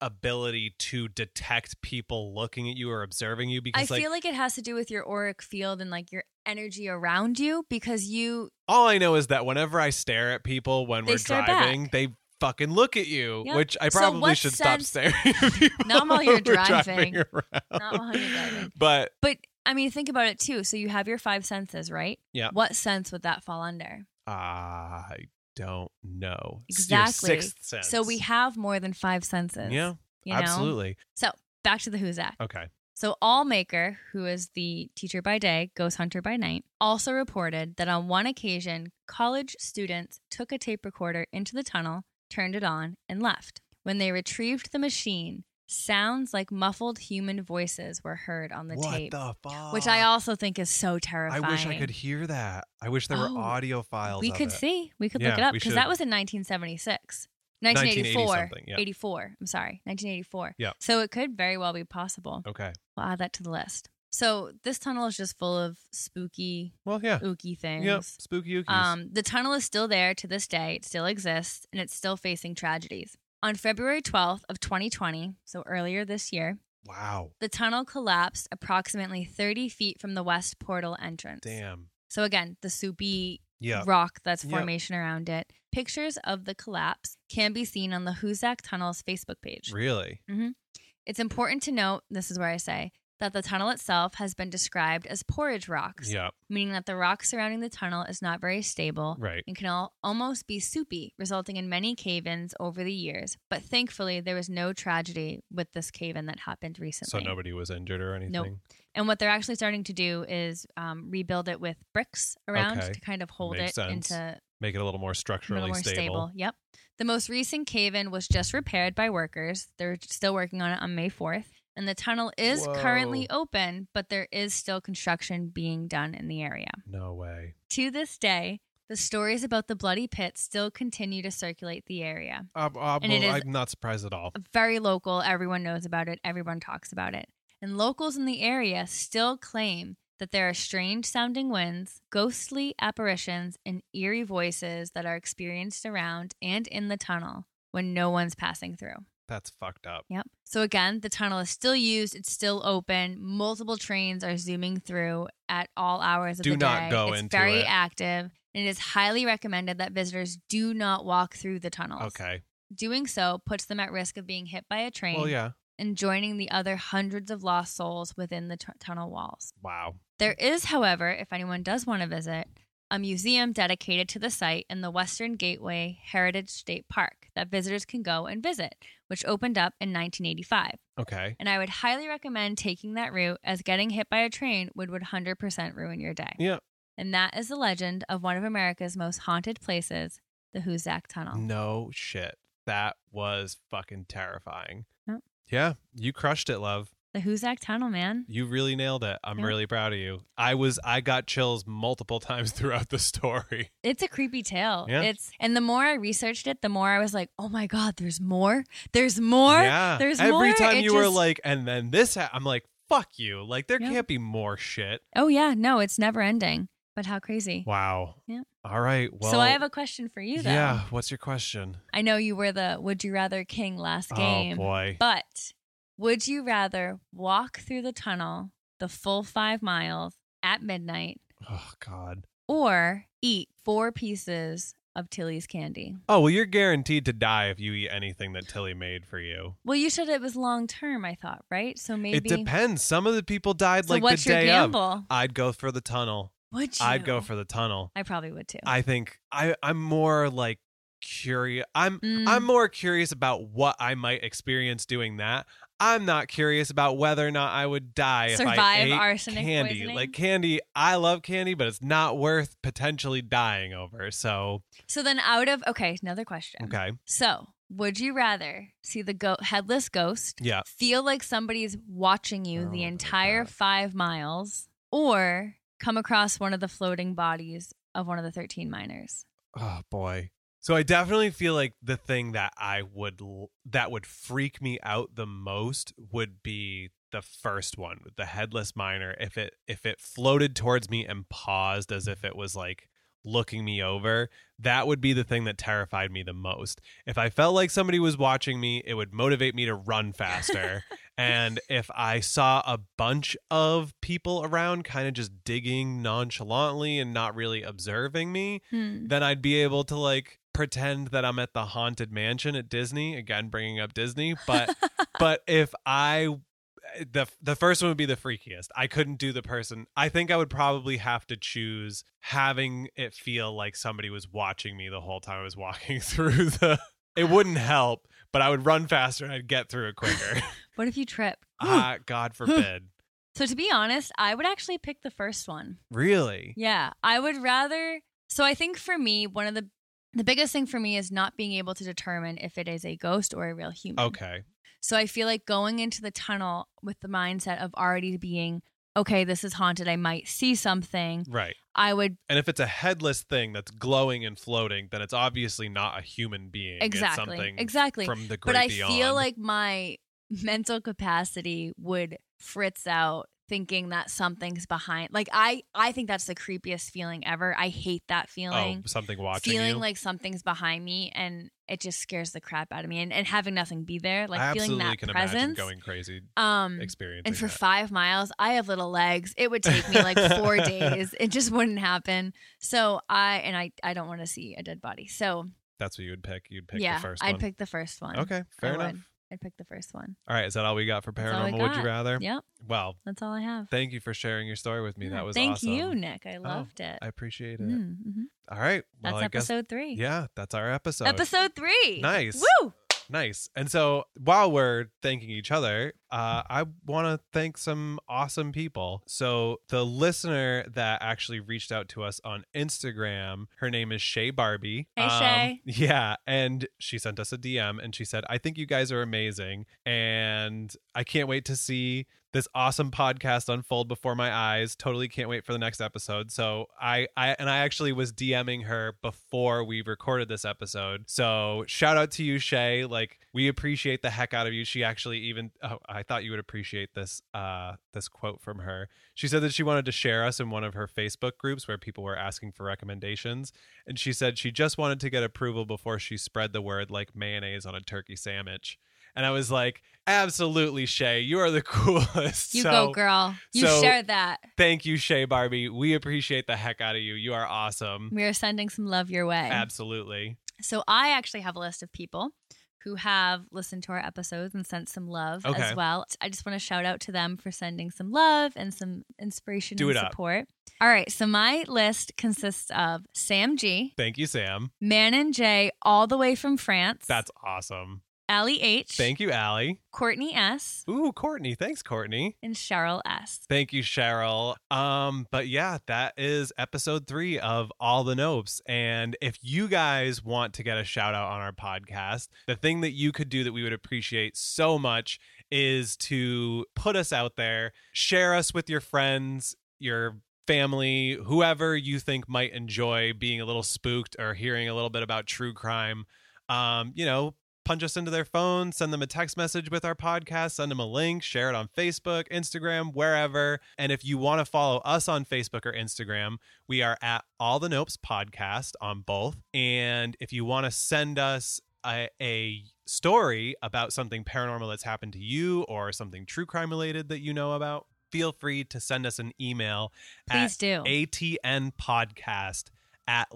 [SPEAKER 1] ability to detect people looking at you or observing you
[SPEAKER 3] I
[SPEAKER 1] because like
[SPEAKER 3] feel like it has to do with your auric field and like your energy around you because you
[SPEAKER 1] all I know is that whenever I stare at people when
[SPEAKER 3] They
[SPEAKER 1] we're
[SPEAKER 3] stare
[SPEAKER 1] driving,
[SPEAKER 3] back.
[SPEAKER 1] they fucking look at you,
[SPEAKER 3] Yeah.
[SPEAKER 1] which I
[SPEAKER 3] So
[SPEAKER 1] probably
[SPEAKER 3] what
[SPEAKER 1] should
[SPEAKER 3] sense-
[SPEAKER 1] stop staring at people.
[SPEAKER 3] [laughs] Not while you're
[SPEAKER 1] when we're driving
[SPEAKER 3] driving.
[SPEAKER 1] around.
[SPEAKER 3] Not while you're driving.
[SPEAKER 1] But
[SPEAKER 3] but I mean think about it too. So you have your five senses, right?
[SPEAKER 1] Yeah.
[SPEAKER 3] What sense would that fall under?
[SPEAKER 1] I don't know. It's your
[SPEAKER 3] Exactly.
[SPEAKER 1] sixth sense.
[SPEAKER 3] So we have more than five senses.
[SPEAKER 1] Yeah,
[SPEAKER 3] you know?
[SPEAKER 1] absolutely.
[SPEAKER 3] So back to the Huzak.
[SPEAKER 1] Okay.
[SPEAKER 3] So Allmaker, who is the teacher by day, ghost hunter by night, also reported that on one occasion, college students took a tape recorder into the tunnel, turned it on, and left. When they retrieved the machine, sounds like muffled human voices were heard on the
[SPEAKER 1] what
[SPEAKER 3] tape,
[SPEAKER 1] the fuck?
[SPEAKER 3] which I also think is so terrifying.
[SPEAKER 1] I wish I could hear that. I wish there
[SPEAKER 3] Oh,
[SPEAKER 1] were audio files.
[SPEAKER 3] We
[SPEAKER 1] of
[SPEAKER 3] could
[SPEAKER 1] it.
[SPEAKER 3] see. We could
[SPEAKER 1] Yeah,
[SPEAKER 3] look it up
[SPEAKER 1] we
[SPEAKER 3] because
[SPEAKER 1] should.
[SPEAKER 3] that was in 1976. 1984.
[SPEAKER 1] 1980-something, yeah.
[SPEAKER 3] 84. I'm sorry. 1984.
[SPEAKER 1] Yeah.
[SPEAKER 3] So it could very well be possible.
[SPEAKER 1] Okay.
[SPEAKER 3] We'll add that to the list. So this tunnel is just full of spooky,
[SPEAKER 1] Well, yeah.
[SPEAKER 3] ooky things.
[SPEAKER 1] Yep. Spooky ookies.
[SPEAKER 3] Um, the tunnel is still there to this day. It still exists, and it's still facing tragedies. On February 12th of 2020, so earlier this year,
[SPEAKER 1] wow.
[SPEAKER 3] the tunnel collapsed approximately 30 feet from the west portal entrance.
[SPEAKER 1] Damn.
[SPEAKER 3] So again, the soupy
[SPEAKER 1] Yeah.
[SPEAKER 3] rock that's
[SPEAKER 1] Yep.
[SPEAKER 3] formation around it. Pictures of the collapse can be seen on the Huzak Tunnel's Facebook page.
[SPEAKER 1] Really?
[SPEAKER 3] It's important to note, this is where I say, that the tunnel itself has been described as porridge rocks,
[SPEAKER 1] Yeah.
[SPEAKER 3] meaning that the rock surrounding the tunnel is not very stable
[SPEAKER 1] Right.
[SPEAKER 3] and can all, almost be soupy, resulting in many cave ins over the years. But thankfully, there was no tragedy with this cave in that happened
[SPEAKER 1] So
[SPEAKER 3] recently.
[SPEAKER 1] nobody was injured or anything.
[SPEAKER 3] and what they're actually starting to do is um, rebuild it with bricks around
[SPEAKER 1] Okay.
[SPEAKER 3] to kind of hold
[SPEAKER 1] Makes
[SPEAKER 3] it
[SPEAKER 1] sense.
[SPEAKER 3] into
[SPEAKER 1] Make it a little more
[SPEAKER 3] a
[SPEAKER 1] structurally
[SPEAKER 3] little more
[SPEAKER 1] stable.
[SPEAKER 3] Yep. The most recent cave in was just repaired by workers. They're still working on it on May 4th. And the tunnel is
[SPEAKER 1] Whoa.
[SPEAKER 3] currently open, but there is still construction being done in the area.
[SPEAKER 1] No way.
[SPEAKER 3] To this day, the stories about the bloody pit still continue to circulate the area.
[SPEAKER 1] I'm, I'm,
[SPEAKER 3] And it is-
[SPEAKER 1] Uh, I'm not surprised at all.
[SPEAKER 3] Very local, everyone knows about it, everyone talks about it. And locals in the area still claim that there are strange sounding winds, ghostly apparitions, and eerie voices that are experienced around and in the tunnel when no one's passing through.
[SPEAKER 1] That's fucked up.
[SPEAKER 3] Yep. So again, the tunnel is still used, it's still open. Multiple trains are zooming through at all hours of
[SPEAKER 1] Do
[SPEAKER 3] the day.
[SPEAKER 1] not go
[SPEAKER 3] it's
[SPEAKER 1] into
[SPEAKER 3] very
[SPEAKER 1] it.
[SPEAKER 3] active. And it is highly recommended that visitors do not walk through the tunnels.
[SPEAKER 1] Okay.
[SPEAKER 3] Doing so puts them at risk of being hit by a train
[SPEAKER 1] Well, yeah.
[SPEAKER 3] and joining the other hundreds of lost souls within the tu- tunnel walls.
[SPEAKER 1] Wow.
[SPEAKER 3] There is, however, if anyone does want to visit, a museum dedicated to the site in the Western Gateway Heritage State Park that visitors can go and visit, which opened up in 1985.
[SPEAKER 1] Okay.
[SPEAKER 3] And I would highly recommend taking that route as getting hit by a train would 100% ruin your day.
[SPEAKER 1] Yeah.
[SPEAKER 3] And that is the legend of one of America's most haunted places, the Hoosac Tunnel.
[SPEAKER 1] No shit. That was fucking terrifying.
[SPEAKER 3] Yep.
[SPEAKER 1] Yeah. You crushed it, love.
[SPEAKER 3] The Hoosac Tunnel, man.
[SPEAKER 1] You really nailed it. I'm
[SPEAKER 3] Yeah.
[SPEAKER 1] really proud of you. I was I got chills multiple [laughs] times throughout the story.
[SPEAKER 3] It's a creepy tale.
[SPEAKER 1] Yeah.
[SPEAKER 3] It's and the more I researched it, the more I was like, "Oh my god, there's more. There's more."
[SPEAKER 1] yeah.
[SPEAKER 3] there's
[SPEAKER 1] Every
[SPEAKER 3] more,
[SPEAKER 1] time
[SPEAKER 3] it
[SPEAKER 1] you were
[SPEAKER 3] just-
[SPEAKER 1] like, and then this ha-, I'm like, fuck you. Like there
[SPEAKER 3] Yeah.
[SPEAKER 1] can't be more shit.
[SPEAKER 3] Oh yeah, no, it's never ending. But how crazy.
[SPEAKER 1] Wow.
[SPEAKER 3] Yeah.
[SPEAKER 1] All right. Well
[SPEAKER 3] so I have a question for you though.
[SPEAKER 1] Yeah. What's your question?
[SPEAKER 3] I know you were the would you rather king last game.
[SPEAKER 1] Oh boy.
[SPEAKER 3] But would you rather walk through the tunnel the full 5 miles at midnight
[SPEAKER 1] Oh God.
[SPEAKER 3] or eat four pieces of Tilly's candy?
[SPEAKER 1] Oh well, you're guaranteed to die if you eat anything that Tilly made for you.
[SPEAKER 3] Well, you said it was long term, I thought, right? So
[SPEAKER 1] It
[SPEAKER 3] maybe
[SPEAKER 1] depends. Some of the people died
[SPEAKER 3] So
[SPEAKER 1] like
[SPEAKER 3] what's
[SPEAKER 1] the
[SPEAKER 3] your
[SPEAKER 1] day of.
[SPEAKER 3] gamble?
[SPEAKER 1] I'd go for the tunnel.
[SPEAKER 3] Would you?
[SPEAKER 1] I'd go for the tunnel.
[SPEAKER 3] I probably would too.
[SPEAKER 1] I think I I'm more like curious. I'm
[SPEAKER 3] Mm.
[SPEAKER 1] I'm more curious about what I might experience doing that. I'm not curious about whether or not I would die if I
[SPEAKER 3] Survive
[SPEAKER 1] ate
[SPEAKER 3] arsenic
[SPEAKER 1] candy.
[SPEAKER 3] poisoning?
[SPEAKER 1] Like candy, I love candy, but it's not worth potentially dying over. So
[SPEAKER 3] So then, out of okay, another question.
[SPEAKER 1] okay,
[SPEAKER 3] So, would you rather see the go- headless ghost
[SPEAKER 1] yeah,
[SPEAKER 3] feel like somebody's watching you
[SPEAKER 1] Uh, Oh
[SPEAKER 3] the
[SPEAKER 1] my
[SPEAKER 3] entire
[SPEAKER 1] God.
[SPEAKER 3] five miles, or come across one of the floating bodies of one of the thirteen miners?
[SPEAKER 1] oh boy, So I definitely feel like the thing that I would l- that would freak me out the most would be the first one, the headless miner. If it if it floated towards me and paused as if it was like looking me over, that would be the thing that terrified me the most. If I felt like somebody was watching me, it would motivate me to run faster. and if I saw a bunch of people around kind of just digging nonchalantly and not really observing me,
[SPEAKER 3] Hmm.
[SPEAKER 1] then I'd be able to like pretend that I'm at the haunted mansion at Disney again bringing up Disney
[SPEAKER 3] [laughs]
[SPEAKER 1] but but if I the the first one would be the freakiest I couldn't do the person I think I would probably have to choose having it feel like somebody was watching me the whole time I was walking [laughs] through the it wouldn't help but I would run faster and I'd get through it quicker
[SPEAKER 3] What if you trip?
[SPEAKER 1] ah god forbid
[SPEAKER 3] So to be honest, I would actually pick the first one.
[SPEAKER 1] really
[SPEAKER 3] Yeah, I would rather. So I think for me, one of the the biggest thing for me is not being able to determine if it is a ghost or a real human.
[SPEAKER 1] okay
[SPEAKER 3] So I feel like going into the tunnel with the mindset of already being okay, this is haunted. I might see something.
[SPEAKER 1] right
[SPEAKER 3] I would
[SPEAKER 1] And if it's a headless thing that's glowing and floating, then it's obviously not a human being. It's
[SPEAKER 3] exactly
[SPEAKER 1] something
[SPEAKER 3] exactly.
[SPEAKER 1] from the great
[SPEAKER 3] but I
[SPEAKER 1] beyond.
[SPEAKER 3] feel like my mental capacity would fritz out thinking that something's behind. Like I I think that's the creepiest feeling ever. I hate that feeling.
[SPEAKER 1] oh, something watching
[SPEAKER 3] feeling
[SPEAKER 1] you.
[SPEAKER 3] like something's behind me and it just scares the crap out of me and, and having nothing be there like
[SPEAKER 1] I
[SPEAKER 3] feeling
[SPEAKER 1] absolutely
[SPEAKER 3] that
[SPEAKER 1] can imagine
[SPEAKER 3] presence
[SPEAKER 1] going crazy,
[SPEAKER 3] um
[SPEAKER 1] experiencing
[SPEAKER 3] and for
[SPEAKER 1] that.
[SPEAKER 3] five miles i have little legs it would take me like
[SPEAKER 1] [laughs]
[SPEAKER 3] four days it just wouldn't happen so i and i i don't want to see a dead body so
[SPEAKER 1] that's what you would pick. You'd pick
[SPEAKER 3] yeah
[SPEAKER 1] the first
[SPEAKER 3] i'd
[SPEAKER 1] one.
[SPEAKER 3] pick the first one
[SPEAKER 1] okay, fair
[SPEAKER 3] I
[SPEAKER 1] enough.
[SPEAKER 3] would. i'd pick the first one
[SPEAKER 1] All right, is that all we got for
[SPEAKER 3] That's all I
[SPEAKER 1] paranormal? Would you
[SPEAKER 3] got.
[SPEAKER 1] rather?
[SPEAKER 3] yep
[SPEAKER 1] Well,
[SPEAKER 3] that's all i have
[SPEAKER 1] thank you for sharing your story with me.
[SPEAKER 3] Yeah,
[SPEAKER 1] that was
[SPEAKER 3] thank
[SPEAKER 1] awesome. Oh,
[SPEAKER 3] you nick i loved it
[SPEAKER 1] I appreciate it.
[SPEAKER 3] Mm, mhm.
[SPEAKER 1] All right, well,
[SPEAKER 3] that's
[SPEAKER 1] I guess
[SPEAKER 3] episode three
[SPEAKER 1] yeah, that's our episode.
[SPEAKER 3] episode three
[SPEAKER 1] Nice.
[SPEAKER 3] woo
[SPEAKER 1] Nice. And so while we're thanking each other, uh, I want to thank some awesome people. So the listener that actually reached out to us on Instagram, her name is Shay Barbie. Um,
[SPEAKER 3] Hey, Shay.
[SPEAKER 1] Yeah. And she sent us a DM and she said, I think you guys are amazing. And I can't wait to see this awesome podcast unfold before my eyes. Totally can't wait for the next episode. So I, I and I actually was DMing her before we recorded this episode. So shout out to you, Shay. Like we appreciate the heck out of you. She actually even oh, I thought you would appreciate this uh this quote from her. She said that she wanted to share us in one of her Facebook groups where people were asking for recommendations. And she said she just wanted to get approval before she spread the word like mayonnaise on a turkey sandwich. And I was like, absolutely, Shay, you are the [laughs] coolest.
[SPEAKER 3] you
[SPEAKER 1] so
[SPEAKER 3] go girl you
[SPEAKER 1] so-
[SPEAKER 3] share that
[SPEAKER 1] thank you, Shay Barbie. We appreciate the heck out of you. You are awesome.
[SPEAKER 3] We are sending some love your way.
[SPEAKER 1] Absolutely.
[SPEAKER 3] so I actually have a list of people who have listened to our episodes and sent some love
[SPEAKER 1] Okay.
[SPEAKER 3] as well. I just want to shout out to them for sending some love and some inspiration
[SPEAKER 1] Do
[SPEAKER 3] and
[SPEAKER 1] it up.
[SPEAKER 3] support. All right, so my list consists of Sam G,
[SPEAKER 1] Thank you, Sam.
[SPEAKER 3] Manon J, all the way from France.
[SPEAKER 1] That's awesome.
[SPEAKER 3] Allie H,
[SPEAKER 1] Thank you, Allie.
[SPEAKER 3] Courtney S,
[SPEAKER 1] Ooh, Courtney. Thanks, Courtney.
[SPEAKER 3] and Cheryl S.
[SPEAKER 1] Thank you, Cheryl. Um, but yeah, that is episode three of All the Nopes. And if you guys want to get a shout out on our podcast, the thing that you could do that we would appreciate so much is to put us out there, share us with your friends, your family, whoever you think might enjoy being a little spooked or hearing a little bit about true crime. Um, you know, punch us into their phone, send them a text message with our podcast, send them a link, share it on Facebook, Instagram, wherever. And if you want to follow us on Facebook or Instagram, we are at All the Nopes Podcast on both. And if you want to send us a, a story about something paranormal that's happened to you or something true crime related that you know about, feel free to send us an email at
[SPEAKER 3] Please do.
[SPEAKER 1] ATN podcast at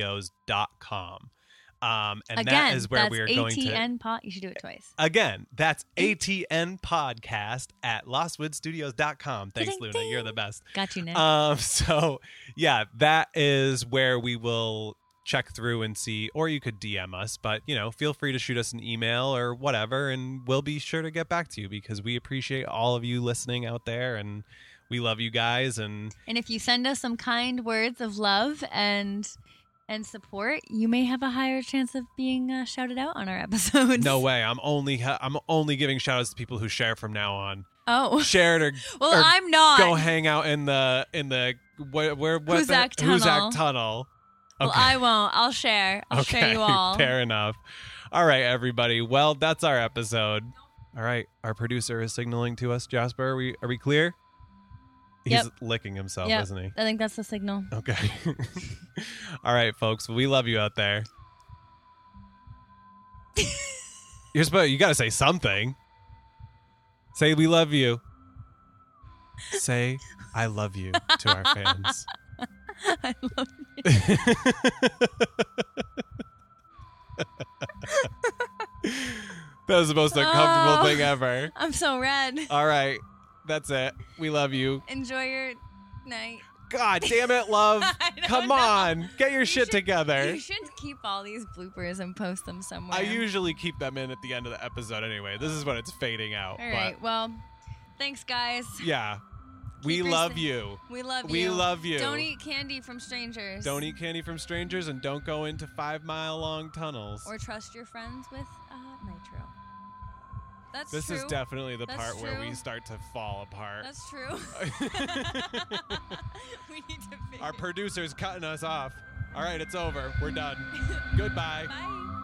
[SPEAKER 1] lostwoodstudios.com. Um, and
[SPEAKER 3] Again,
[SPEAKER 1] that is where
[SPEAKER 3] that's
[SPEAKER 1] we are going to.
[SPEAKER 3] ATN pot. You should do it twice.
[SPEAKER 1] Again, that's ATN podcast at lostwoodstudios.com. Thanks,
[SPEAKER 3] Ding,
[SPEAKER 1] Luna. You're the
[SPEAKER 3] ding.
[SPEAKER 1] best.
[SPEAKER 3] Got you, Nick.
[SPEAKER 1] Um, [laughs] so yeah, that is where we will check through and see, or you could DM us, but you know, feel free to shoot us an email or whatever, and we'll be sure to get back to you because we appreciate all of you listening out there and we love you guys and
[SPEAKER 3] And if you send us some kind words of love and and support, you may have a higher chance of being uh, shouted out on our [laughs] episodes.
[SPEAKER 1] no way i'm only i'm only giving shout outs to people who share from now on
[SPEAKER 3] Oh,
[SPEAKER 1] share it or
[SPEAKER 3] well,
[SPEAKER 1] or
[SPEAKER 3] I'm not.
[SPEAKER 1] go hang out in the in the where, where what
[SPEAKER 3] Hoosac
[SPEAKER 1] the, Hoosac
[SPEAKER 3] Tunnel.
[SPEAKER 1] tunnel
[SPEAKER 3] Well, I won't. I'll share. I'll
[SPEAKER 1] [laughs]
[SPEAKER 3] share you all.
[SPEAKER 1] Fair enough. All right, everybody. Well, that's our episode. All right, our producer is signaling to us. Jasper, are we are we clear? He's
[SPEAKER 3] Yep.
[SPEAKER 1] licking himself,
[SPEAKER 3] Yep.
[SPEAKER 1] isn't he?
[SPEAKER 3] I think that's the signal. [laughs]
[SPEAKER 1] Okay. [laughs] All right, folks. We love you out
[SPEAKER 3] [laughs]
[SPEAKER 1] there. You're supposed. You got to say something. Say we love you. Say I love you to our fans. [laughs]
[SPEAKER 3] I love you.
[SPEAKER 1] That was the most uncomfortable
[SPEAKER 3] Oh.
[SPEAKER 1] thing ever.
[SPEAKER 3] I'm so red.
[SPEAKER 1] All right. That's it. We love you.
[SPEAKER 3] Enjoy your night. [laughs]
[SPEAKER 1] God damn it, love.
[SPEAKER 3] I don't
[SPEAKER 1] Come
[SPEAKER 3] know.
[SPEAKER 1] on. Get your shit
[SPEAKER 3] should-
[SPEAKER 1] together.
[SPEAKER 3] You should keep all these bloopers and post them somewhere.
[SPEAKER 1] I usually keep them in at the end of the episode anyway. This is when it's fading out.
[SPEAKER 3] All right. Well, thanks, guys.
[SPEAKER 1] But yeah. We
[SPEAKER 3] Keep your
[SPEAKER 1] love
[SPEAKER 3] sa-
[SPEAKER 1] you.
[SPEAKER 3] We love
[SPEAKER 1] We
[SPEAKER 3] you.
[SPEAKER 1] love you.
[SPEAKER 3] Don't eat candy from strangers.
[SPEAKER 1] Don't eat candy from strangers and don't go into five mile long tunnels.
[SPEAKER 3] Or trust your friends with uh, nitro. That's
[SPEAKER 1] this
[SPEAKER 3] true.
[SPEAKER 1] is definitely the
[SPEAKER 3] That's
[SPEAKER 1] part where
[SPEAKER 3] true.
[SPEAKER 1] we start to fall apart.
[SPEAKER 3] That's
[SPEAKER 1] [laughs]
[SPEAKER 3] true. [laughs] we need to figure. [laughs]
[SPEAKER 1] Our producer's cutting us off. All right, it's over. We're done. Goodbye.
[SPEAKER 3] Bye.